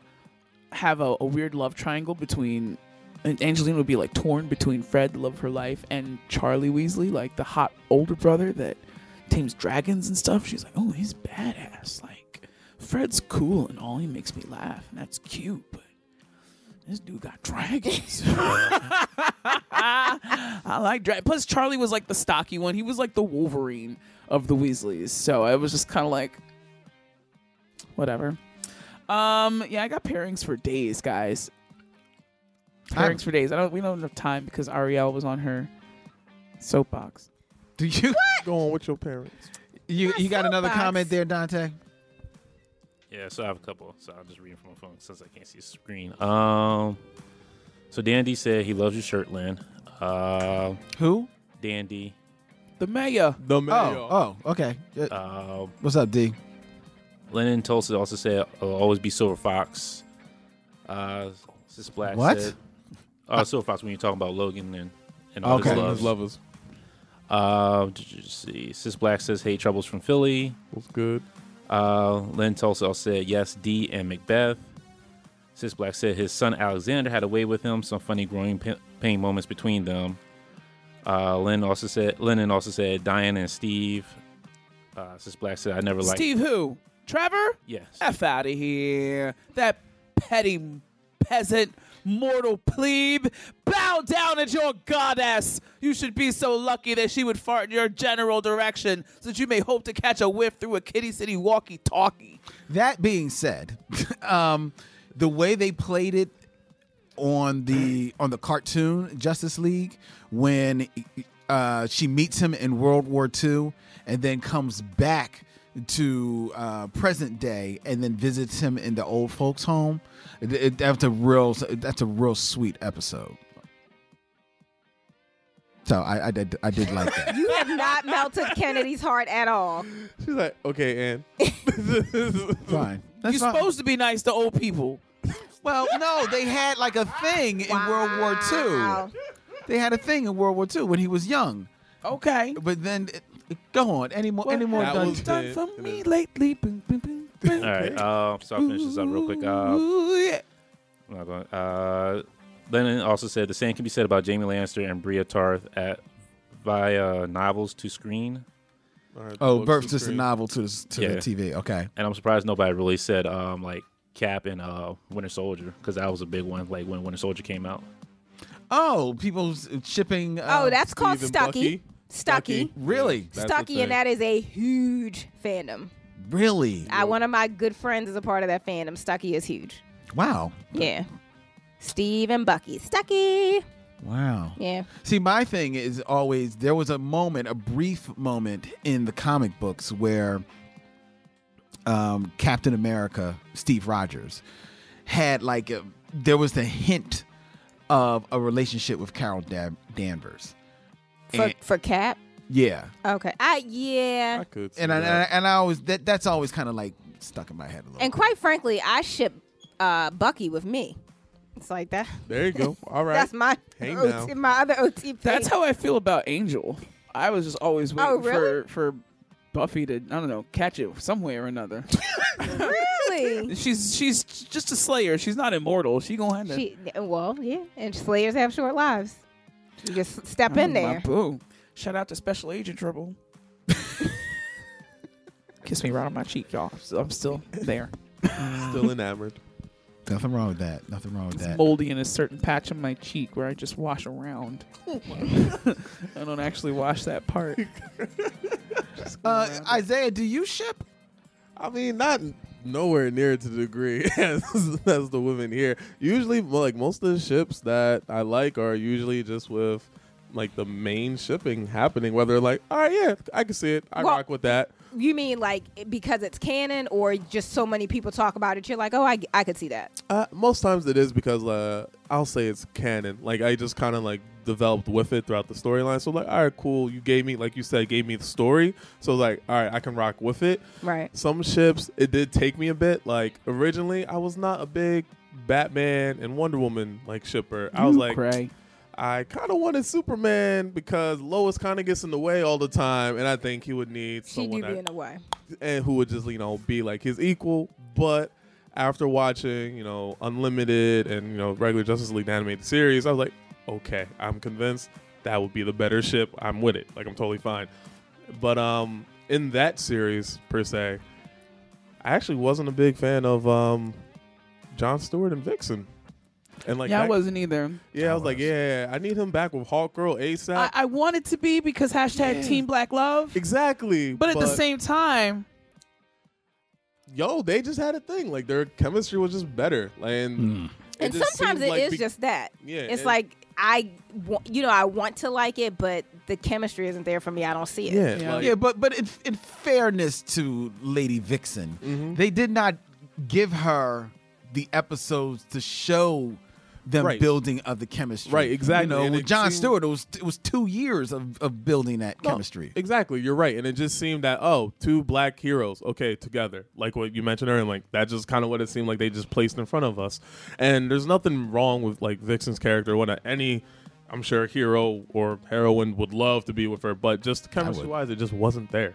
Speaker 11: have a, a weird love triangle between and Angelina would be like torn between Fred, the love of her life, and Charlie Weasley, like the hot older brother that tames dragons and stuff. She's like, oh, he's badass. Like Fred's cool and all. He makes me laugh, and that's cute. But this dude got dragons. I like dragons. Plus, Charlie was like the stocky one. He was like the Wolverine of the Weasleys. So I was just kind of like, whatever. Um, yeah, I got pairings for days, guys. Pairings for days. I don't. We don't have enough time because Ariel was on her soapbox.
Speaker 4: Do you
Speaker 21: go on with your parents?
Speaker 4: You you got another
Speaker 21: soapbox.
Speaker 4: comment there, Dante?
Speaker 29: Yeah, so I have a couple. So I'm just reading from my phone since I can't see the screen. Um, so Dandy said he loves your shirt, Lynn. Uh,
Speaker 4: Who?
Speaker 29: Dandy.
Speaker 11: The mayor.
Speaker 21: The
Speaker 4: Oh, oh, okay. Uh,
Speaker 29: Uh,
Speaker 4: What's up, D?
Speaker 29: Lennon Tulsa also said, "I'll always be Silver Fox." Uh, Sis Black
Speaker 4: What?
Speaker 29: said, "Oh, Silver Fox." When you're talking about Logan and and all
Speaker 4: Okay.
Speaker 29: his loves,
Speaker 4: His lovers.
Speaker 29: Uh, did you see? Sis Black says, "Hey, Troubles from Philly."
Speaker 21: What's good?
Speaker 29: Uh, Lynn Tulsa also said, "Yes, D and Macbeth." Sis Black said his son Alexander had a way with him. Some funny growing pa- pain moments between them. Uh, Lynn also said, Lennon also said, Diane and Steve. Uh, Sis Black said, "I never liked
Speaker 11: Steve who? Trevor?
Speaker 29: Yes.
Speaker 11: F out of here. That petty peasant, mortal plebe. Bow down at your goddess. You should be so lucky that she would fart in your general direction so that you may hope to catch a whiff through a kitty city walkie talkie.
Speaker 4: That being said, um, the way they played it on the on the cartoon Justice League when uh, she meets him in World War II and then comes back to uh, present day and then visits him in the old folks home. It- it- that's a real that's a real sweet episode. So I I did, I did like that.
Speaker 5: You have not melted Kennedy's heart at all.
Speaker 21: She's like, okay, Ann.
Speaker 6: Oh,
Speaker 4: Fine.
Speaker 11: You're supposed to be nice to old people.
Speaker 4: Well, no, they had like a thing in World War II. They had a thing in World War II when he was young.
Speaker 11: Okay.
Speaker 4: But then, it- go on. Any more? any more?
Speaker 11: That
Speaker 4: Dun-
Speaker 11: was done for me lately. Boom, boom, boom, boom.
Speaker 29: All right, uh, so I'll finish this up real quick. Uh,
Speaker 11: Ooh, yeah.
Speaker 29: I'm not going. Uh, Lennon also said the same can be said about Jamie Lannister and Bria Tarth at via novels to screen.
Speaker 4: oh, Burp's just a novel to the s- to
Speaker 29: Yeah.
Speaker 4: the TV. Okay.
Speaker 29: And I'm surprised nobody really said um like Cap and uh Winter Soldier because that was a big one. Like when Winter Soldier came out.
Speaker 4: Oh, people s- shipping. Uh,
Speaker 5: oh, that's called Stucky. Stucky.
Speaker 4: Really?
Speaker 5: Stucky, and that is a huge fandom.
Speaker 4: Really?
Speaker 5: I one of my good friends is a part of that fandom. Stucky is huge.
Speaker 4: Wow.
Speaker 5: Yeah. Steve and Bucky. Stucky.
Speaker 4: Wow.
Speaker 5: Yeah.
Speaker 4: See, my thing is always there was a moment, a brief moment in the comic books where um, Captain America, Steve Rogers, had like a, there was the hint of a relationship with Carol Dan- Danvers.
Speaker 5: For,
Speaker 4: And-
Speaker 5: for Cap.
Speaker 4: yeah,
Speaker 5: Okay. I yeah.
Speaker 4: and I, and I and I always that that's always kind of like stuck in my head a little.
Speaker 5: And quite frankly, I ship uh, Bucky with me. It's like that.
Speaker 21: There you go. All right.
Speaker 5: That's my
Speaker 21: Hang now.
Speaker 5: OT, my other OTP.
Speaker 11: That's how I feel about Angel. I was just always waiting
Speaker 5: Oh, really?
Speaker 11: for for Buffy to I don't know catch it some way or another.
Speaker 5: really.
Speaker 11: she's she's just a Slayer. She's not immortal. She gonna have to
Speaker 5: She, well, yeah, and Slayers have short lives. You just step in
Speaker 11: Oh, my
Speaker 5: there.
Speaker 11: boo. Shout out to Special Agent Dribble. Kiss me right on my cheek, y'all. So I'm still there.
Speaker 21: Still enamored.
Speaker 4: Nothing wrong with that. Nothing wrong with that.
Speaker 11: moldy in a certain patch on my cheek where I just wash around. I don't actually wash that part.
Speaker 4: Uh, Isaiah, do you ship?
Speaker 6: I mean, not nowhere near to the degree as, as the women here. Usually, well, like most of the ships that I like are usually just with like the main shipping happening. Whether like, all right, yeah, I can see it. I
Speaker 5: Well-
Speaker 6: rock with that.
Speaker 5: You mean like it- because it's canon, or just so many people talk about it? You're like, oh, I, I could see that.
Speaker 6: Uh, most times it is because uh, I'll say it's canon. Like I just kind of like developed with it throughout the storyline. So like, all right, cool. You gave me, like you said, gave me the story. So like, all right, I can rock with it.
Speaker 5: Right.
Speaker 6: Some ships, it did take me a bit. Like originally, I was not a big Batman and Wonder Woman like shipper. I was
Speaker 11: You
Speaker 6: like,
Speaker 11: cray.
Speaker 6: I kind of wanted Superman because Lois kind of gets in the way all the time, and I think he would need
Speaker 5: She
Speaker 6: someone
Speaker 5: do
Speaker 6: that
Speaker 5: be in the way.
Speaker 6: and who would just you know be like his equal. But after watching you know Unlimited and you know regular Justice League the animated series, I was like, okay, I'm convinced that would be the better ship. I'm with it. Like I'm totally fine. But um, in that series per se, I actually wasn't a big fan of um, John Stewart and Vixen. And like
Speaker 11: yeah, I
Speaker 6: that-
Speaker 11: wasn't either.
Speaker 6: Yeah, I was, like, yeah, I need him back with Hawkgirl ASAP.
Speaker 11: I, I wanted to be because hashtag
Speaker 6: Yeah.
Speaker 11: Team Black Love.
Speaker 6: Exactly.
Speaker 11: But at the
Speaker 6: but-
Speaker 11: same time,
Speaker 6: yo, they just had a thing. Like their chemistry was just better. Like, and
Speaker 4: Hmm.
Speaker 5: And
Speaker 6: just
Speaker 5: sometimes
Speaker 6: seemed
Speaker 5: it
Speaker 6: like
Speaker 5: is
Speaker 6: be-
Speaker 5: just that.
Speaker 6: Yeah,
Speaker 5: It's
Speaker 6: it-
Speaker 5: like I, wa- you know, I want to like it, but the chemistry isn't there for me. I don't see it.
Speaker 4: yeah, but but in, in fairness to Lady Vixen,
Speaker 6: Mm-hmm.
Speaker 4: they did not give her the episodes to show them
Speaker 6: Right.
Speaker 4: building of the chemistry.
Speaker 6: Right, exactly,
Speaker 4: You know,
Speaker 6: and
Speaker 4: with
Speaker 6: it
Speaker 4: John
Speaker 6: seemed-
Speaker 4: Stewart, it was it was two years of, of building that
Speaker 6: No,
Speaker 4: chemistry.
Speaker 6: Exactly, you're right. And it just seemed that oh, two black heroes, okay, together. Like what you mentioned earlier, like that's just kind of what it seemed like they just placed in front of us. And there's nothing wrong with like Vixen's character or whatnot. Any I'm sure hero or heroine would love to be with her, but just chemistry wise, it just wasn't there.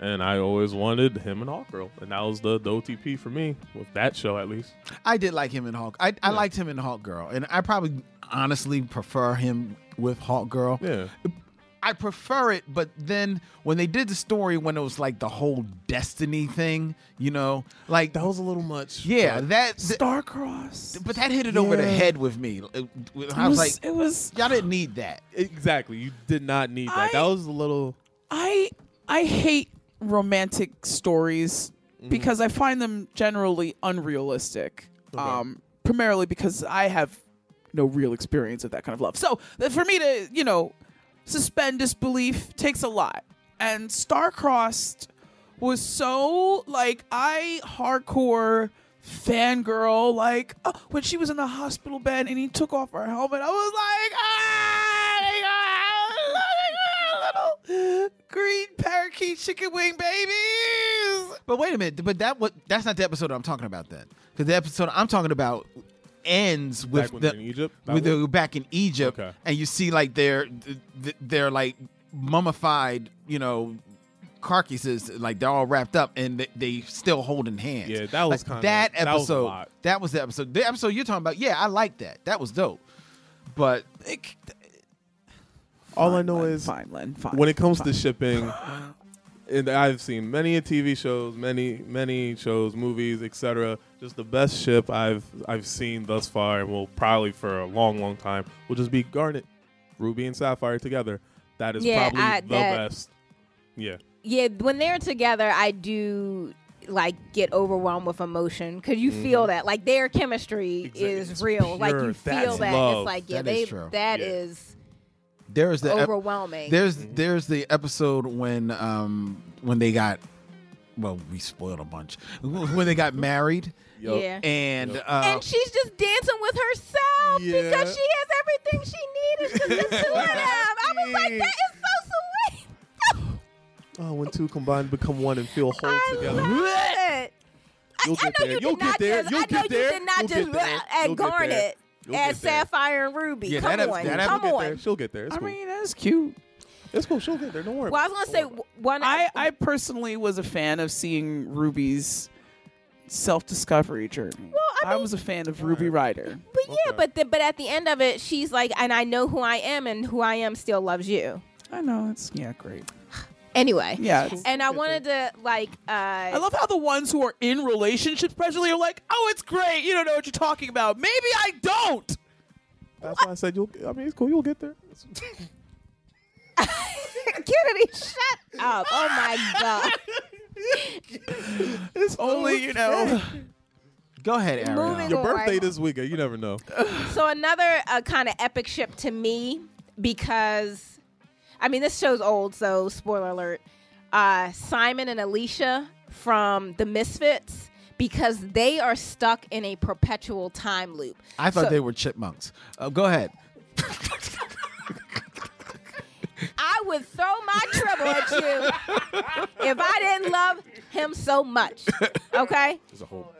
Speaker 6: And I always wanted him and Hawkgirl, and that was the, the OTP for me with that show at least.
Speaker 4: I did like him in Hulk. I, I liked him in Hulk Girl, and I probably honestly prefer him with Hulk Girl.
Speaker 6: Yeah.
Speaker 4: I prefer it, but then when they did the story, when it was like the whole destiny thing, you know, like that
Speaker 6: was a little much.
Speaker 4: Yeah,
Speaker 11: but-
Speaker 4: that
Speaker 11: Starcross,
Speaker 4: but that hit it over the
Speaker 11: Yeah.
Speaker 4: head with me. It- I was,
Speaker 11: was-
Speaker 4: like,
Speaker 11: it was
Speaker 4: y'all didn't need that.
Speaker 6: Exactly, you did not need that. that was a little.
Speaker 11: I I hate romantic stories because I find them generally unrealistic. Um, primarily because I have no real experience of that kind of love. So th- for me to you know suspend disbelief takes a lot. And Starcrossed was so like I hardcore fangirl like uh, when she was in the hospital bed and he took off her helmet I was like ah little green parakeet chicken wing babies
Speaker 4: But wait a minute. But that what that's not the episode I'm talking about then, because the episode I'm talking about ends with
Speaker 6: Back when
Speaker 4: the
Speaker 6: they're in Egypt? That
Speaker 4: with the-
Speaker 6: one?
Speaker 4: back in Egypt,
Speaker 6: Okay.
Speaker 4: and you see like their th- their like mummified, you know, carcasses, like they're all wrapped up and they, they still holding hands. Yeah,
Speaker 6: that was kinda-
Speaker 4: that
Speaker 6: that was a
Speaker 4: episode.
Speaker 6: lot.
Speaker 4: that was the episode. The episode you're talking about. Yeah, I like that. That was dope. But
Speaker 6: All I know is
Speaker 11: fine, Len, fine,
Speaker 6: when it comes to
Speaker 11: fine.
Speaker 6: shipping, and I've seen many a TV shows, many many shows, movies, etc. Just the best ship I've I've seen thus far, and will probably for a long, long time, will just be Garnet, Ruby, and Sapphire together. That is
Speaker 5: Yeah,
Speaker 6: probably
Speaker 5: I-
Speaker 6: the
Speaker 5: that-
Speaker 6: best. Yeah,
Speaker 5: yeah when they're together i do like get overwhelmed with emotion because you feel
Speaker 6: Mhm.
Speaker 5: that like their chemistry is real like
Speaker 4: pure.
Speaker 5: you feel
Speaker 4: That's
Speaker 5: that
Speaker 4: love.
Speaker 5: it's like yeah
Speaker 4: That
Speaker 5: they
Speaker 4: is true.
Speaker 5: that
Speaker 4: Yeah.
Speaker 5: is
Speaker 4: there is the ep-
Speaker 5: Overwhelming.
Speaker 4: there's there's the episode when um when they got well we spoiled a bunch when they got married
Speaker 5: Yup. Yeah.
Speaker 4: and
Speaker 5: Yup.
Speaker 4: uh,
Speaker 5: and she's just dancing with herself
Speaker 4: Yeah.
Speaker 5: because she has everything she needed because the two of them i was like that is so sweet
Speaker 6: oh, when two combine become one and feel whole together.
Speaker 5: Love it.
Speaker 6: You'll
Speaker 5: I
Speaker 6: get
Speaker 5: know
Speaker 6: there.
Speaker 5: you
Speaker 6: You'll
Speaker 5: did
Speaker 6: get
Speaker 5: not
Speaker 6: there.
Speaker 5: just
Speaker 6: You'll
Speaker 5: i know
Speaker 6: get there.
Speaker 5: you did not
Speaker 6: You'll
Speaker 5: just
Speaker 6: get there.
Speaker 5: at
Speaker 6: You'll get there.
Speaker 5: garnet
Speaker 6: You'll
Speaker 5: at
Speaker 6: get there.
Speaker 5: sapphire and ruby
Speaker 6: Yeah,
Speaker 5: come
Speaker 6: that-
Speaker 5: on
Speaker 6: that-
Speaker 5: come
Speaker 6: she'll get
Speaker 5: on
Speaker 6: there. She'll get there. It's
Speaker 11: I
Speaker 6: cool.
Speaker 11: mean that's cute
Speaker 6: it's cool she'll get there don't worry
Speaker 5: well i was gonna say one
Speaker 11: I, I personally was a fan of seeing Ruby's self discovery journey. Well, I, was a fan of Ruby Ryder.
Speaker 5: But yeah, but the, but at the end of it, she's like, and I know who I am, and who I am still loves you.
Speaker 11: I know it's yeah, great.
Speaker 5: Anyway.
Speaker 11: Yeah, it's-
Speaker 5: And I wanted to like uh
Speaker 11: I love how the ones who are in relationships, especially, are like, "Oh, it's great. You don't know what you're talking about. Maybe I don't."
Speaker 21: That's why I said you'll. I mean, it's cool. You'll get there.
Speaker 5: Kennedy, shut up. Oh my god.
Speaker 11: It's only, you know.
Speaker 4: Go ahead,
Speaker 5: Ariel. Moving
Speaker 21: Your birthday
Speaker 5: on.
Speaker 21: this weekend. You never know.
Speaker 5: So another uh, kind of epic ship to me because I mean this show's old, so spoiler alert. Uh, Simon and Alicia from The Misfits because they are stuck in a perpetual time loop.
Speaker 4: I thought
Speaker 5: So-
Speaker 4: they were chipmunks. Uh, go ahead.
Speaker 5: I would throw my trouble at you if I didn't love him so much. Okay?
Speaker 6: There's a whole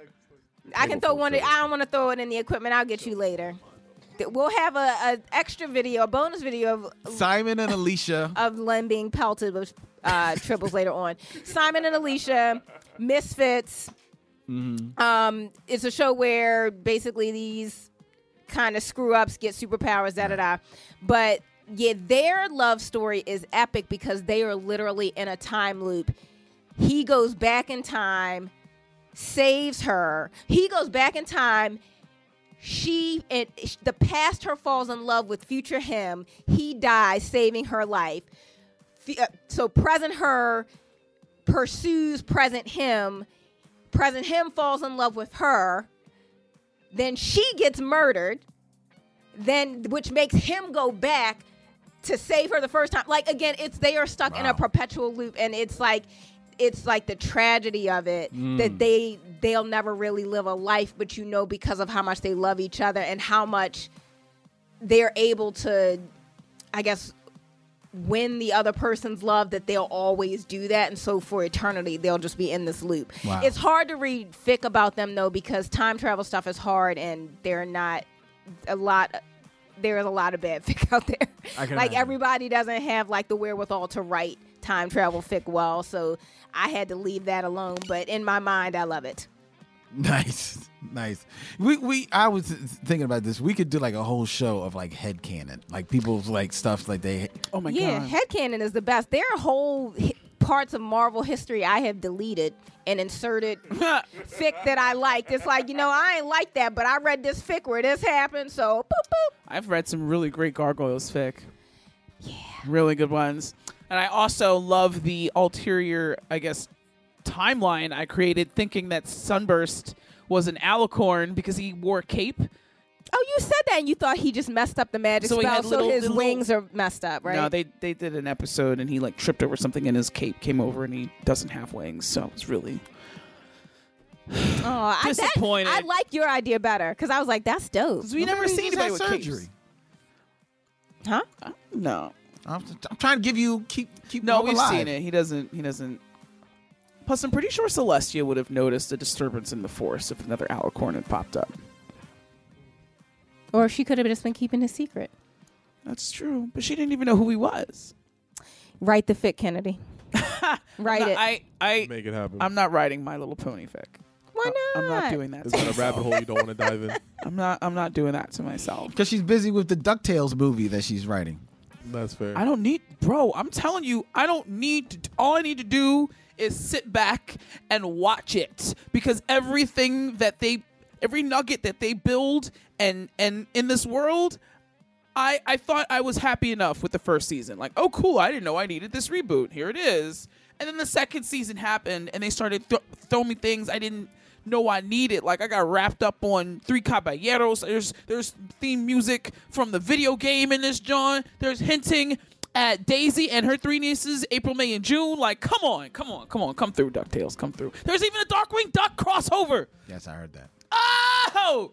Speaker 5: I can throw one. I don't want to throw it in the equipment. I'll get you later. Th- We'll have a, a extra video, a bonus video of
Speaker 4: Simon and Alicia.
Speaker 5: of Len being pelted with uh, triples later on. Simon and Alicia, Misfits. Um, it's a show where basically these kind of screw ups get superpowers, da da da. But yeah, their love story is epic because they are literally in a time loop. He goes back in time, saves her. He goes back in time. She and the past her falls in love with future him. He dies, saving her life. F- uh, So present her pursues present him. Present him falls in love with her. Then she gets murdered. Then which makes him go back to save her the first time. Like again, it's they are stuck in a perpetual loop, and it's like it's like the tragedy of it that
Speaker 1: Mm.
Speaker 5: they they'll never really live a life, but you know because of how much they love each other and how much they're able to, I guess, win the other person's love that they'll always do that and so for eternity they'll just be in this loop
Speaker 1: Wow.
Speaker 5: it's hard to read fic about them though because time travel stuff is hard and they're not a lot there is a lot of bad fic out there
Speaker 1: I can
Speaker 5: like
Speaker 1: imagine.
Speaker 5: everybody doesn't have like the wherewithal to write time travel fic well so i had to leave that alone but in my mind i love it
Speaker 4: Nice. Nice. We we I was thinking about this. We could do like a whole show of like headcanon. Like people's like stuff like they
Speaker 11: Oh my
Speaker 5: yeah, headcanon is the best. There are whole hi- parts of Marvel history I have deleted and inserted fic that I liked. It's like, you know, I ain't like that, but I read this fic where this happened, so boop, boop.
Speaker 11: I've read some really great gargoyles fic. Yeah. Really good ones. And I also love the ulterior, I guess, timeline I created thinking that Sunburst was an alicorn because he wore a cape.
Speaker 5: Oh, you said that and you thought he just messed up the magic
Speaker 11: So he
Speaker 5: spell,
Speaker 11: had little-
Speaker 5: so his
Speaker 11: little-
Speaker 5: wings are messed up, right?
Speaker 11: No, they they did an episode and he like tripped over something and his cape came over and he doesn't have wings. So it's really
Speaker 5: oh, I,
Speaker 11: Disappointed.
Speaker 5: That, I like your idea better because I was like, that's dope. Because
Speaker 11: we never see anybody with capes.
Speaker 5: Huh?
Speaker 11: No.
Speaker 4: I'm, I'm trying to give you keep keep
Speaker 11: No,
Speaker 4: hope
Speaker 11: we've
Speaker 4: alive.
Speaker 11: seen it. He doesn't. He doesn't. Plus, I'm pretty sure Celestia would have noticed a disturbance in the forest if another alicorn had popped up.
Speaker 5: Or she could have just been keeping his secret.
Speaker 11: That's true, but she didn't even know who he was.
Speaker 5: Write the fic, Kennedy. Write
Speaker 11: No,
Speaker 5: it.
Speaker 11: I, I
Speaker 21: Make it happen.
Speaker 11: I'm not writing My Little Pony fic.
Speaker 5: Why
Speaker 11: not? I'm not doing that.
Speaker 21: Is
Speaker 11: to
Speaker 21: that a rabbit
Speaker 11: myself.
Speaker 21: hole you don't want to dive in?
Speaker 11: I'm not. I'm not doing that to myself.
Speaker 4: Because she's busy with the DuckTales movie that she's writing.
Speaker 21: That's fair.
Speaker 11: I don't need, bro. I'm telling you, I don't need to. All I need to do is sit back and watch it because everything that they, every nugget that they build and and in this world, I I thought I was happy enough with the first season. Like, oh cool, I didn't know I needed this reboot. Here it is. And then the second season happened, and they started th- throwing me things I didn't know I needed. Like I got wrapped up on Three Caballeros. There's there's theme music from the video game in this John. There's hinting at Daisy and her three nieces, April, May, and June. Like, come on, come on, come on, come through, Ducktales, come through. There's even a Darkwing Duck crossover.
Speaker 4: Yes, I heard that.
Speaker 11: Oh,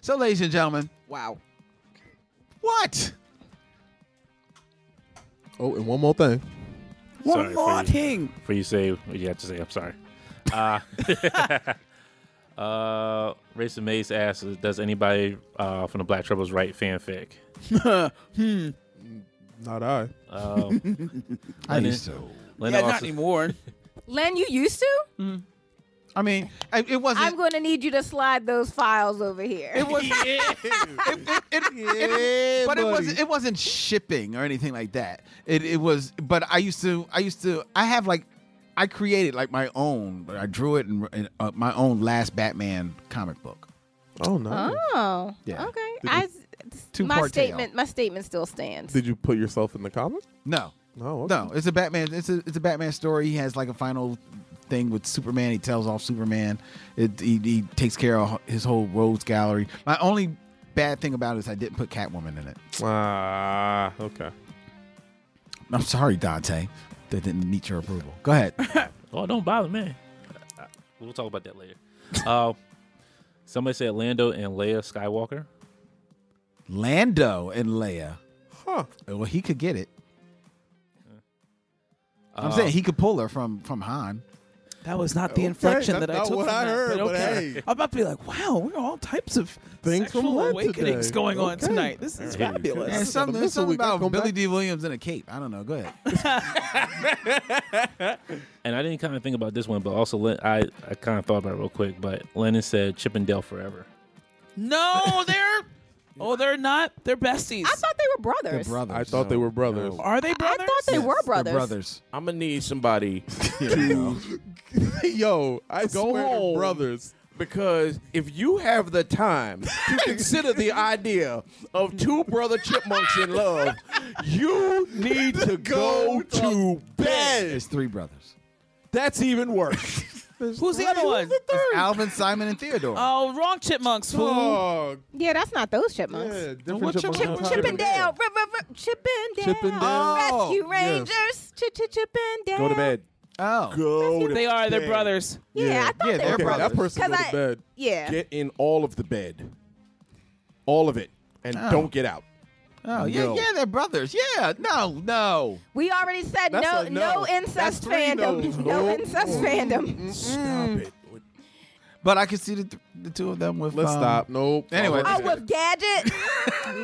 Speaker 4: So, ladies and gentlemen,
Speaker 11: wow.
Speaker 4: What?
Speaker 6: Oh, and one more thing.
Speaker 11: One
Speaker 29: for
Speaker 11: more
Speaker 29: you-
Speaker 11: thing.
Speaker 29: For you say what you have to say. I'm sorry. Uh, uh, Race of Mace asks, does anybody uh, from the Black Troubles write fanfic?
Speaker 11: hmm.
Speaker 21: Not I.
Speaker 29: Um,
Speaker 21: I
Speaker 29: Lennon-
Speaker 21: used to.
Speaker 29: Lennon
Speaker 11: yeah, not
Speaker 29: also-
Speaker 11: anymore. Mm-hmm.
Speaker 5: Len, you used to?
Speaker 4: I mean, I- it wasn't.
Speaker 5: I'm going to need you to slide those files over here.
Speaker 4: It was.
Speaker 5: Yeah,
Speaker 4: but it
Speaker 5: buddy.
Speaker 4: wasn't it wasn't shipping or anything like that. It it was but I used to I used to I have like I created like my own but I drew it in, in uh, my own last Batman comic book.
Speaker 21: Oh
Speaker 5: Oh,
Speaker 4: Yeah.
Speaker 5: okay.
Speaker 21: Did
Speaker 5: I,
Speaker 4: Two
Speaker 5: my
Speaker 4: part tale.
Speaker 5: statement, my statement still stands.
Speaker 21: Did you put yourself in the comic?
Speaker 4: No.
Speaker 6: Oh,
Speaker 21: No.
Speaker 4: No, it's a Batman it's a it's a Batman story. He has like a final thing with Superman. He tells off Superman. It, he, he takes care of his whole Rhodes gallery. My only bad thing about it is I didn't put Catwoman in it.
Speaker 21: Ah, okay.
Speaker 4: I'm sorry, Dante. That didn't meet your approval. Go ahead.
Speaker 29: Oh, don't bother me. We'll talk about that later. uh, somebody said Lando and Leia Skywalker.
Speaker 4: Lando and Leia.
Speaker 21: Huh.
Speaker 4: Well, he could get it. I'm
Speaker 29: Uh,
Speaker 4: saying he could pull her from from Han.
Speaker 11: That was not the inflection
Speaker 4: that's
Speaker 11: that I
Speaker 4: not
Speaker 11: took.
Speaker 4: what
Speaker 11: from
Speaker 4: I
Speaker 11: that,
Speaker 4: heard, but
Speaker 11: okay.
Speaker 4: hey.
Speaker 11: I'm about to be like, wow, we're all types of Things sexual awakenings going on tonight. This is fabulous.
Speaker 4: And something, there's something about Billy D. Williams in a cape. I don't know. Go ahead.
Speaker 29: And I didn't kind of think about this one, but also Len- I, I kind of thought about it real quick. But Lennon said Chip and Dale forever.
Speaker 11: No, they're. Oh, they're not. They're besties. I thought
Speaker 5: they were brothers.
Speaker 21: I thought they were brothers.
Speaker 11: Are they brothers? I thought
Speaker 5: they were brothers.
Speaker 6: I'm gonna need somebody to yo. I go swear home, brothers. Because if you have the time to consider the idea of two brother chipmunks in love, you need to go to bed.
Speaker 4: It's three brothers.
Speaker 6: That's even worse.
Speaker 11: Who's the other one?
Speaker 4: Alvin, Simon, and Theodore.
Speaker 11: Oh, wrong chipmunks, fool.
Speaker 6: Oh.
Speaker 5: Yeah, that's not those chipmunks.
Speaker 6: Yeah,
Speaker 11: different What chipmunks. chipmunks?
Speaker 5: Chip, and Dale, rip, rip, rip, Chip and Dale,
Speaker 6: Chip and Dale.
Speaker 5: Rescue
Speaker 6: Oh,
Speaker 5: Rangers, Chip, Chip, Chip and Dale.
Speaker 6: Go to bed.
Speaker 4: Oh,
Speaker 6: go. To
Speaker 11: They are, they're
Speaker 6: bed.
Speaker 11: brothers.
Speaker 5: Yeah, I thought
Speaker 6: yeah,
Speaker 5: they were
Speaker 6: okay,
Speaker 5: brothers.
Speaker 6: That person
Speaker 5: 'Cause
Speaker 6: go to
Speaker 5: I-
Speaker 6: bed.
Speaker 5: yeah.
Speaker 6: get in all of the bed, all of it, and
Speaker 4: Oh.
Speaker 6: don't get out.
Speaker 4: Oh, yeah,
Speaker 6: No.
Speaker 4: yeah, they're brothers. Yeah, no, no.
Speaker 5: We already said
Speaker 4: That's
Speaker 5: no,
Speaker 4: a no.
Speaker 5: no, incest
Speaker 4: That's three
Speaker 5: fandom,
Speaker 4: no's.
Speaker 5: no
Speaker 4: Nope.
Speaker 5: incest
Speaker 4: Mm.
Speaker 5: fandom.
Speaker 6: Stop it.
Speaker 4: But I could see the, th- the two of them with.
Speaker 6: Let's
Speaker 4: um,
Speaker 6: stop. Nope. Uh-huh.
Speaker 4: Anyway,
Speaker 5: Oh, with Gadget,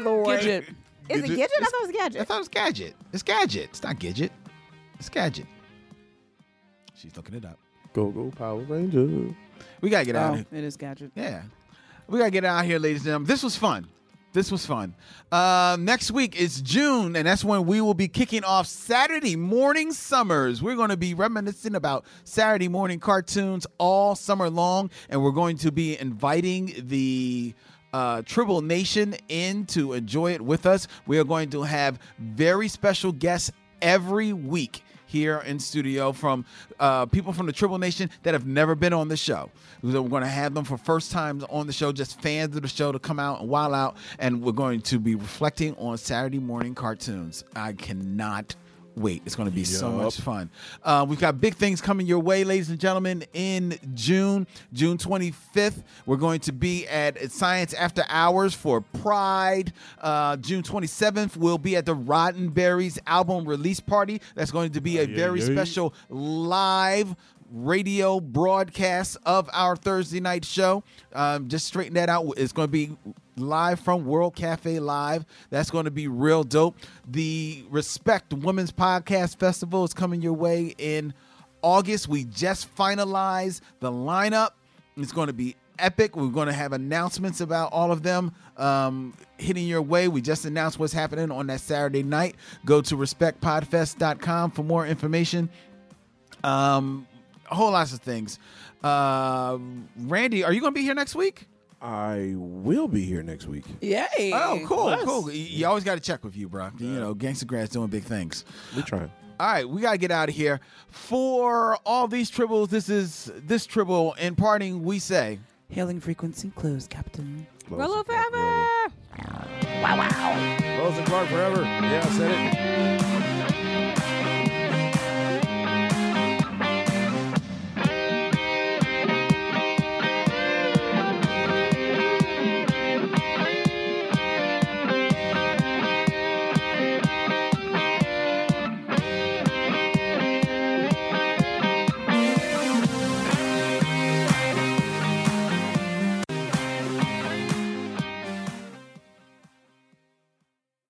Speaker 5: Lord,
Speaker 4: Gidget.
Speaker 5: is it
Speaker 4: Gidget?
Speaker 5: Gadget? I thought it was Gadget.
Speaker 4: I thought it was Gadget. It's Gadget. It's not Gidget. It's Gadget. She's looking it up.
Speaker 21: Go go Power Ranger.
Speaker 4: We gotta get out
Speaker 11: Oh,
Speaker 4: of here.
Speaker 11: It is Gadget.
Speaker 4: Yeah. We gotta get out of here, ladies and gentlemen. This was fun. This was fun. Uh, next week is June, and that's when we will be kicking off Saturday morning summers. We're going to be reminiscing about Saturday morning cartoons all summer long, and we're going to be inviting the uh, Tribal Nation in to enjoy it with us. We are going to have very special guests every week here in studio from uh, people from the Tribal Nation that have never been on the show. So we're going to have them for first times on the show, just fans of the show to come out and wild out. And we're going to be reflecting on Saturday morning cartoons. I cannot wait. It's going to be so
Speaker 6: Yup.
Speaker 4: much fun. Uh, we've got big things coming your way, ladies and gentlemen, in June, June 25th. We're going to be at Science After Hours for Pride. Uh, June 27th, we'll be at the Roddenberries album release party. That's going to be a
Speaker 6: yeah,
Speaker 4: very
Speaker 6: yeah.
Speaker 4: special live radio broadcast of our Thursday night show. Um, just straighten that out. It's going to be live from World Cafe Live. That's going to be real dope. The Respect Women's Podcast Festival is coming your way in August. We just finalized the lineup. It's going to be epic. We're going to have announcements about all of them um, hitting your way. We just announced what's happening on that Saturday night. Go to respectpodfest.com for more information. Um, a whole lots of things. Um Randy, are you going to be here next week?
Speaker 6: I will be here next week.
Speaker 11: Yay!
Speaker 4: Oh, cool,
Speaker 11: Bless.
Speaker 4: cool. You, you always got to check with you, bro. You know, Gangsta Grad's doing big things.
Speaker 6: We trying.
Speaker 4: All right, we gotta get out of here. For all these tribbles, this is this tribble. In parting, we say,
Speaker 11: "Hailing frequency closed, Captain."
Speaker 5: Rollo forever. Wow, wow.
Speaker 6: Rose and Clark forever. Yeah, I said it.